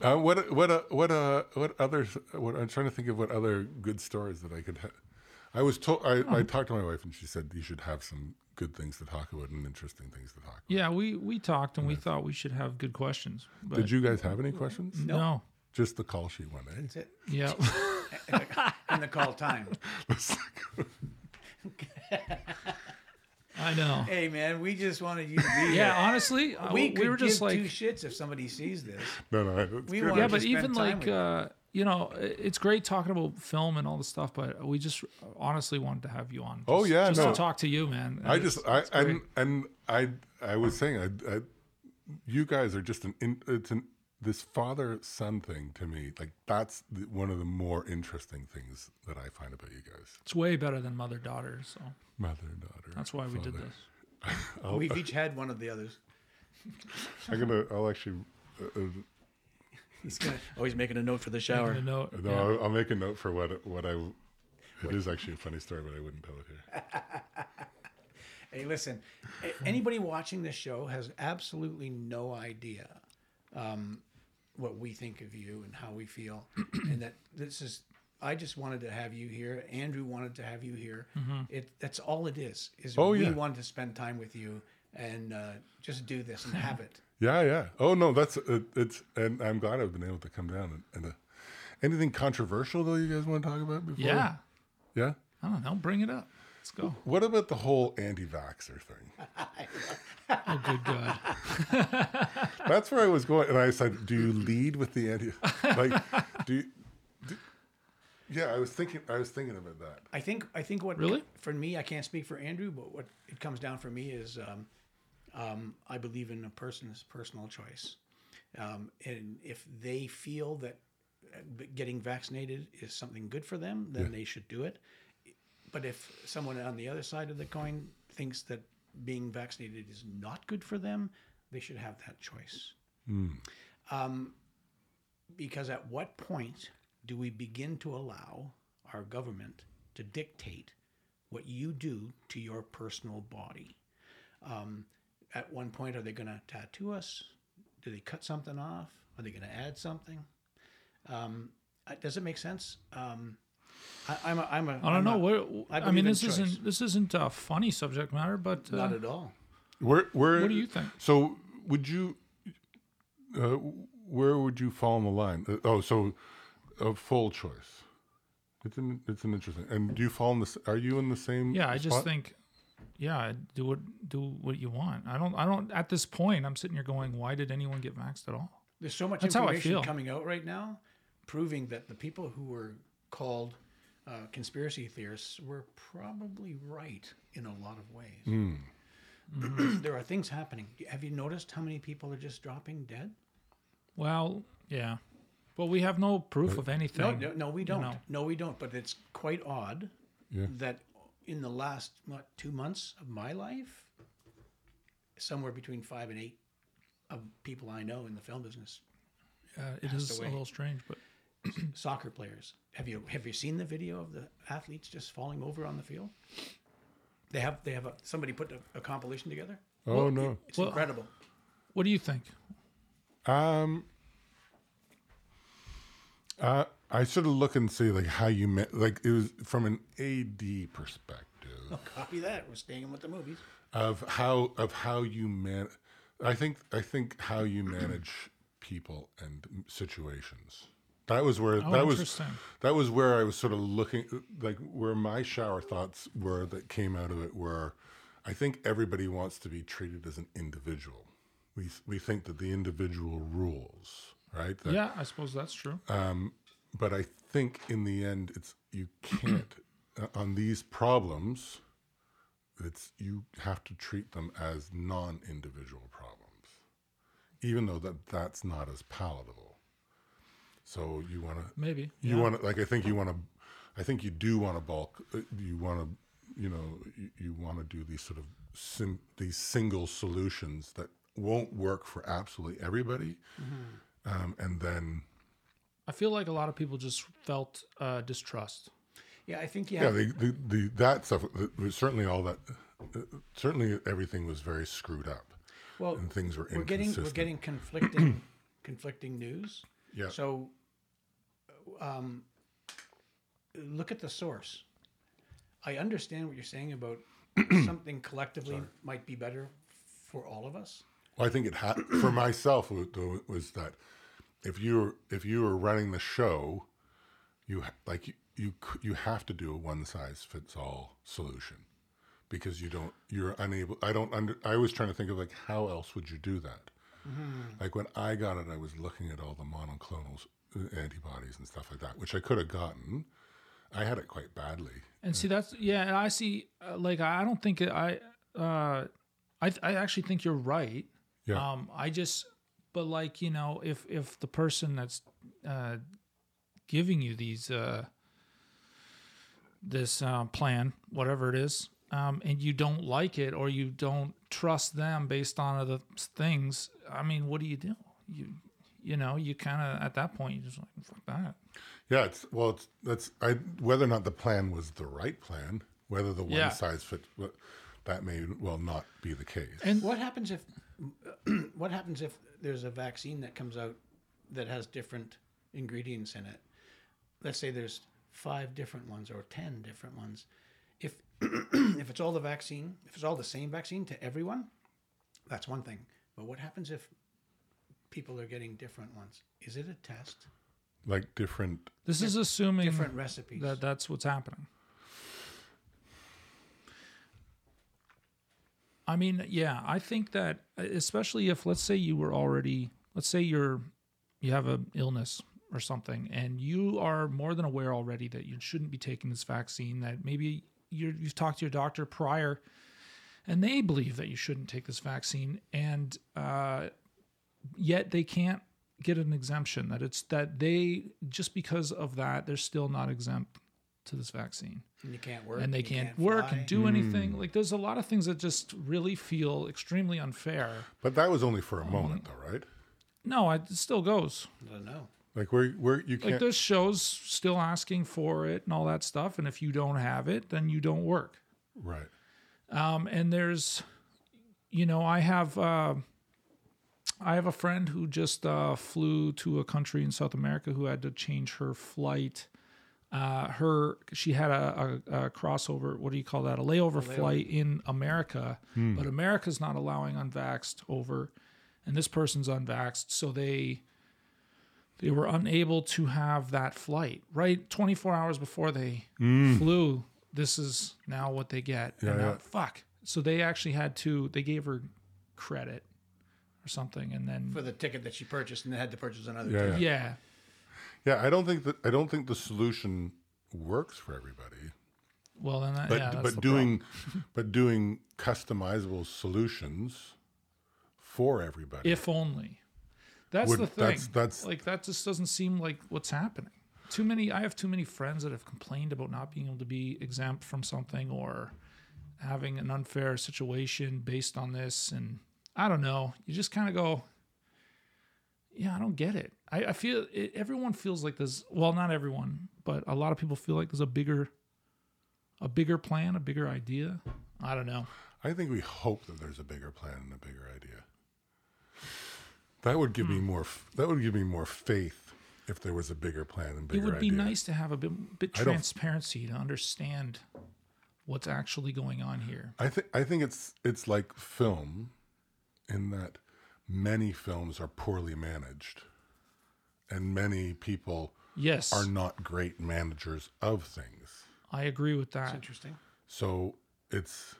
Speaker 2: Uh, what what uh, what uh, what other what I'm trying to think of what other good stories that I could. Ha- I was told I,
Speaker 1: Oh.
Speaker 2: I talked to my wife and she said you should have some good things to talk about and interesting things to talk.
Speaker 1: yeah, we we talked and we thought we should have good questions. But
Speaker 2: about. Did you guys have any questions?
Speaker 1: No.
Speaker 2: Just the call sheet one, eh?
Speaker 3: That's it.
Speaker 1: Yeah.
Speaker 3: In the call time.
Speaker 1: I know.
Speaker 3: hey, man, we just wanted you to be here.
Speaker 1: Yeah, honestly, uh, we,
Speaker 3: We could
Speaker 1: were
Speaker 3: give
Speaker 1: just like,
Speaker 3: two shits if somebody sees this.
Speaker 2: No, no. it's
Speaker 3: We
Speaker 2: good.
Speaker 3: want-
Speaker 1: yeah,
Speaker 3: to
Speaker 1: but
Speaker 3: spend
Speaker 1: even
Speaker 3: time
Speaker 1: like,
Speaker 3: with you.
Speaker 1: uh, you know, i- it's great talking about film and all the stuff, but we just honestly wanted to have you on. Just,
Speaker 2: Oh, yeah,
Speaker 1: just
Speaker 2: no.
Speaker 1: to talk to you, man.
Speaker 2: I
Speaker 1: It's-
Speaker 2: just I
Speaker 1: it's
Speaker 2: and
Speaker 1: great.
Speaker 2: and I I was saying I, I you guys are just an in, it's an this father son thing to me like that's the, one of the more interesting things that I find about you guys
Speaker 1: it's way better than mother daughter, so
Speaker 2: mother and daughter
Speaker 1: that's why we did
Speaker 2: father.
Speaker 1: this.
Speaker 2: Oh.
Speaker 3: We've each had one of the others.
Speaker 2: I'm gonna. I'll actually. Uh, uh,
Speaker 3: He's gonna, oh, he's making a note for the
Speaker 1: You
Speaker 3: shower.
Speaker 1: know,
Speaker 2: no,
Speaker 1: yeah.
Speaker 2: I'll, I'll make a note for what what I. It is actually a funny story, but I wouldn't tell it here.
Speaker 3: Hey, listen, a- anybody watching this show has absolutely no idea um, what we think of you and how we feel, and that this is. I just wanted to have you here. Andrew wanted to have you here. It that's all it is. Is
Speaker 2: Oh,
Speaker 3: we
Speaker 2: yeah.
Speaker 3: wanted to spend time with you and uh, just do this and have it.
Speaker 2: Yeah, yeah. Oh no, that's it, it's, and I'm glad I've been able to come down and and, uh, Anything controversial though you guys want to talk about before?
Speaker 1: Yeah.
Speaker 2: Yeah.
Speaker 1: I don't know. Bring it up. Let's go.
Speaker 2: What about the whole anti-vaxxer thing?
Speaker 1: Oh, good God.
Speaker 2: That's where I was going, and I said, "Do you lead with the anti? Like, do, you, do- Yeah, I was thinking. I was thinking about that.
Speaker 3: I think I think what
Speaker 1: Really?
Speaker 3: for me, I can't speak for Andrew, but what it comes down for me is um, um, I believe in a person's personal choice, um, and if they feel that uh, getting vaccinated is something good for them, then they should do it. But if someone on the other side of the coin thinks that being vaccinated is not good for them, they should have that choice. Um, because at what point do we begin to allow our government to dictate what you do to your personal body? Um, at one point, are they going to tattoo us? Do they cut something off? Are they going to add something? Um, uh, does it make sense? Um, I, I'm a, I'm a.
Speaker 1: I don't know. What,
Speaker 3: I
Speaker 1: I,
Speaker 3: believe
Speaker 1: mean,
Speaker 3: in
Speaker 1: this
Speaker 3: choice.
Speaker 1: isn't this isn't a funny subject matter, but uh,
Speaker 3: Not at all.
Speaker 2: Where, where?
Speaker 1: What do you think?
Speaker 2: So, would you? Uh, where would you fall on the line? Uh, oh, so a full choice. It's an it's an interesting. And do you fall in the? s- Are you in the same?
Speaker 1: yeah, I just
Speaker 2: spot?
Speaker 1: think, yeah, do what do what you want. I don't. I don't. At this point, I'm sitting here going, why did anyone get vaxxed at all?
Speaker 3: There's so much
Speaker 1: That's how I
Speaker 3: information
Speaker 1: feel.
Speaker 3: coming out right now, proving that the people who were called uh, conspiracy theorists were probably right in a lot of ways. there are things happening. Have you noticed how many people are just dropping dead?
Speaker 1: Well, yeah, but we have no proof of
Speaker 3: No,
Speaker 1: anything.
Speaker 3: no, no, we don't.
Speaker 1: know.
Speaker 3: No, we don't. But it's quite odd
Speaker 2: Yeah.
Speaker 3: that in the last what two months of my life, somewhere between five and eight of people I know in the film business
Speaker 1: Uh, it is
Speaker 3: away.
Speaker 1: a little strange, but
Speaker 3: soccer players. Have you have you seen the video of the athletes just falling over on the field? They have they have a, somebody put a, a compilation together.
Speaker 2: Oh no.
Speaker 3: It's
Speaker 1: Well-
Speaker 3: incredible.
Speaker 1: what do you think?
Speaker 2: Um. Uh, I sort of look and see like how you met. Like it was from an AD perspective.
Speaker 3: Copy that. We're staying with the movies.
Speaker 2: of how of how you man i think i think how you manage people and situations that was where that was
Speaker 1: interesting.
Speaker 2: that was where i was sort of looking like where my shower thoughts were that came out of it were i think everybody wants to be treated as an individual we we think that the individual rules right That-
Speaker 1: Yeah, I suppose that's true.
Speaker 2: Uh, but I think in the end, it's you can't uh, on these problems. It's you have to treat them as non-individual problems, even though that that's not as palatable. So you want to
Speaker 1: Maybe.
Speaker 2: you want to like I think you want to I think you do want to bulk uh, you want to you know you, you want to do these sort of sim, these single solutions that won't work for absolutely everybody, um, and then
Speaker 1: I feel like a lot of people just felt uh, distrust.
Speaker 3: Yeah, I think you
Speaker 2: Yeah,
Speaker 3: have.
Speaker 2: the, the, the that stuff uh, was certainly all that. Uh, certainly, everything was very screwed up,
Speaker 3: well,
Speaker 2: and things were
Speaker 3: we're getting
Speaker 2: inconsistent.
Speaker 3: we're getting conflicting conflicting news.
Speaker 2: Yeah.
Speaker 3: So, um, look at the source. I understand what you're saying about something collectively might be better for all of us.
Speaker 2: Well, I think it had for myself wa- though, it was that if you were if you were running the show, you ha- like you you, c- you have to do a one size fits all solution because you don't you're unable. I don't under. I was trying to think of like how else would you do that. Like when I got it, I was looking at all the monoclonals uh, antibodies and stuff like that, which I could have gotten. I had it quite badly.
Speaker 1: And see, that's yeah. And I see, uh, like, I don't think it- I, uh, I, th- I actually think you're right.
Speaker 2: Yeah.
Speaker 1: Um, I just, but like, you know, if if the person that's uh, giving you these, uh, this uh, plan, whatever it is, um, and you don't like it or you don't trust them based on other things, I mean, what do you do? You, you know, you kind of at that point you just like fuck that.
Speaker 2: Yeah, it's well, it's that's I whether or not the plan was the right plan, whether the one
Speaker 1: Yeah.
Speaker 2: size fits what that may well not be the case.
Speaker 3: What happens if what happens if there's a vaccine that comes out that has different ingredients in it? Let's say there's five different ones or ten different ones. If if it's all the vaccine, if it's all the same vaccine to everyone, that's one thing. But what happens if people are getting different ones? Is it a test?
Speaker 2: like different.
Speaker 1: This is assuming
Speaker 3: different recipes.
Speaker 1: Mm. that that's what's happening. I mean, yeah, I think that especially if let's say you were already let's say you're you have a illness or something and you are more than aware already that you shouldn't be taking this vaccine that maybe you're, you've talked to your doctor prior and they believe that you shouldn't take this vaccine and uh, yet they can't get an exemption that it's that they just because of that they're still not exempt to this vaccine
Speaker 3: and you can't work.
Speaker 1: and they
Speaker 3: you
Speaker 1: can't, work
Speaker 3: fly.
Speaker 1: and do anything like there's a lot of things that just really feel extremely unfair
Speaker 2: But that was only for a moment, though, right?
Speaker 1: no I, it still goes
Speaker 3: I don't know.
Speaker 2: Like where where you
Speaker 1: like
Speaker 2: can't.
Speaker 1: there's shows still asking for it and all that stuff and if you don't have it then you don't work
Speaker 2: right.
Speaker 1: um, and there's you know i have uh, i have a friend who just uh, flew to a country in south america who had to change her flight uh, her she had a, a, a crossover what do you call that a layover, flight in america
Speaker 2: Hmm.
Speaker 1: but america's not allowing unvaxxed over and this person's unvaxxed so they they were unable to have that flight right 24 hours before they flew this is now what they get and
Speaker 2: Hmm. Yeah,
Speaker 1: now-
Speaker 2: yeah.
Speaker 1: fuck so they actually had to they gave her credit or something and then
Speaker 3: For the ticket that she purchased and they had to purchase another
Speaker 2: Yeah,
Speaker 3: ticket.
Speaker 2: yeah.
Speaker 1: yeah
Speaker 2: Yeah, I don't think that I don't think the solution works for everybody.
Speaker 1: well then that,
Speaker 2: But
Speaker 1: yeah, that's
Speaker 2: but
Speaker 1: the
Speaker 2: doing but doing customizable solutions for everybody.
Speaker 1: if only that's
Speaker 2: Would-
Speaker 1: the thing
Speaker 2: that's- that's-
Speaker 1: like that just doesn't seem like what's happening too many i have too many friends that have complained about not being able to be exempt from something or having an unfair situation based on this and i don't know you just kind of go yeah i don't get it i, I feel it, everyone feels like there's well not everyone but a lot of people feel like there's a bigger a bigger plan a bigger idea i don't know
Speaker 2: I think we hope that there's a bigger plan and a bigger idea. That would give me
Speaker 1: Hmm.
Speaker 2: more. f- That would give me more faith if there was a bigger plan and bigger
Speaker 1: it would be
Speaker 2: idea.
Speaker 1: nice to have a bit, bit
Speaker 2: I don't-
Speaker 1: transparency to understand what's actually going on here.
Speaker 2: I think. I think it's it's like film, in that many films are poorly managed, and many people
Speaker 1: Yes,
Speaker 2: are not great managers of things.
Speaker 1: I agree with
Speaker 3: It's
Speaker 1: that.
Speaker 3: interesting.
Speaker 2: So it's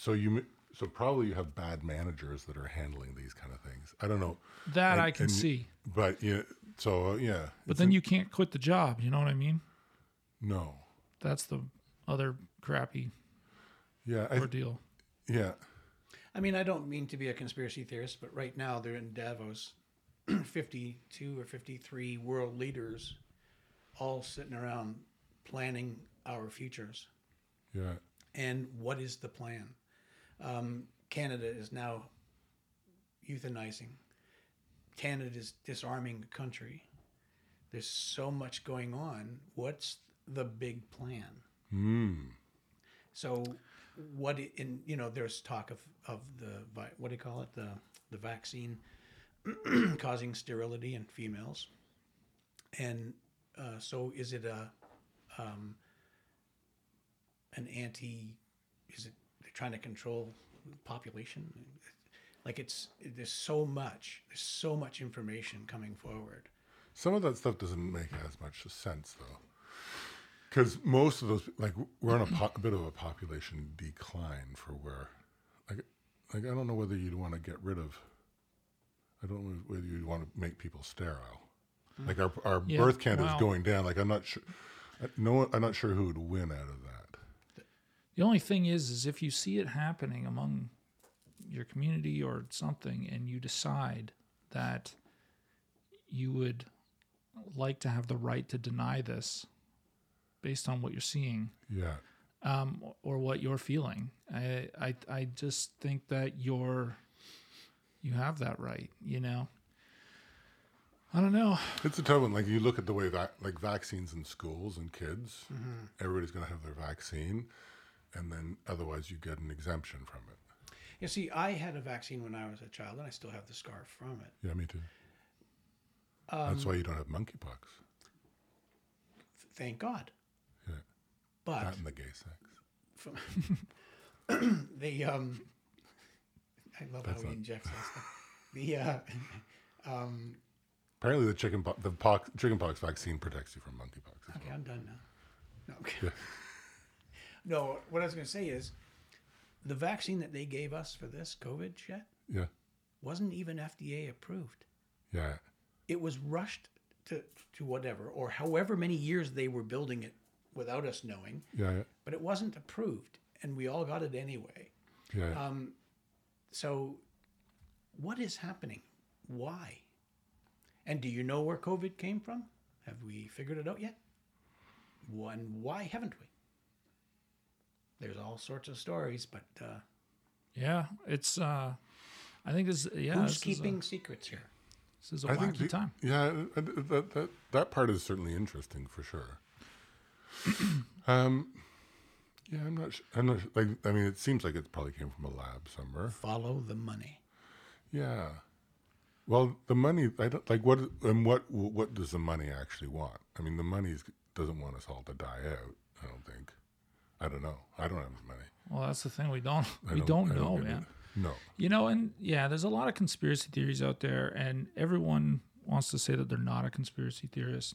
Speaker 2: so you m- so probably you have bad managers that are handling these kind of things. I don't know,
Speaker 1: That
Speaker 2: And-
Speaker 1: I can
Speaker 2: and-
Speaker 1: see.
Speaker 2: but you know, so uh, yeah.
Speaker 1: But then you can't quit the job. You know what I mean?
Speaker 2: No.
Speaker 1: That's the other crappy
Speaker 2: Yeah. I,
Speaker 1: ordeal.
Speaker 2: yeah.
Speaker 3: I mean, I don't mean to be a conspiracy theorist, but right now they're in Davos, 52 or 53 world leaders all sitting around planning our futures.
Speaker 2: Yeah.
Speaker 3: And what is the plan? Um, Canada is now euthanizing, Canada is disarming the country. There's so much going on. What's the big plan?
Speaker 2: Mm.
Speaker 3: So, what i- in you know, there's talk of of the vi- what do you call it the the vaccine causing sterility in females, and uh, so is it a um, an anti? Is it they're trying to control population? Like it's there's so much there's so much information coming forward.
Speaker 2: Some of that stuff doesn't make as much sense though, because most of those like we're on a, po- a bit of a population decline for where, like, like I don't know whether you'd want to get rid of. I don't know whether you'd want to make people sterile. Like our our
Speaker 1: Mm. Yeah,
Speaker 2: birth count
Speaker 1: wow.
Speaker 2: is going down. Like I'm not sure. I- No, one- I'm not sure who would win out of that.
Speaker 1: The only thing is, is if you see it happening among your community or something, and you decide that you would like to have the right to deny this based on what you're seeing,
Speaker 2: Yeah.
Speaker 1: um, or what you're feeling. I, I I just think that you're you have that right. You know. I don't know.
Speaker 2: It's a tough one. Like you look at the way that like vaccines in schools and kids,
Speaker 1: Mm-hmm.
Speaker 2: everybody's going to have their vaccine, and then otherwise you get an exemption from it.
Speaker 3: You see, I had a vaccine when I was a child, and I still have the scar from it.
Speaker 2: Yeah, me too. That's
Speaker 1: Um,
Speaker 2: why you don't have monkeypox.
Speaker 3: Thank God.
Speaker 2: Yeah,
Speaker 3: But
Speaker 2: not in the gay sex.
Speaker 3: from the um I love how he injects that stuff. The uh um
Speaker 2: Apparently, the chicken po- the pox, chicken pox vaccine protects you from monkeypox.
Speaker 3: Okay, I'm done now. No, I'm kidding. no, what I was going to say is the vaccine that they gave us for this COVID shit
Speaker 2: Yeah,
Speaker 3: wasn't even FDA approved.
Speaker 2: yeah,
Speaker 3: It was rushed to, to whatever, or however many years they were building it without us knowing,
Speaker 2: yeah, yeah.
Speaker 3: but it wasn't approved, and we all got it anyway.
Speaker 1: Uh,
Speaker 2: yeah.
Speaker 3: Um, So, what is happening? Why? And do you know where COVID came from? Have we figured it out yet? One, why haven't we? There's all sorts of stories, but uh,
Speaker 1: Yeah, it's. uh I think this. Yeah,
Speaker 3: who's
Speaker 1: this is, uh, a,
Speaker 3: keeping secrets here?
Speaker 1: this is a
Speaker 2: I
Speaker 1: wacky
Speaker 2: the-
Speaker 1: time.
Speaker 2: Yeah, uh, th- that, that that part is certainly interesting for sure. um, yeah, I'm not. Sh- I'm not. Sh- like, I mean, it seems like it probably came from a lab somewhere.
Speaker 3: Follow the money.
Speaker 2: Yeah. Well, the money. I don't like what. And what? What does the money actually want? I mean, the money doesn't want us all to die out. I don't think. I don't know. I don't have the money.
Speaker 1: Well, that's the thing we don't
Speaker 2: I
Speaker 1: we don't,
Speaker 2: I
Speaker 1: know,
Speaker 2: get it.
Speaker 1: man.
Speaker 2: No.
Speaker 1: You know, and yeah, there's a lot of conspiracy theories out there, and everyone wants to say that they're not a conspiracy theorist.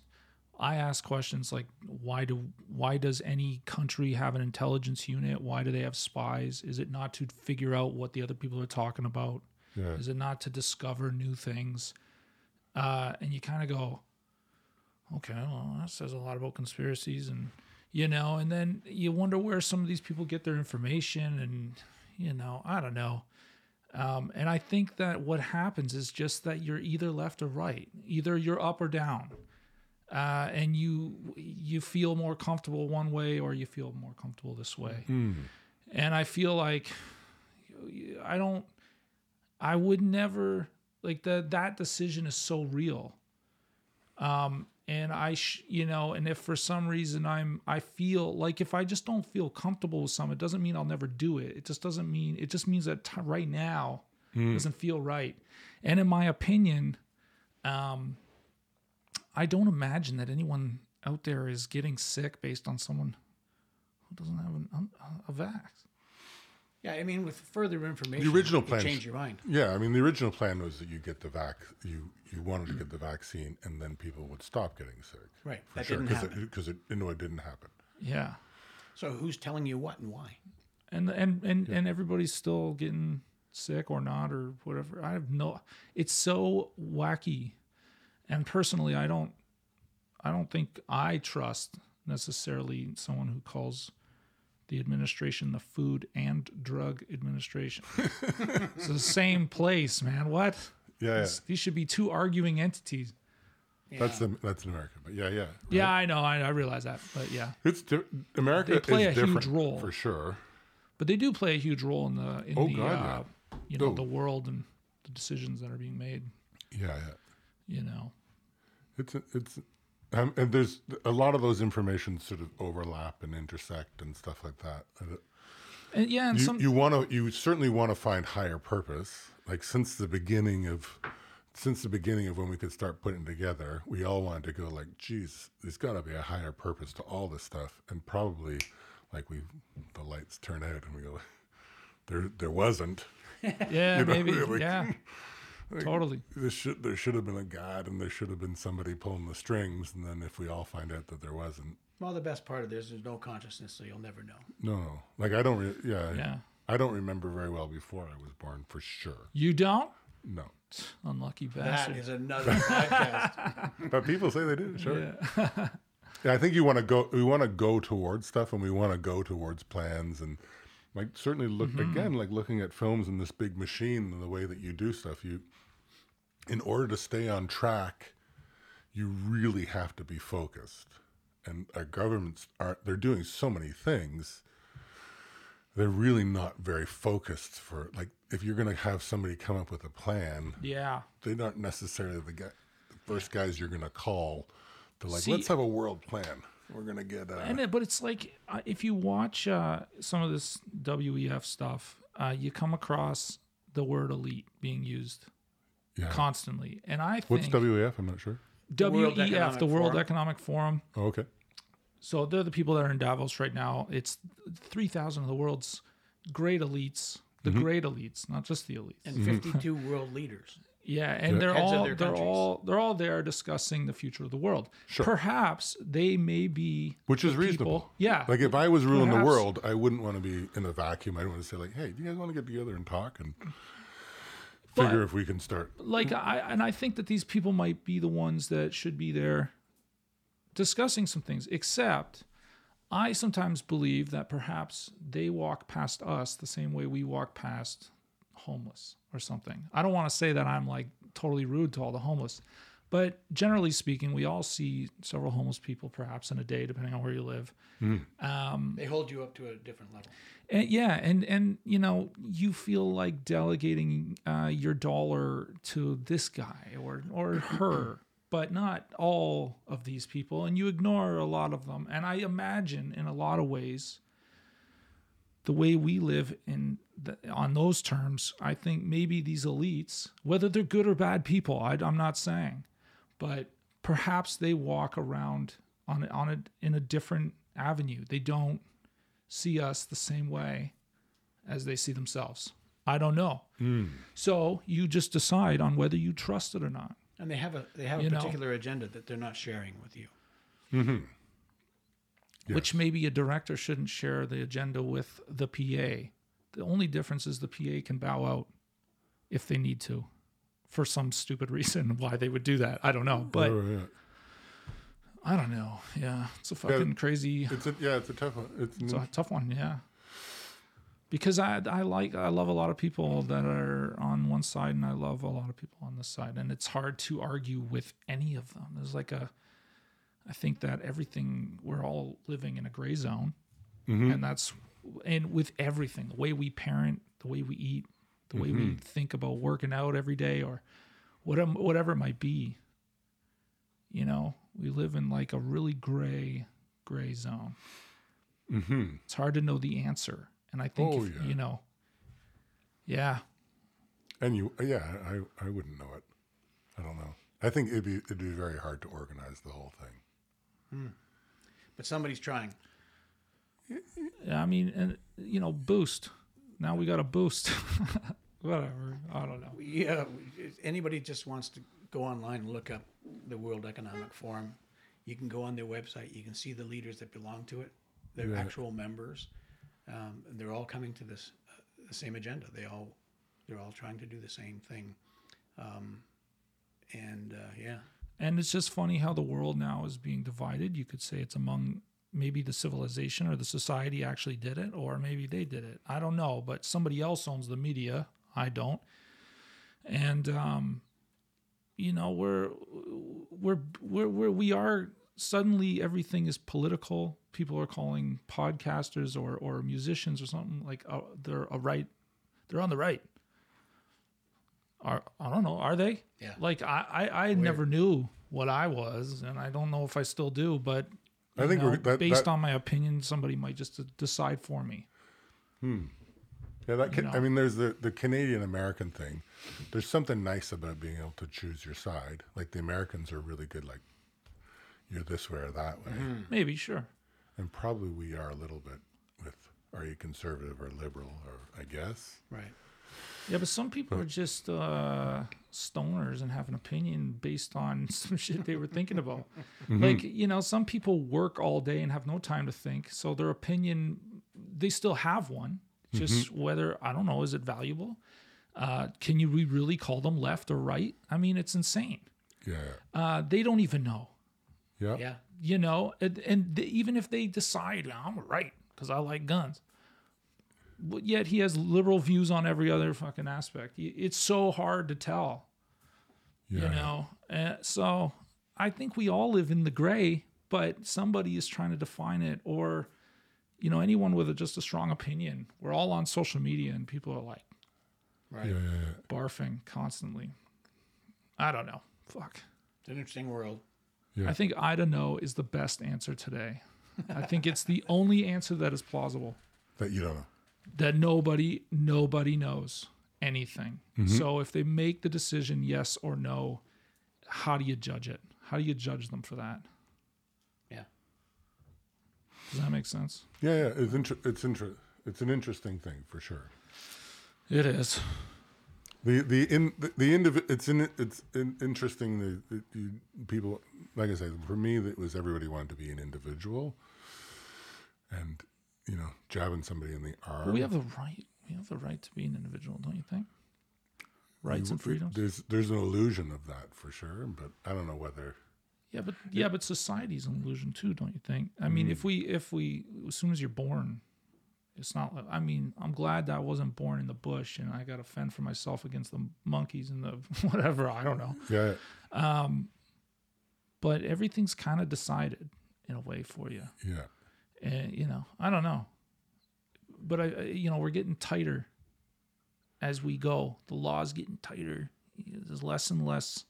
Speaker 1: I ask questions like, why do why does any country have an intelligence unit? Why do they have spies? Is it not to figure out what the other people are talking about?
Speaker 2: Yeah.
Speaker 1: Is it not to discover new things? Uh, and you kind of go, okay, well, that says a lot about conspiracies, and you know, and then you wonder where some of these people get their information, and you know, I don't know. Um, and I think that what happens is just that you're either left or right, either you're up or down, uh, and you you feel more comfortable one way or you feel more comfortable this way. And I feel like I don't I would never like the that decision is so real. Um and I sh- you know and if for some reason I'm I feel like if I just don't feel comfortable with some it doesn't mean I'll never do it. It just doesn't mean it just means that t- right now it doesn't feel right. And in my opinion um I don't imagine that anyone out there is getting sick based on someone who doesn't have an, a vax.
Speaker 3: Yeah, I mean, with further information,
Speaker 2: original
Speaker 3: you
Speaker 2: plan-
Speaker 3: change your mind.
Speaker 2: Yeah, I mean, the original plan was that you get the vac, you you wanted to get the vaccine, and then people would stop getting sick.
Speaker 3: Right,
Speaker 2: for
Speaker 3: that
Speaker 2: sure,
Speaker 3: didn't
Speaker 2: because
Speaker 3: happen.
Speaker 2: it, 'cause it, you know, it didn't happen.
Speaker 1: Yeah.
Speaker 3: So who's telling you what and why?
Speaker 1: and and and and everybody's still getting sick or not or whatever. I have no. It's so wacky, and personally, I don't, I don't think I trust necessarily someone who calls the administration the Food and Drug Administration. it's the same place, man. What?
Speaker 2: Yeah, yeah.
Speaker 1: It's- These should be two arguing entities.
Speaker 2: that's the that's in America, but yeah, yeah,
Speaker 1: Yeah, I know. I, I realize that, but yeah,
Speaker 2: it's di- America.
Speaker 1: They play
Speaker 2: is
Speaker 1: a huge
Speaker 2: different,
Speaker 1: role.
Speaker 2: for sure.
Speaker 1: but they do play a huge role in the in
Speaker 2: Oh,
Speaker 1: the
Speaker 2: God,
Speaker 1: uh, you know
Speaker 2: Oh.
Speaker 1: the world and the decisions that are being made.
Speaker 2: Yeah, yeah.
Speaker 1: You know.
Speaker 2: It's it's um, and there's a lot of those information sort of overlap and intersect and stuff like that. And it-
Speaker 1: And yeah, and
Speaker 2: You
Speaker 1: some
Speaker 2: you want to you certainly want to find higher purpose. Like since the beginning of since the beginning of when we could start putting together, we all wanted to go like, geez, there's got to be a higher purpose to all this stuff, and probably like we the lights turn out and we go, there there wasn't.
Speaker 1: yeah,
Speaker 2: know,
Speaker 1: maybe
Speaker 2: like-
Speaker 1: yeah, totally.
Speaker 2: This should there should have been a god and there should have been somebody pulling the strings, and then if we all find out that there wasn't,
Speaker 3: Well, the best part of this is no consciousness, so you'll never know.
Speaker 2: no, no. like I don't, re- yeah,
Speaker 1: Yeah,
Speaker 2: I don't remember very well before I was born for sure.
Speaker 1: you don't
Speaker 2: No,
Speaker 1: unlucky
Speaker 3: That
Speaker 1: bastard.
Speaker 3: is another podcast.
Speaker 2: but people say they do. Sure.
Speaker 1: yeah.
Speaker 2: Yeah, I think you want to go. We want to go towards stuff, and we want to go towards plans, and like certainly look again, like looking at films and this big machine and the way that you do stuff. You, in order to stay on track, you really have to be focused. And our governments are—they're doing so many things. They're really not very focused for like if you're going to have somebody come up with a plan,
Speaker 1: yeah,
Speaker 2: they're not necessarily the guy, the first guys you're gonna call to like,
Speaker 1: See-
Speaker 2: let's have a world plan. We're gonna get uh,
Speaker 1: and it, but it's like uh, if you watch uh, some of this WEF stuff, uh, you come across the word elite being used
Speaker 2: yeah.
Speaker 1: constantly, and I
Speaker 2: What's E
Speaker 1: think
Speaker 2: WEF? I'm not sure.
Speaker 1: WEF,
Speaker 3: World
Speaker 1: the World,
Speaker 3: Economic Forum?
Speaker 1: Economic Forum.
Speaker 2: Oh, okay.
Speaker 1: So they're the people that are in Davos right now. It's three thousand of the
Speaker 2: Mm-hmm.
Speaker 1: world's great elites, the great elites, not just the elites.
Speaker 3: and 52 world leaders.
Speaker 1: Yeah, and they're
Speaker 3: Heads of
Speaker 1: all
Speaker 3: their
Speaker 1: they're
Speaker 3: countries.
Speaker 1: all they're all there discussing the future of the world.
Speaker 2: Sure.
Speaker 1: Perhaps they may be
Speaker 2: Which is
Speaker 1: the people-
Speaker 2: reasonable.
Speaker 1: Yeah.
Speaker 2: Like if I was ruling the
Speaker 1: Perhaps.
Speaker 2: world, I wouldn't want to be in a vacuum. I'd want to say like, hey, do you guys want to get together and talk and figure if we can start?
Speaker 1: like I and I think that these people might be the ones that should be there discussing some things. Except I sometimes believe that perhaps they walk past us the same way we walk past homeless or something. I don't want to say that I'm like totally rude to all the homeless, but generally speaking, we all see several homeless people perhaps in a day depending on where you live.
Speaker 3: They hold you up to a different level.
Speaker 1: And, yeah, and and you know you feel like delegating uh, your dollar to this guy or or her, but not all of these people, and you ignore a lot of them. And I imagine in a lot of ways, the way we live in the, on those terms, I think maybe these elites, whether they're good or bad people, I, I'm not saying, but perhaps they walk around on on it in a different avenue. They don't see us the same way as they see themselves. I don't know. So you just decide on whether you trust it or not.
Speaker 3: And they have a they have
Speaker 1: You
Speaker 3: a
Speaker 1: know.
Speaker 3: particular agenda that they're not sharing with you.
Speaker 1: Which maybe a director shouldn't share the agenda with the PA. The only difference is the PA can bow out if they need to for some stupid reason why they would do that. I don't know. But
Speaker 2: Or, Oh, yeah.
Speaker 1: I don't know. Yeah. It's a fucking crazy
Speaker 2: It's a, yeah, it's a tough one. It's,
Speaker 1: It's a tough one, yeah. Because I I like I love a lot of people that are on one side and I love a lot of people on this side and it's hard to argue with any of them. There's like a I think that everything we're all living in a gray zone.
Speaker 2: mm-hmm,
Speaker 1: And that's and with everything, the way we parent, the way we eat, the way we think about working out every day or whatever whatever it might be. You know, we live in like a really gray gray zone
Speaker 2: mm-hmm.
Speaker 1: it's hard to know the answer. And I think
Speaker 2: Oh,
Speaker 1: if,
Speaker 2: yeah.
Speaker 1: you know, yeah,
Speaker 2: and you, yeah, I, I wouldn't know it. I don't know. I think it'd be it'd be very hard to organize the whole thing.
Speaker 3: But somebody's trying.
Speaker 1: I mean, and you know, boost. Now we got a boost. Whatever. I don't know.
Speaker 3: Yeah, if anybody just wants to go online and look up the World Economic Forum, you can go on their website. You can see the leaders that belong to it. They're actual members. Um, and they're all coming to this uh, the same agenda. They all they're all trying to do the same thing. Um, and uh, yeah,
Speaker 1: And it's just funny how the world now is being divided. You could say it's among maybe the civilization or the society actually did it, or maybe they did it. I don't know, but somebody else owns the media. I don't. And um, you know, we're we're we're, we're we are suddenly everything is political. People are calling podcasters or or musicians or something like uh, they're a right, they're on the right. Are I don't know, are they?
Speaker 3: Yeah.
Speaker 1: Like I I, I never knew what I was, and I don't know if I still do, but.
Speaker 2: I think
Speaker 1: you know,
Speaker 2: we're, that,
Speaker 1: based
Speaker 2: that,
Speaker 1: on my opinion, somebody might just d- decide for me.
Speaker 2: yeah, that can,
Speaker 1: know.
Speaker 2: I mean, there's the the Canadian American thing. There's something nice about being able to choose your side. Like the Americans are really good. Like you're this way or that way,
Speaker 1: Maybe, sure.
Speaker 2: and probably we are a little bit with are you conservative or liberal or I guess.
Speaker 3: right.
Speaker 1: Yeah, but some people are just uh, stoners and have an opinion based on some shit they were thinking about. Like, you know, some people work all day and have no time to think. So their opinion, they still have one. Just whether, I don't know, is it valuable? Uh, can you re- really call them left or right? I mean, it's insane.
Speaker 2: Yeah.
Speaker 1: Uh, they don't even know.
Speaker 2: Yeah.
Speaker 3: Yeah,
Speaker 1: you know, and, and th- even if they decide "Nah, I'm right because I like guns, but yet he has liberal views on every other fucking aspect. Y- It's so hard to tell,
Speaker 2: Yeah.
Speaker 1: you know. And so I think we all live in the gray, but somebody is trying to define it, or you know, anyone with a, just a strong opinion. We're all on social media, and people are like
Speaker 3: right.
Speaker 2: Yeah, yeah, yeah.
Speaker 1: barfing constantly. I don't know. Fuck.
Speaker 3: It's an interesting world.
Speaker 2: Yeah.
Speaker 1: I think I don't know is the best answer today. I think it's the only answer that is plausible
Speaker 2: That you don't know.
Speaker 1: that nobody nobody knows anything. So if they make the decision yes or no, how do you judge it? How do you judge them for that?
Speaker 3: Yeah.
Speaker 1: Does that make sense?
Speaker 2: Yeah, yeah. It's inter- it's inter- it's an interesting thing for sure.
Speaker 1: It is.
Speaker 2: The the in the, the indiv- it's in it's in, interesting that, that you, people like I said for me it was everybody wanted to be an individual, and you know jabbing somebody in the arm.
Speaker 1: But we have the right. We have the right to be an individual, don't you think? Rights and freedoms.
Speaker 2: There's there's an illusion of that for sure, but I don't know whether
Speaker 1: Yeah, but yeah, but society's an illusion too, don't you think? I mean, if we if we as soon as you're born, it's not. like- I mean, I'm glad that I wasn't born in the bush and I got to fend for myself against the monkeys and the whatever. I don't know.
Speaker 2: yeah
Speaker 1: But everything's kind of decided in a way for you.
Speaker 2: yeah
Speaker 1: and you know i don't know but i I- you know we're getting tighter as we go the law's getting tighter there's less and less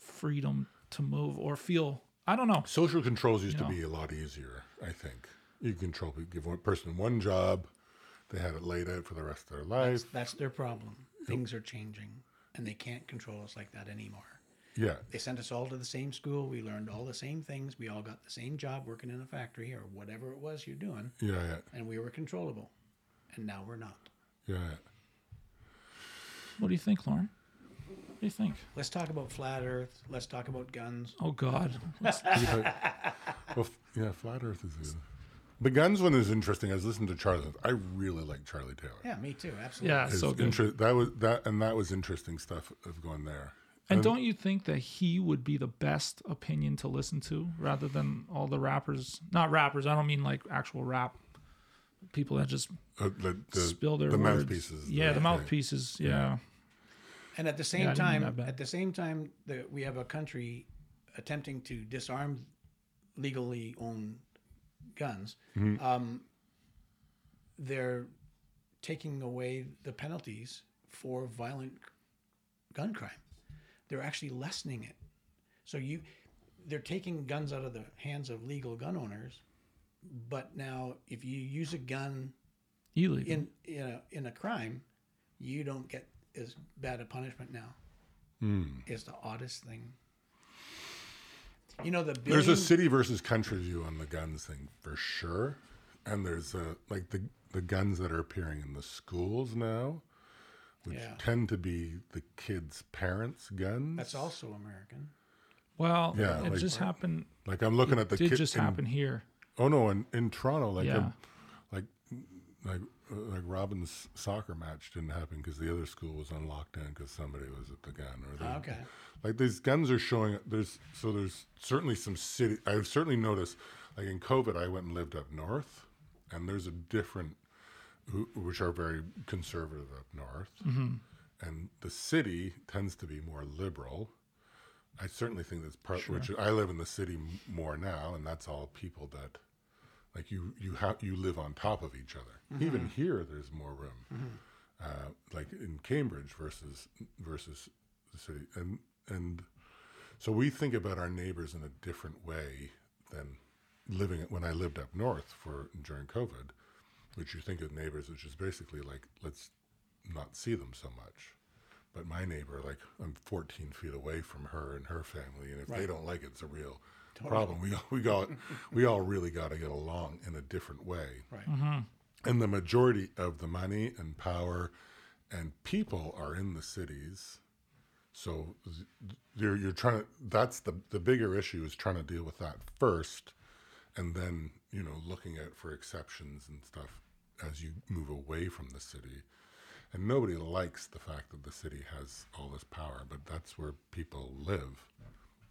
Speaker 1: freedom to move or feel i don't know
Speaker 2: social controls used
Speaker 1: know.
Speaker 2: to be a lot easier. I think you control give one person one job, they had it laid out for the rest of their life.
Speaker 3: That's their problem. Things are changing, and they can't control us like that anymore.
Speaker 2: Yeah,
Speaker 3: They sent us all to the same school. We learned all the same things. We all got the same job working in a factory or whatever it was you're doing,
Speaker 2: yeah, yeah,
Speaker 3: and we were controllable. And now we're not.
Speaker 2: yeah.
Speaker 1: what do you think lauren what do you think
Speaker 3: Let's talk about flat Earth. Let's talk about guns.
Speaker 1: oh god Let's-
Speaker 2: Well, f- yeah, flat Earth is. A, the guns one is interesting. I was listening to Charlie. I really like Charlie Taylor.
Speaker 3: Yeah, me too. Absolutely.
Speaker 1: yeah
Speaker 2: His
Speaker 1: so good
Speaker 2: inter- that was that, and that was interesting stuff of going there.
Speaker 1: and don't you think that he would be the best opinion to listen to rather than all the rappers not rappers i don't mean like actual rap people that just
Speaker 2: Uh, the the,
Speaker 1: spill their
Speaker 2: the
Speaker 1: words.
Speaker 2: mouthpieces.
Speaker 1: yeah the mouthpieces yeah.
Speaker 3: And at the same
Speaker 1: Yeah, I didn't mean that
Speaker 3: time,
Speaker 1: bad.
Speaker 3: at the same time that we have a country attempting to disarm legally owned guns,
Speaker 1: Mm-hmm.
Speaker 3: um, they're taking away the penalties for violent gun crime. They're actually lessening it. So you, they're taking guns out of the hands of legal gun owners, but now if you use a gun
Speaker 1: illegal
Speaker 3: in in a, in a crime, you don't get as bad a punishment now.
Speaker 2: Hmm.
Speaker 3: Is the oddest thing. You know the billion,
Speaker 2: There's a city versus country view on the guns thing for sure, and there's uh like the the guns that are appearing in the schools now, which
Speaker 3: Yeah.
Speaker 2: tend to be the kids' parents' guns.
Speaker 3: that's also American.
Speaker 1: Well,
Speaker 2: Yeah,
Speaker 1: it
Speaker 2: like-
Speaker 1: just happened.
Speaker 2: Like I'm looking at the
Speaker 1: Did
Speaker 2: kid-
Speaker 1: just
Speaker 2: in-
Speaker 1: happen here.
Speaker 2: Oh no, in, in Toronto, like
Speaker 1: Yeah.
Speaker 2: um like like uh, like Robin's soccer match didn't happen because the other school was on lockdown because somebody was at the gun or the,
Speaker 3: Ah, Okay.
Speaker 2: like these guns are showing there's so there's certainly some city I've certainly noticed like in COVID I went and lived up north and there's a different who- which are very conservative up north and the city tends to be more liberal I certainly think that's part which I live in the city m- more now and that's all people that like you you have you live on top of each other even here there's more room uh, like in Cambridge versus versus the city, and and so we think about our neighbors in a different way than living when I lived up north for during COVID, which you think of neighbors, which is basically like let's not see them so much. But my neighbor, like I'm 14 feet away from her and her family, and if they don't like it, it's a real problem. We all- we got we all really got to get along in a different way
Speaker 3: Right.
Speaker 2: and the majority of the money and power and people are in the cities so th- you're, you're trying to that's the the bigger issue is trying to deal with that first and then you know looking out for exceptions and stuff as you move away from the city and nobody likes the fact that the city has all this power but that's where people live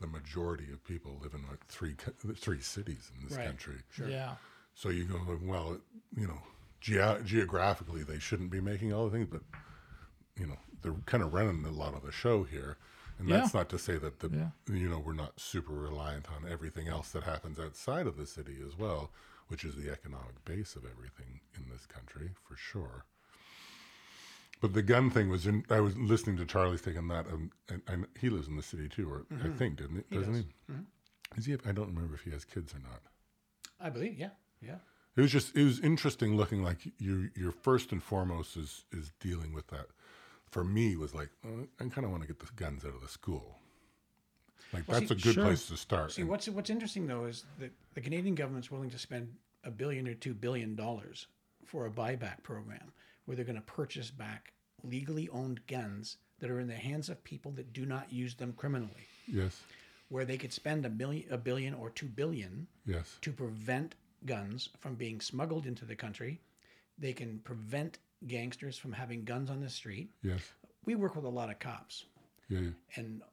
Speaker 2: the majority of people live in like three co- three cities in this
Speaker 3: Right.
Speaker 2: country
Speaker 1: Yeah.
Speaker 2: so you go, well, you know, ge- geographically they shouldn't be making all the things, but you know they're kind of running a lot of the show here, and that's
Speaker 1: Yeah.
Speaker 2: not to say that the
Speaker 1: Yeah.
Speaker 2: you know we're not super reliant on everything else that happens outside of the city as well, which is the economic base of everything in this country for sure. But the gun thing was in. I was listening to Charlie's take on that, and, and, and he lives in the city too, or
Speaker 1: Mm-hmm.
Speaker 2: I think, didn't he? Doesn't he? Does he have, I don't remember if he has kids or not.
Speaker 3: I believe. Yeah. Yeah.
Speaker 2: It was just it was interesting looking like you your first and foremost is is dealing with that. For me was like uh, I kind of want to get the guns out of the school. Like that's
Speaker 3: see,
Speaker 2: a good
Speaker 1: sure.
Speaker 2: place to start.
Speaker 3: See,
Speaker 2: And-
Speaker 3: what's what's interesting though is that the Canadian government's willing to spend a billion or two billion dollars for a buyback program where they're going to purchase back legally owned guns that are in the hands of people that do not use them criminally,
Speaker 2: Yes.
Speaker 3: where they could spend a million, a billion, or two billion
Speaker 2: Yes.
Speaker 3: to prevent guns from being smuggled into the country. They can prevent gangsters from having guns on the street.
Speaker 2: Yes.
Speaker 3: We work with a lot of cops,
Speaker 2: Yeah. yeah.
Speaker 3: and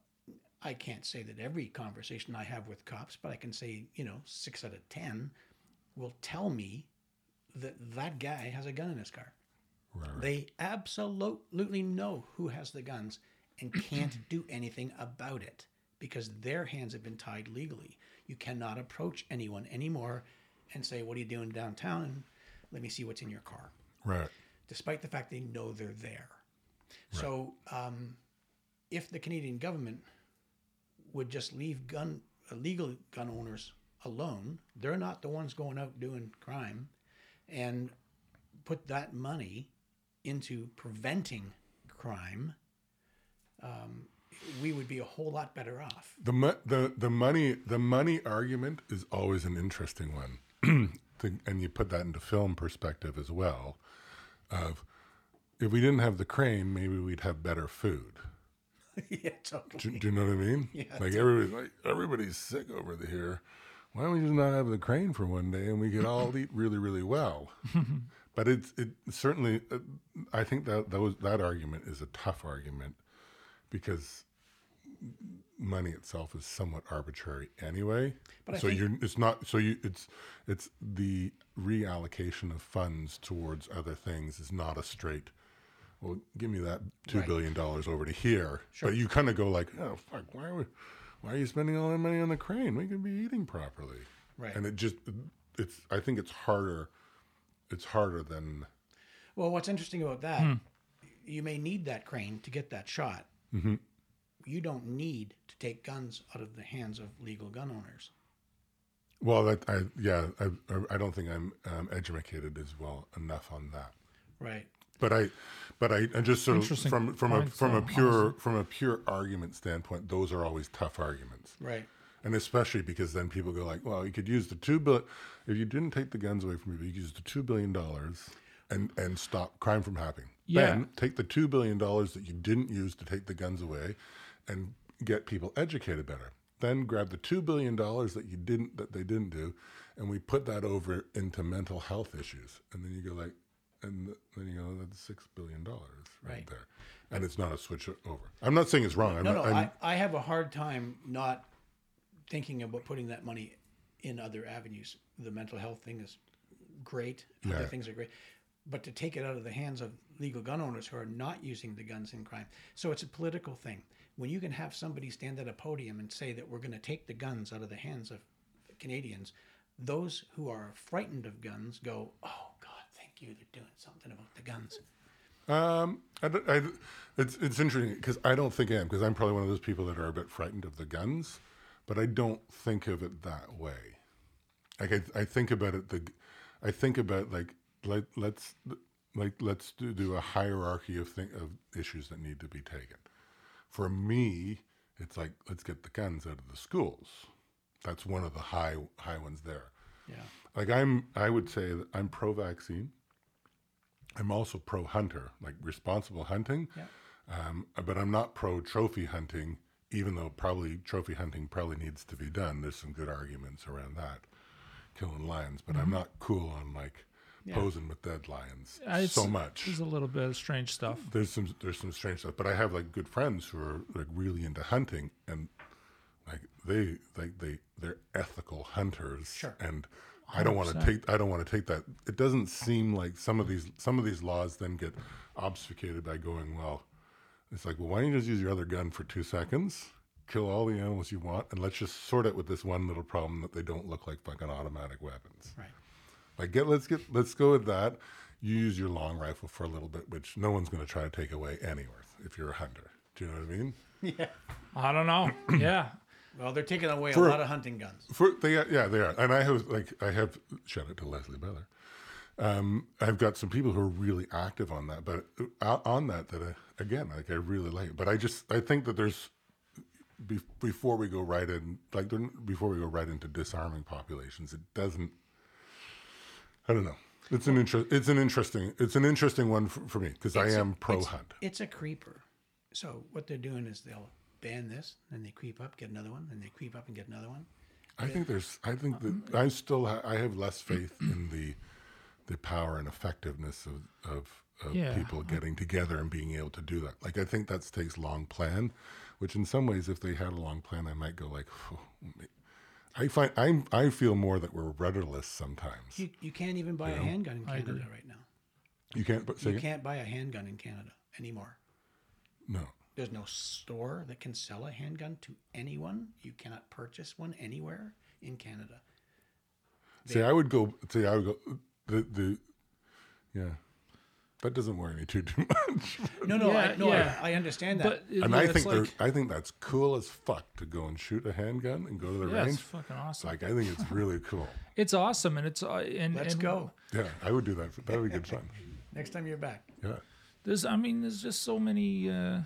Speaker 3: I can't say that every conversation I have with cops, but I can say, you know, six out of 10 will tell me that that guy has a gun in his car.
Speaker 2: Right. right.
Speaker 3: They absolutely know who has the guns and can't do anything about it because their hands have been tied legally. You cannot approach anyone anymore and say, What are you doing downtown? And let me see what's in your car,
Speaker 2: Right.
Speaker 3: despite the fact they know they're there. So, um, if the Canadian government would just leave gun illegal gun owners alone, they're not the ones going out doing crime, and put that money into preventing crime, um, we would be a whole lot better off.
Speaker 2: The, mo- the the money the money argument is always an interesting one, to, and you put that into film perspective as well. Of if we didn't have the crane, maybe we'd have better food.
Speaker 3: yeah, totally.
Speaker 2: Do, do you know what I mean? Like everybody's like everybody's sick over here. Why don't we just not have the crane for one day and we could all eat really really well? but it's it certainly uh, I think that those that argument is a tough argument because money itself is somewhat arbitrary anyway.
Speaker 3: But I
Speaker 2: so
Speaker 3: think-
Speaker 2: you're it's not so you it's it's the reallocation of funds towards other things is not a straight well, give me that two
Speaker 3: Right.
Speaker 2: billion dollars over to here. But you kind of go like, oh fuck, why are we, why are you spending all that money on the crane? We could be eating properly.
Speaker 3: Right.
Speaker 2: And it just, it's. I think it's harder. It's harder than
Speaker 3: Well, what's interesting about that, you may need that crane to get that shot. You don't need to take guns out of the hands of legal gun owners.
Speaker 2: well. That I yeah. I I- I don't think I'm um, educated as well enough on that.
Speaker 3: Right.
Speaker 2: But I, but I, I just sort of
Speaker 1: Interesting
Speaker 2: from from a
Speaker 1: point,
Speaker 2: from a
Speaker 1: though,
Speaker 2: pure from a pure argument standpoint, those are always tough arguments.
Speaker 3: Right.
Speaker 2: And especially because then people go like, well, you could use the two billion. If you didn't take the guns away from people, you could use the two billion dollars and and stop crime from happening.
Speaker 1: Yeah.
Speaker 2: Then take the two billion dollars that you didn't use to take the guns away, and get people educated better. Then grab the two billion dollars that you didn't that they didn't do, and we put that over into mental health issues. And then you go like, and then you go, that's six billion dollars right,
Speaker 3: Right.
Speaker 2: there. And it's not a switch over. I'm not saying it's wrong. I'm
Speaker 3: No,
Speaker 2: not,
Speaker 3: no,
Speaker 2: I'm-
Speaker 3: I, I have a hard time not thinking about putting that money in other avenues. The mental health thing is great. Other
Speaker 2: Yeah.
Speaker 3: things are great. But to take it out of the hands of legal gun owners who are not using the guns in crime. So it's a political thing. When you can have somebody stand at a podium and say that we're going to take the guns out of the hands of Canadians, those who are frightened of guns go, oh, God, thank you. They're doing something about the guns.
Speaker 2: Um, I, don't- I, it's it's interesting because I don't think I am because I'm probably one of those people that are a bit frightened of the guns, but I don't think of it that way. Like I, I think about it the, I think about like let let's like let's do, do a hierarchy of thing of issues that need to be taken. For me, it's like let's get the guns out of the schools. That's one of the high high ones there
Speaker 3: Yeah.
Speaker 2: like I'm I would say that I'm pro vaccine. I'm also pro hunter, like responsible hunting.
Speaker 3: Yeah.
Speaker 2: Um, but I'm not pro trophy hunting, even though probably trophy hunting probably needs to be done. There's some good arguments around that, killing lions. But
Speaker 1: Mm-hmm.
Speaker 2: I'm not cool on like posing with dead lions
Speaker 1: Uh, it's-
Speaker 2: so much.
Speaker 1: There's a little bit of strange stuff.
Speaker 2: There's some there's some strange stuff, but I have like good friends who are like really into hunting and like they like they they're ethical hunters.
Speaker 3: Sure.
Speaker 2: And I don't want to
Speaker 1: 100%.
Speaker 2: take I don't want to take that. It doesn't seem like some of these some of these laws then get obfuscated by going well. It's like well, why don't you just use your other gun for two seconds, kill all the animals you want, and let's just sort it with this one little problem that they don't look like fucking automatic weapons.
Speaker 3: Right.
Speaker 2: Like get let's get let's go with that. You use your long rifle for a little bit, which no one's going to try to take away anywhere if you're a hunter. Do you know what I mean?
Speaker 1: I don't know. yeah.
Speaker 3: Well, they're taking away
Speaker 2: For-
Speaker 3: a lot of hunting guns.
Speaker 2: For they are, yeah they are, and I have like I have shout out to Leslie Beller. Um, I've got some people who are really active on that, but uh, on that that uh, again like I really like. But I just I think that there's be, before we go right in like there- before we go right into disarming populations, it doesn't. I don't know. It's an interest. It's an interesting. It's an interesting one for, for me because I
Speaker 3: It's a-
Speaker 2: am pro
Speaker 3: it's-
Speaker 2: hunt.
Speaker 3: It's a creeper. So what they're doing is they'll ban this, and they creep up, get another one, and they creep up and get another one.
Speaker 2: I think there's. I think that I still. Ha- I have less faith in the, the power and effectiveness of of, of
Speaker 1: Yeah.
Speaker 2: people getting together and being able to do that. Like I think that takes long plan, which in some ways, if they had a long plan, I might go like. "Phew, ma- I find I'm. I feel more that we're rudderless sometimes.
Speaker 3: You, you can't even buy a handgun in Canada right now.
Speaker 2: You can't. But say
Speaker 3: You
Speaker 2: again?
Speaker 3: can't buy a handgun in Canada anymore.
Speaker 2: no.
Speaker 3: There's no store that can sell a handgun to anyone. You cannot purchase one anywhere in Canada.
Speaker 2: See, I would go. See, I would go. The the, yeah, that doesn't worry me too too much.
Speaker 3: No, no,
Speaker 1: Yeah,
Speaker 3: I, no,
Speaker 1: yeah.
Speaker 3: I, I understand that.
Speaker 1: But it-
Speaker 2: And
Speaker 1: yeah,
Speaker 2: I
Speaker 1: it's
Speaker 2: think they're
Speaker 1: like,
Speaker 2: I think that's cool as fuck to go and shoot a handgun and go to the
Speaker 1: yeah, it's
Speaker 2: range.
Speaker 1: fucking awesome.
Speaker 2: Like I think it's really cool.
Speaker 1: It's awesome, and it's uh, and
Speaker 3: Let's
Speaker 1: and
Speaker 3: go.
Speaker 2: Yeah, I would do that. For, that would be good fun.
Speaker 3: Next time you're back.
Speaker 2: Yeah,
Speaker 1: There's, I mean, there's just so many uh,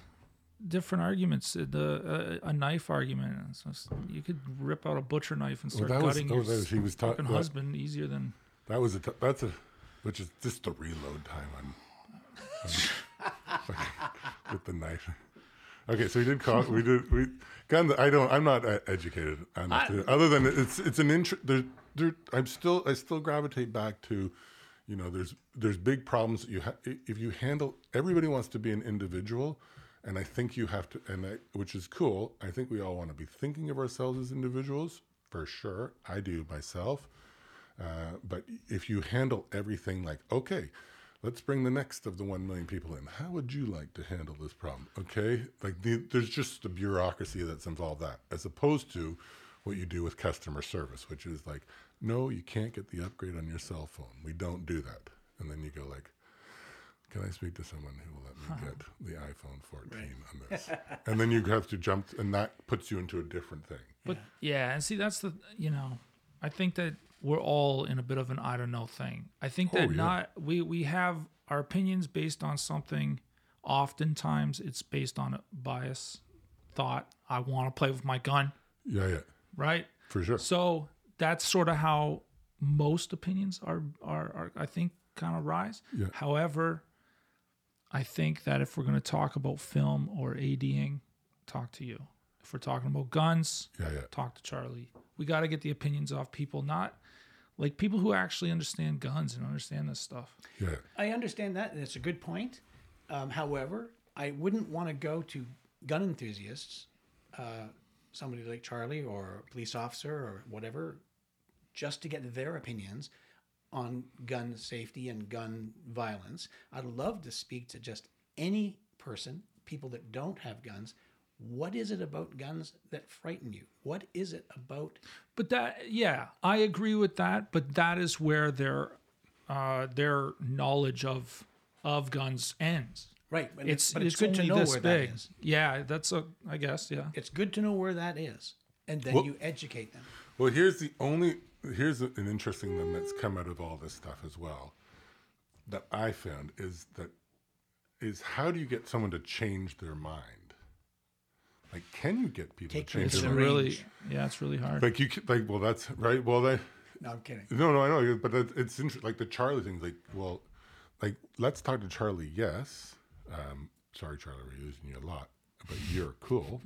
Speaker 1: different arguments. Uh, The uh, a knife argument. It's just- you could rip out a butcher knife and
Speaker 2: well,
Speaker 1: start
Speaker 2: that was,
Speaker 1: cutting
Speaker 2: that was
Speaker 1: your
Speaker 2: she was talking.
Speaker 1: fucking
Speaker 2: That,
Speaker 1: husband easier than.
Speaker 2: that was a t- that's a which is just the reload time on, on- with the knife. Okay, so we did call we did we gun. I don't. I'm not uh, educated on this. other than it's it's an intro. There, there. I'm still I still gravitate back to, you know, there's there's big problems that you ha- if you handle. Everybody wants to be an individual, and I think you have to. And I, which is cool. I think we all want to be thinking of ourselves as individuals for sure. I do myself. Uh, but if you handle everything like, okay, let's bring the next of the 1 million people in, how would you like to handle this problem? Okay. Like the, there's just the bureaucracy that's involved that, as opposed to what you do with customer service, which is like, no, you can't get the upgrade on your cell phone. We don't do that. And then you go like, can I speak to someone who will let me get the iPhone 14 on this? and then you have to jump, and that puts you into a different thing.
Speaker 1: But yeah, and see, that's the you know, I think that we're all in a bit of an I don't know thing. I think that
Speaker 2: Oh, yeah.
Speaker 1: not we we have our opinions based on something. Oftentimes, it's based on a bias, thought. I want to play with my gun,
Speaker 2: Yeah, yeah,
Speaker 1: right?
Speaker 2: for sure.
Speaker 1: So that's sort of how most opinions are are, are I think kind of rise.
Speaker 2: Yeah.
Speaker 1: However, I think that if we're going to talk about film or ADing, talk to you. If we're talking about guns,
Speaker 2: Yeah, yeah.
Speaker 1: talk to Charlie. We got to get the opinions off people, not like people who actually understand guns and understand this stuff.
Speaker 2: Yeah,
Speaker 3: I understand that, and it's a good point. Um, however, I wouldn't want to go to gun enthusiasts, uh, somebody like Charlie or a police officer or whatever, just to get their opinions on gun safety and gun violence. I'd love to speak to just any person, people that don't have guns. What is it about guns that frighten you? What is it about?
Speaker 1: But that, yeah, I agree with that. But that is where their uh, their knowledge of of guns ends.
Speaker 3: Right. and
Speaker 1: it's
Speaker 3: but it's, good to
Speaker 1: only
Speaker 3: know where
Speaker 1: this
Speaker 3: that
Speaker 1: big.
Speaker 3: is.
Speaker 1: Yeah, that's a I guess yeah.
Speaker 3: It's good to know where that is. And then you educate them.
Speaker 2: Well, here's the only here's an interesting thing that's come out of all this stuff as well that I found is that is how do you get someone to change their mind? Like, can you get people
Speaker 3: Take
Speaker 2: to
Speaker 3: them
Speaker 2: change
Speaker 1: It's
Speaker 3: to
Speaker 2: their
Speaker 3: the
Speaker 2: mind?
Speaker 1: really
Speaker 3: range.
Speaker 1: yeah, it's really hard.
Speaker 2: Like you, c- like well, that's right. Well, that
Speaker 3: No, I'm kidding.
Speaker 1: Mm.
Speaker 2: no, no, I know, but that, it's interesting. Like the Charlie thing, like well, like let's talk to Charlie. Yes, um, sorry, Charlie, we're using you a lot, but you're cool.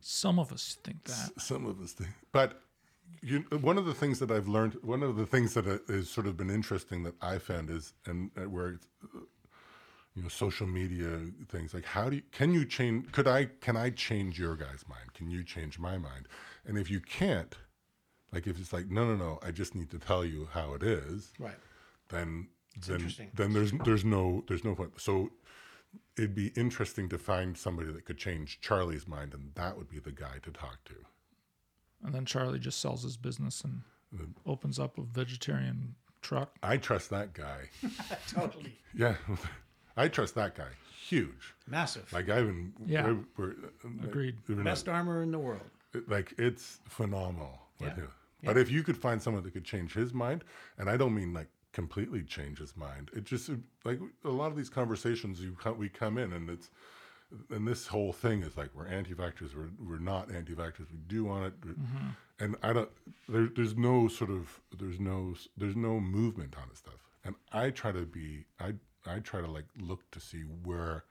Speaker 1: Some of us think that.
Speaker 2: some of us do. But you, one of the things that I've learned, one of the things that uh, has sort of been interesting that I found is, and uh, where it's, uh, you know, social media things like, how do you, can you change? Could I? Can I change your guy's mind? Can you change my mind? And if you can't, like, if it's like, no, no, no, I just need to tell you how it is,
Speaker 3: Right.
Speaker 2: then then,
Speaker 3: interesting.
Speaker 2: then there's there's no there's no point. So it'd be interesting to find somebody that could change Charlie's mind, and that would be the guy to talk to.
Speaker 1: And then Charlie just sells his business and opens up a vegetarian truck.
Speaker 2: I trust that guy.
Speaker 3: Totally.
Speaker 2: Yeah, I trust that guy. Huge.
Speaker 3: Massive.
Speaker 2: Like I've been.
Speaker 1: Yeah.
Speaker 2: we're- we're- uh,
Speaker 1: Agreed.
Speaker 2: we're not-
Speaker 3: Best armor in the world.
Speaker 2: like it's phenomenal. What
Speaker 3: Yeah.
Speaker 2: he- But if you could find someone that could change his mind, and I don't mean like completely change his mind, it just like a lot of these conversations you co- we come in and it's and this whole thing is like we're anti-vaxxers, we're, we're not anti-vaxxers, we do want it,
Speaker 3: Mm-hmm.
Speaker 2: and I don't. There, there's no sort of there's no there's no movement on this stuff, and I try to be I I try to like look to see where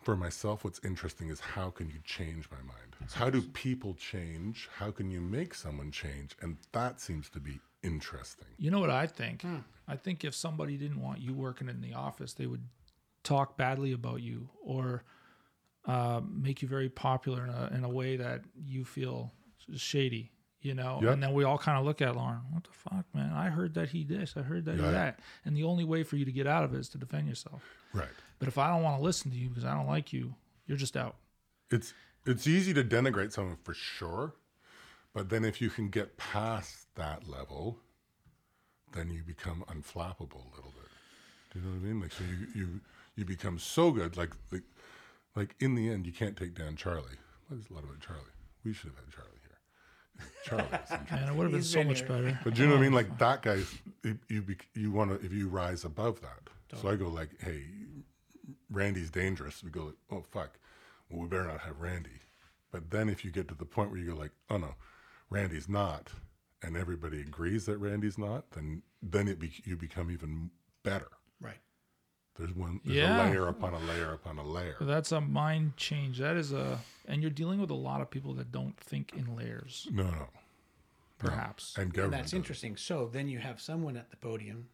Speaker 2: for myself what's interesting is how can you change my mind how do people change how can you make someone change and that seems to be interesting
Speaker 1: You know what I think?
Speaker 2: Hmm.
Speaker 1: I think if somebody didn't want you working in the office, they would talk badly about you or uh, make you very popular in a, in a way that you feel shady, you know?
Speaker 2: Yeah.
Speaker 1: And then we all kind of look at Lauren, what the fuck, man? I heard that he this, I heard that
Speaker 2: Yeah.
Speaker 1: he that. And the only way for you to get out of it is to defend yourself.
Speaker 2: right
Speaker 1: But if I don't want to listen to you because I don't like you, you're just out.
Speaker 2: it's it's easy to denigrate someone for sure but then if you can get past that level then you become unflappable a little bit do you know what i mean like so you you, you become so good like, like like in the end you can't take down charlie there's a lot about charlie we should have had charlie here charlie is in
Speaker 1: And it would have been so much better.
Speaker 2: But do you know what I mean?
Speaker 3: Oh.
Speaker 2: Like that guy's, you you, bec- you want to if you rise above that. So I go like, hey, Randy's dangerous. We go like, oh fuck, well we better not have Randy. But then if you get to the point where you go like, oh no, Randy's not, and everybody agrees that Randy's not, then then it be, you become even better.
Speaker 3: Right.
Speaker 2: There's one, there's
Speaker 1: Yeah.
Speaker 2: a layer upon a layer upon a layer.
Speaker 1: But that's a mind change. That is a, and you're dealing with a lot of people that don't think in layers,
Speaker 2: No, no,
Speaker 1: perhaps.
Speaker 2: and
Speaker 3: And
Speaker 2: government.
Speaker 3: that's
Speaker 2: does it.
Speaker 3: interesting. So then you have someone at the podium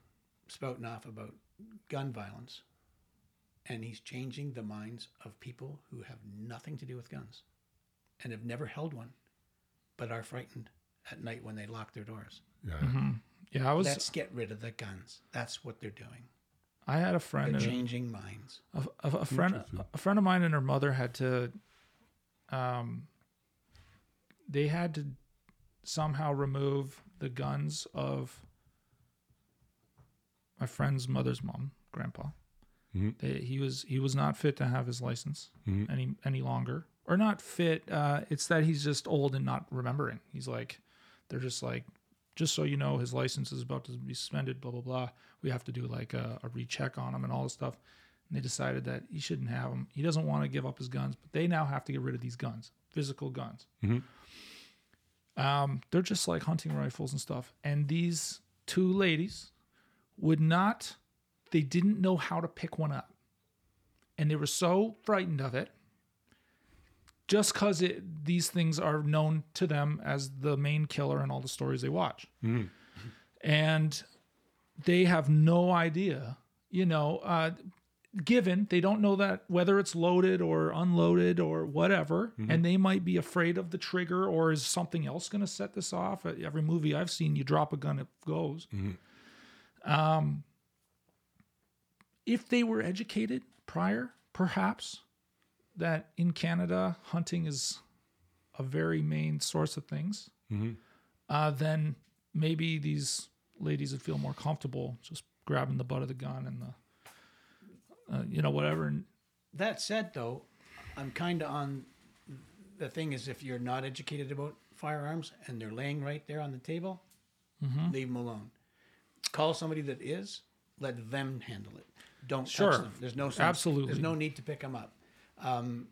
Speaker 3: spouting off about gun violence, and he's changing the minds of people who have nothing to do with guns and have never held one, but are frightened at night when they lock their doors.
Speaker 2: Yeah,
Speaker 1: Mm-hmm. Yeah, I was.
Speaker 3: Let's get rid of the guns. That's what they're doing.
Speaker 1: I had a
Speaker 3: They're
Speaker 1: friend, a,
Speaker 3: changing minds.
Speaker 1: a, a- a friend, a friend of mine, and her mother had to. Um, they had to somehow remove the guns of my friend's mother's mom, grandpa. They, he was he was not fit to have his license any any longer, or not fit. Uh, it's that he's just old and not remembering. He's like, they're just like, just so you know, his license is about to be suspended. Blah blah blah. We have to do like a, a recheck on him and all this stuff. And they decided that he shouldn't have them. He doesn't want to give up his guns, but they now have to get rid of these guns, physical guns. Um, they're just like hunting rifles and stuff. And these two ladies would not they didn't know how to pick one up. And they were so frightened of it just because these things are known to them as the main killer in all the stories they watch. And they have no idea, you know, uh, given they don't know that whether it's loaded or unloaded or whatever, and they might be afraid of the trigger or is something else going to set this off? Uh, Every movie I've seen, you drop a gun, it goes Um, if they were educated prior, perhaps, that in Canada hunting is a very main source of things, uh, then maybe these ladies would feel more comfortable just grabbing the butt of the gun and the, uh, you know, whatever. And
Speaker 3: That said, though, I'm kind of on the thing is if you're not educated about firearms and they're laying right there on the table,
Speaker 1: Mm-hmm.
Speaker 3: leave them alone. Call somebody that is, let them handle it. Don't
Speaker 1: Sure.
Speaker 3: touch them. There's no sense.
Speaker 1: Absolutely.
Speaker 3: There's no need to pick them up. Um,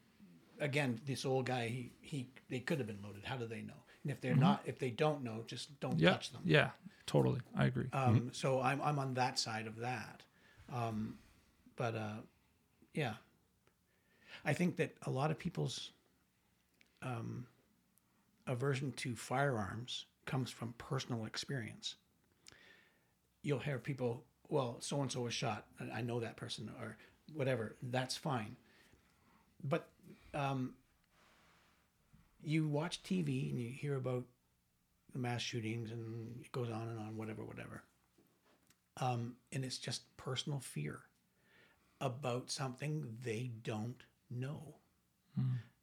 Speaker 3: again, this old guy, he, he they could have been loaded. How do they know? And if they're not, if they don't know, just don't
Speaker 1: Mm-hmm. yeah,
Speaker 3: touch them.
Speaker 1: yeah, totally. I agree.
Speaker 3: Um, So I'm I'm on that side of that, um, but uh, yeah, I think that a lot of people's um, aversion to firearms comes from personal experience. You'll hear people, well, so and so was shot, and I know that person, or whatever. That's fine, but um, you watch TV and you hear about the mass shootings and it goes on and on, whatever, whatever. Um, and it's just personal fear about something they don't know.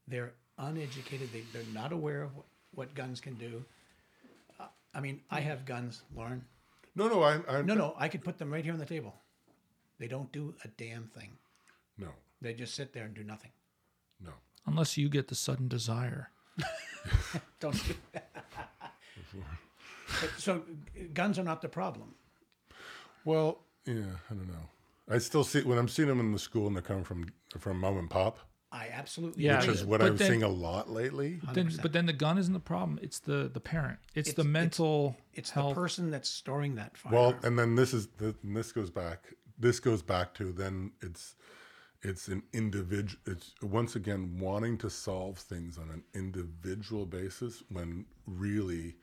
Speaker 3: They're uneducated. They, they're not aware of what, what guns can do. Uh, I mean, I have guns, Lauren.
Speaker 2: no, no, I, I
Speaker 3: No,
Speaker 2: no,
Speaker 3: no, I could put them right here on the table. They don't do a damn thing.
Speaker 2: no,
Speaker 3: They just sit there and do nothing.
Speaker 2: no.
Speaker 1: Unless you get the sudden desire.
Speaker 3: Don't do that. But, so g- guns are not the problem.
Speaker 2: Well, yeah, I don't know. I still see when I'm seeing them in the school and they come from from mom and pop.
Speaker 3: I absolutely
Speaker 1: Yeah.
Speaker 2: which
Speaker 3: agree.
Speaker 2: is what
Speaker 1: But
Speaker 2: I'm
Speaker 1: then- Oh,
Speaker 2: seeing a lot lately.
Speaker 1: Then, but then the gun isn't the problem. It's the the parent. It's, the
Speaker 3: It's- it's-
Speaker 1: mental.
Speaker 3: It's
Speaker 1: health.
Speaker 3: the person that's storing that fire.
Speaker 2: Well, and then this is the, and this goes back. This goes back to then it's it's an individual. It's once again wanting to solve things on an individual basis when really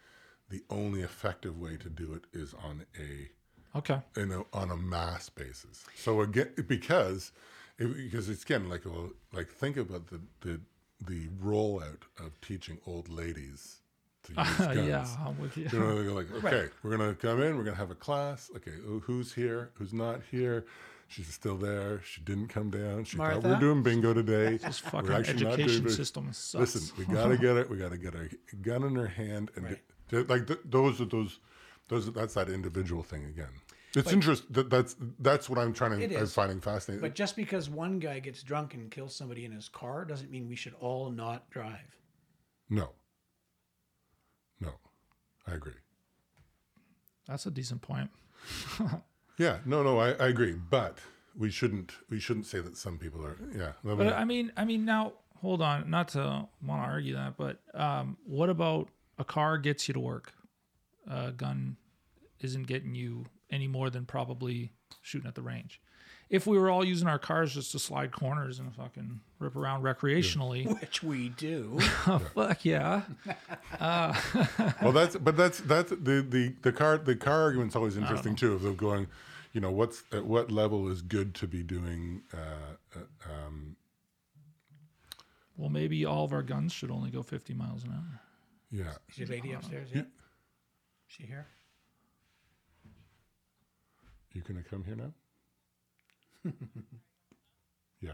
Speaker 2: the only effective way to do it is on a
Speaker 1: Okay.
Speaker 2: in a, on a mass basis. So again, because it, because it's again like well, like think about the the the rollout of teaching old ladies to use guns.
Speaker 1: yeah, I'm with you.
Speaker 2: You know, they go like, okay, we're gonna come in, we're gonna have a class. Okay, who- who's here? Who's not here? She's still there. She didn't come down. She thought we
Speaker 3: Martha?
Speaker 2: are doing bingo today.
Speaker 1: This fucking
Speaker 2: we're actually not doing
Speaker 1: education
Speaker 2: bingo.
Speaker 1: system sucks.
Speaker 2: Listen, we gotta get it. We gotta get a gun in her hand, and get- like th- those are those, those are- that's that individual thing again. It's interest. That, that's that's what I'm trying
Speaker 3: It
Speaker 2: to. I'm
Speaker 3: is.
Speaker 2: finding fascinating.
Speaker 3: But just because one guy gets drunk and kills somebody in his car doesn't mean we should all not drive.
Speaker 2: no. No, I agree.
Speaker 1: That's a decent point.
Speaker 2: Yeah, no, no, I, I agree. But we shouldn't we shouldn't say that some people are. Yeah, I mean,
Speaker 1: But I mean, I mean, now hold on. Not to want to argue that, but um, what about a car gets you to work? A gun isn't getting you any more than probably shooting at the range. If we were all using our cars just to slide corners and fucking rip around recreationally, uh,
Speaker 3: Which we do.
Speaker 1: fuck yeah. Uh,
Speaker 2: well, that's but that's that's the the the car the car argument's always interesting too. Of going, you know, what's at what level is good to be doing? Uh, uh, um,
Speaker 1: Well, maybe all of our guns should only go 50 miles an hour.
Speaker 2: yeah,
Speaker 3: Is your lady upstairs yet? She here?
Speaker 2: you gonna come here now? yeah,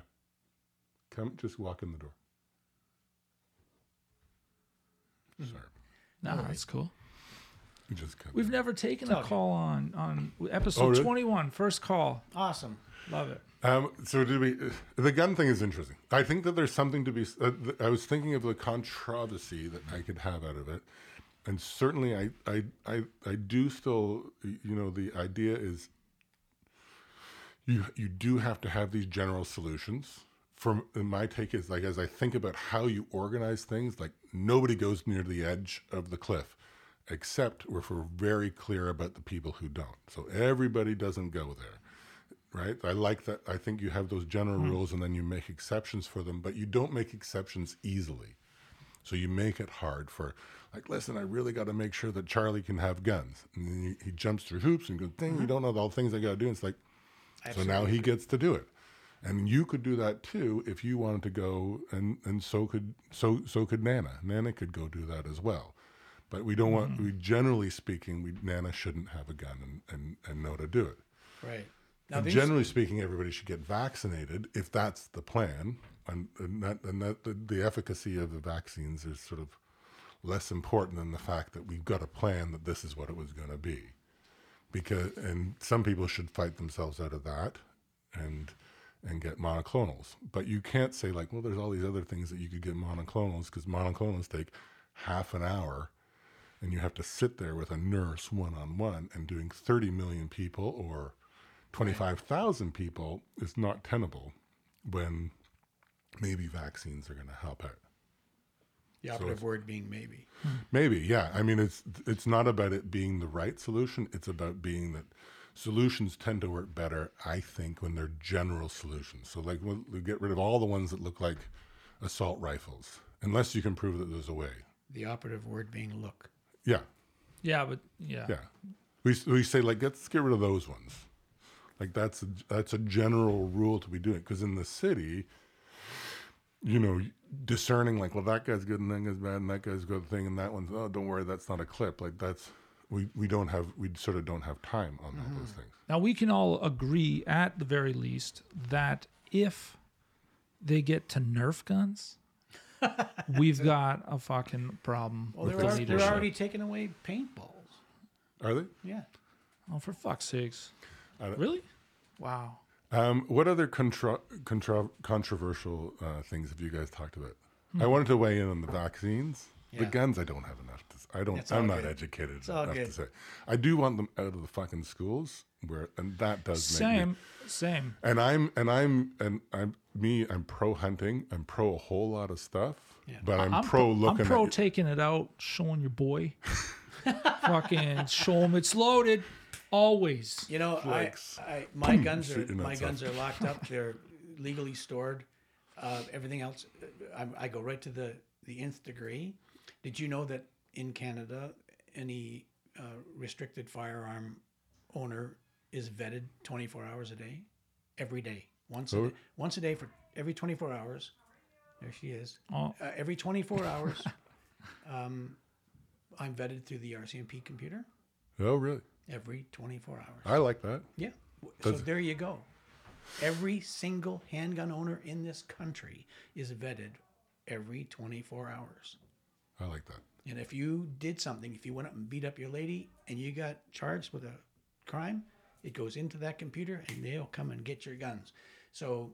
Speaker 2: come. Just walk in the door. Sorry,
Speaker 1: Nah, that's cool.
Speaker 2: you just come.
Speaker 1: We've never taken a call on on episode
Speaker 2: Oh, really?
Speaker 1: 21, first call.
Speaker 3: Awesome.
Speaker 1: Love it.
Speaker 2: Um, so did we? The gun thing is interesting. I think that there's something to be. Uh, th- I was thinking of the controversy that I could have out of it, and certainly I, I, I, I do still. You know, the idea is. You you do have to have these general solutions. From and my take is like as I think about how you organize things, like nobody goes near the edge of the cliff, except if we're very clear about the people who don't. So everybody doesn't go there right? I like that. I think you have those general rules and then you make exceptions for them, but you don't make exceptions easily. So you make it hard for, like, listen, I really got to make sure that Charlie can have guns. And then he, he jumps through hoops and goes, ding, you don't know all the things I got to do. And it's like, so now he gets to do it. And you could do that too if you wanted to go, and, and so could so so could Nana. Nana could go do that as well, but we don't want. We generally speaking, we Nana shouldn't have a gun and, and, and know to do it.
Speaker 3: Right. Now,
Speaker 2: And
Speaker 3: these,
Speaker 2: generally speaking, everybody should get vaccinated if that's the plan, and and that, and that the, the efficacy of the vaccines is sort of less important than the fact that we've got a plan that this is what it was going to be, because and some people should fight themselves out of that, and and get monoclonals, but you can't say like, well, there's all these other things that you could get monoclonals because monoclonals take half an hour and you have to sit there with a nurse one on one and doing 30 million people or 25,000 people is not tenable when maybe vaccines are going to help out.
Speaker 3: the operative word being maybe.
Speaker 2: Maybe, yeah. I mean, it's it's not about it being the right solution. It's about being that solutions tend to work better, I think, when they're general solutions. So, like, we'll, we get rid of all the ones that look like assault rifles, unless you can prove that there's a way.
Speaker 3: The operative word being look.
Speaker 2: Yeah,
Speaker 1: Yeah, but yeah.
Speaker 2: yeah. We s- we say like let's get rid of those ones. Like that's a, that's a general rule to be doing because in the city, you know, discerning like well that guy's good and that guy's bad and that guy's good thing and that one's oh don't worry that's not a clip like that's we we don't have we sort of don't have time on all those things.
Speaker 1: Now we can all agree at the very least that if they get to Nerf guns, we've got a fucking problem
Speaker 3: Well,
Speaker 1: with
Speaker 3: they're,
Speaker 1: the
Speaker 3: already, they're
Speaker 1: leadership.
Speaker 3: already taking away paintballs.
Speaker 2: Are they?
Speaker 3: Yeah.
Speaker 1: oh, for fuck's sakes.
Speaker 2: I don't-
Speaker 1: Really? Wow.
Speaker 2: Um, what other contra- contra- controversial uh, things have you guys talked about? I wanted to weigh in on the vaccines. The
Speaker 3: Hmm. Yeah.
Speaker 2: guns, I don't have enough. To, s- I don't.
Speaker 3: It's
Speaker 2: I'm
Speaker 3: all
Speaker 2: not
Speaker 3: good.
Speaker 2: educated
Speaker 3: all
Speaker 2: enough to
Speaker 3: good.
Speaker 2: say. I do want them out of the fucking schools, where and that does make me
Speaker 1: Same, same.
Speaker 2: and I'm and I'm and I'm me, I'm pro hunting. I'm pro a whole lot of stuff,
Speaker 3: Yeah.
Speaker 2: but I'm, pro looking.
Speaker 1: I'm pro
Speaker 2: at,
Speaker 1: taking it out, showing your boy. Fucking show him it's loaded. Always.
Speaker 3: You know, I,
Speaker 2: Flex.
Speaker 3: I my guns are
Speaker 2: Shoot your
Speaker 3: my
Speaker 2: nuts
Speaker 3: guns
Speaker 2: off.
Speaker 3: are locked up. They're legally stored. Uh, everything else, uh, I, I go right to the the nth degree. Did you know that in Canada, any uh, restricted firearm owner is vetted 24 hours a day, every day, once a
Speaker 2: Oh.
Speaker 3: day, once a day for every 24 hours. There she is.
Speaker 1: Oh.
Speaker 3: Uh, every 24 hours, um, I'm vetted through the RCMP computer
Speaker 2: oh, really?
Speaker 3: every 24 hours.
Speaker 2: I like that.
Speaker 3: Yeah. W- So
Speaker 2: Does-
Speaker 3: there you go. Every single handgun owner in this country is vetted every 24 hours.
Speaker 2: I like that.
Speaker 3: And if you did something, if you went up and beat up your lady and you got charged with a crime, it goes into that computer and they'll come and get your guns. So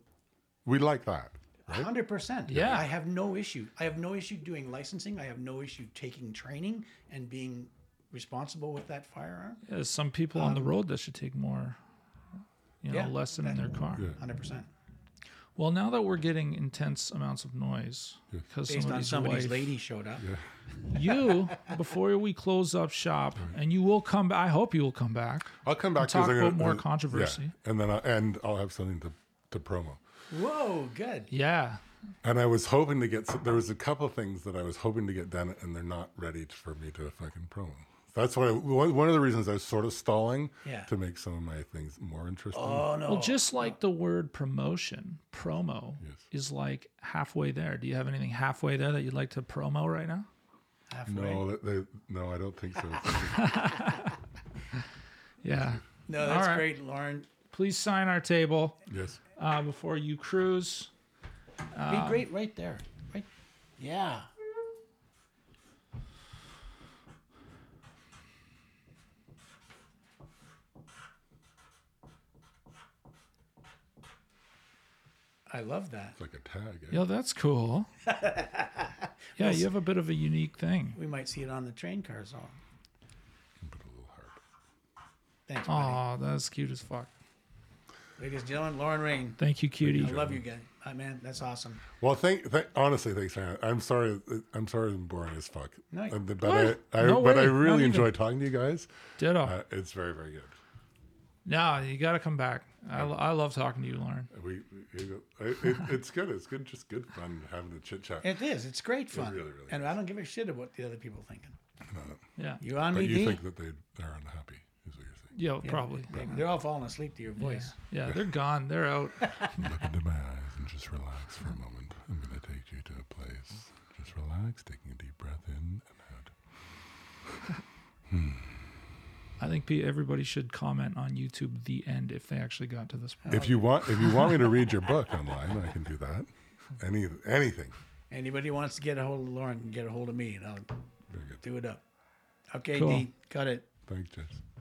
Speaker 2: We like that.
Speaker 3: 100%.
Speaker 1: Yeah.
Speaker 3: I have no issue. I have no issue doing licensing. I have no issue taking training and being responsible with that firearm.
Speaker 1: There's Uh, some people on the
Speaker 2: Uh,
Speaker 1: road that should take more, you know,
Speaker 3: yeah,
Speaker 1: less than in their car.
Speaker 3: 100%.
Speaker 1: Well, now that we're getting intense amounts of noise because
Speaker 3: Based on
Speaker 1: somebody's,
Speaker 3: somebody's
Speaker 1: wife-
Speaker 3: lady showed up.
Speaker 1: you before we close up shop, and you will come. ba- I hope you will come back.
Speaker 2: I'll come back. 'cause
Speaker 1: talk
Speaker 2: I'm
Speaker 1: about more controversy.
Speaker 2: Yeah. And then I, and I'll have something to, to promo.
Speaker 3: Whoa, good.
Speaker 1: Yeah,
Speaker 2: And I was hoping to get, there was a couple things that I was hoping to get done and they're not ready for me to fucking promo. That's why one one of the reasons I was sort of stalling
Speaker 3: Yeah.
Speaker 2: to make some of my things more interesting.
Speaker 3: Oh no.
Speaker 1: Well, just like the word promotion, promo is like halfway there. Do you have anything halfway there that you'd like to promo right now?
Speaker 3: halfway.
Speaker 2: no, that they, no, I don't think so.
Speaker 1: Yeah.
Speaker 3: No, that's
Speaker 1: All right.
Speaker 3: great, Lauren.
Speaker 1: Please sign our table
Speaker 2: yes.
Speaker 1: uh, before you cruise.
Speaker 3: Be great right there. Right. Um, Yeah. I love that.
Speaker 2: It's like a tag. eh?
Speaker 1: Yeah, that's cool. Yeah, you have a bit of a unique thing.
Speaker 3: We might see it on the train cars all.
Speaker 2: But a little hard.
Speaker 3: Thanks, buddy.
Speaker 1: Oh, that's cute as fuck.
Speaker 3: Ladies and gentlemen, Lauren Rain.
Speaker 1: Thank you, cutie.
Speaker 3: I love you guys. Uh, man, that's awesome.
Speaker 2: Well, thank, thank honestly, thanks, Hannah. I'm sorry. I'm sorry. I'm boring as fuck.
Speaker 3: No,
Speaker 2: Uh, but
Speaker 1: what?
Speaker 2: I, I,
Speaker 1: No
Speaker 2: but I
Speaker 1: way, not
Speaker 2: really
Speaker 1: even.
Speaker 2: enjoy talking to you guys.
Speaker 1: Ditto.
Speaker 2: Uh, it's very, very good.
Speaker 1: no, you got to come back. I, lo- I love talking to you, Lauren.
Speaker 2: We, we it, it, it's good. It's good. Just good fun having a chit chat.
Speaker 3: It is. It's great fun.
Speaker 2: really, really
Speaker 3: and I don't give a shit about the other people thinking.
Speaker 1: Yeah.
Speaker 3: You on
Speaker 2: But
Speaker 3: me,
Speaker 2: you
Speaker 3: D?
Speaker 2: think that they they're unhappy? Is what you're
Speaker 1: Yeah, probably.
Speaker 3: They- They're all falling asleep to your voice.
Speaker 1: Yeah, they're gone. They're out.
Speaker 2: saying. Look into my eyes and just relax for a moment. I'm gonna take you to a place. Just relax, taking a deep breath in and out.
Speaker 1: I think pe- everybody should comment on YouTube the end if they actually got to this point.
Speaker 2: If you want, if you want me to read your book online, I can do that. Any anything.
Speaker 3: Anybody who wants to get a hold of Lauren can get a hold of me, and I'll
Speaker 2: Very good.
Speaker 3: do it up. Okay,
Speaker 1: Cool.
Speaker 3: D, cut it.
Speaker 2: Thanks, Jess.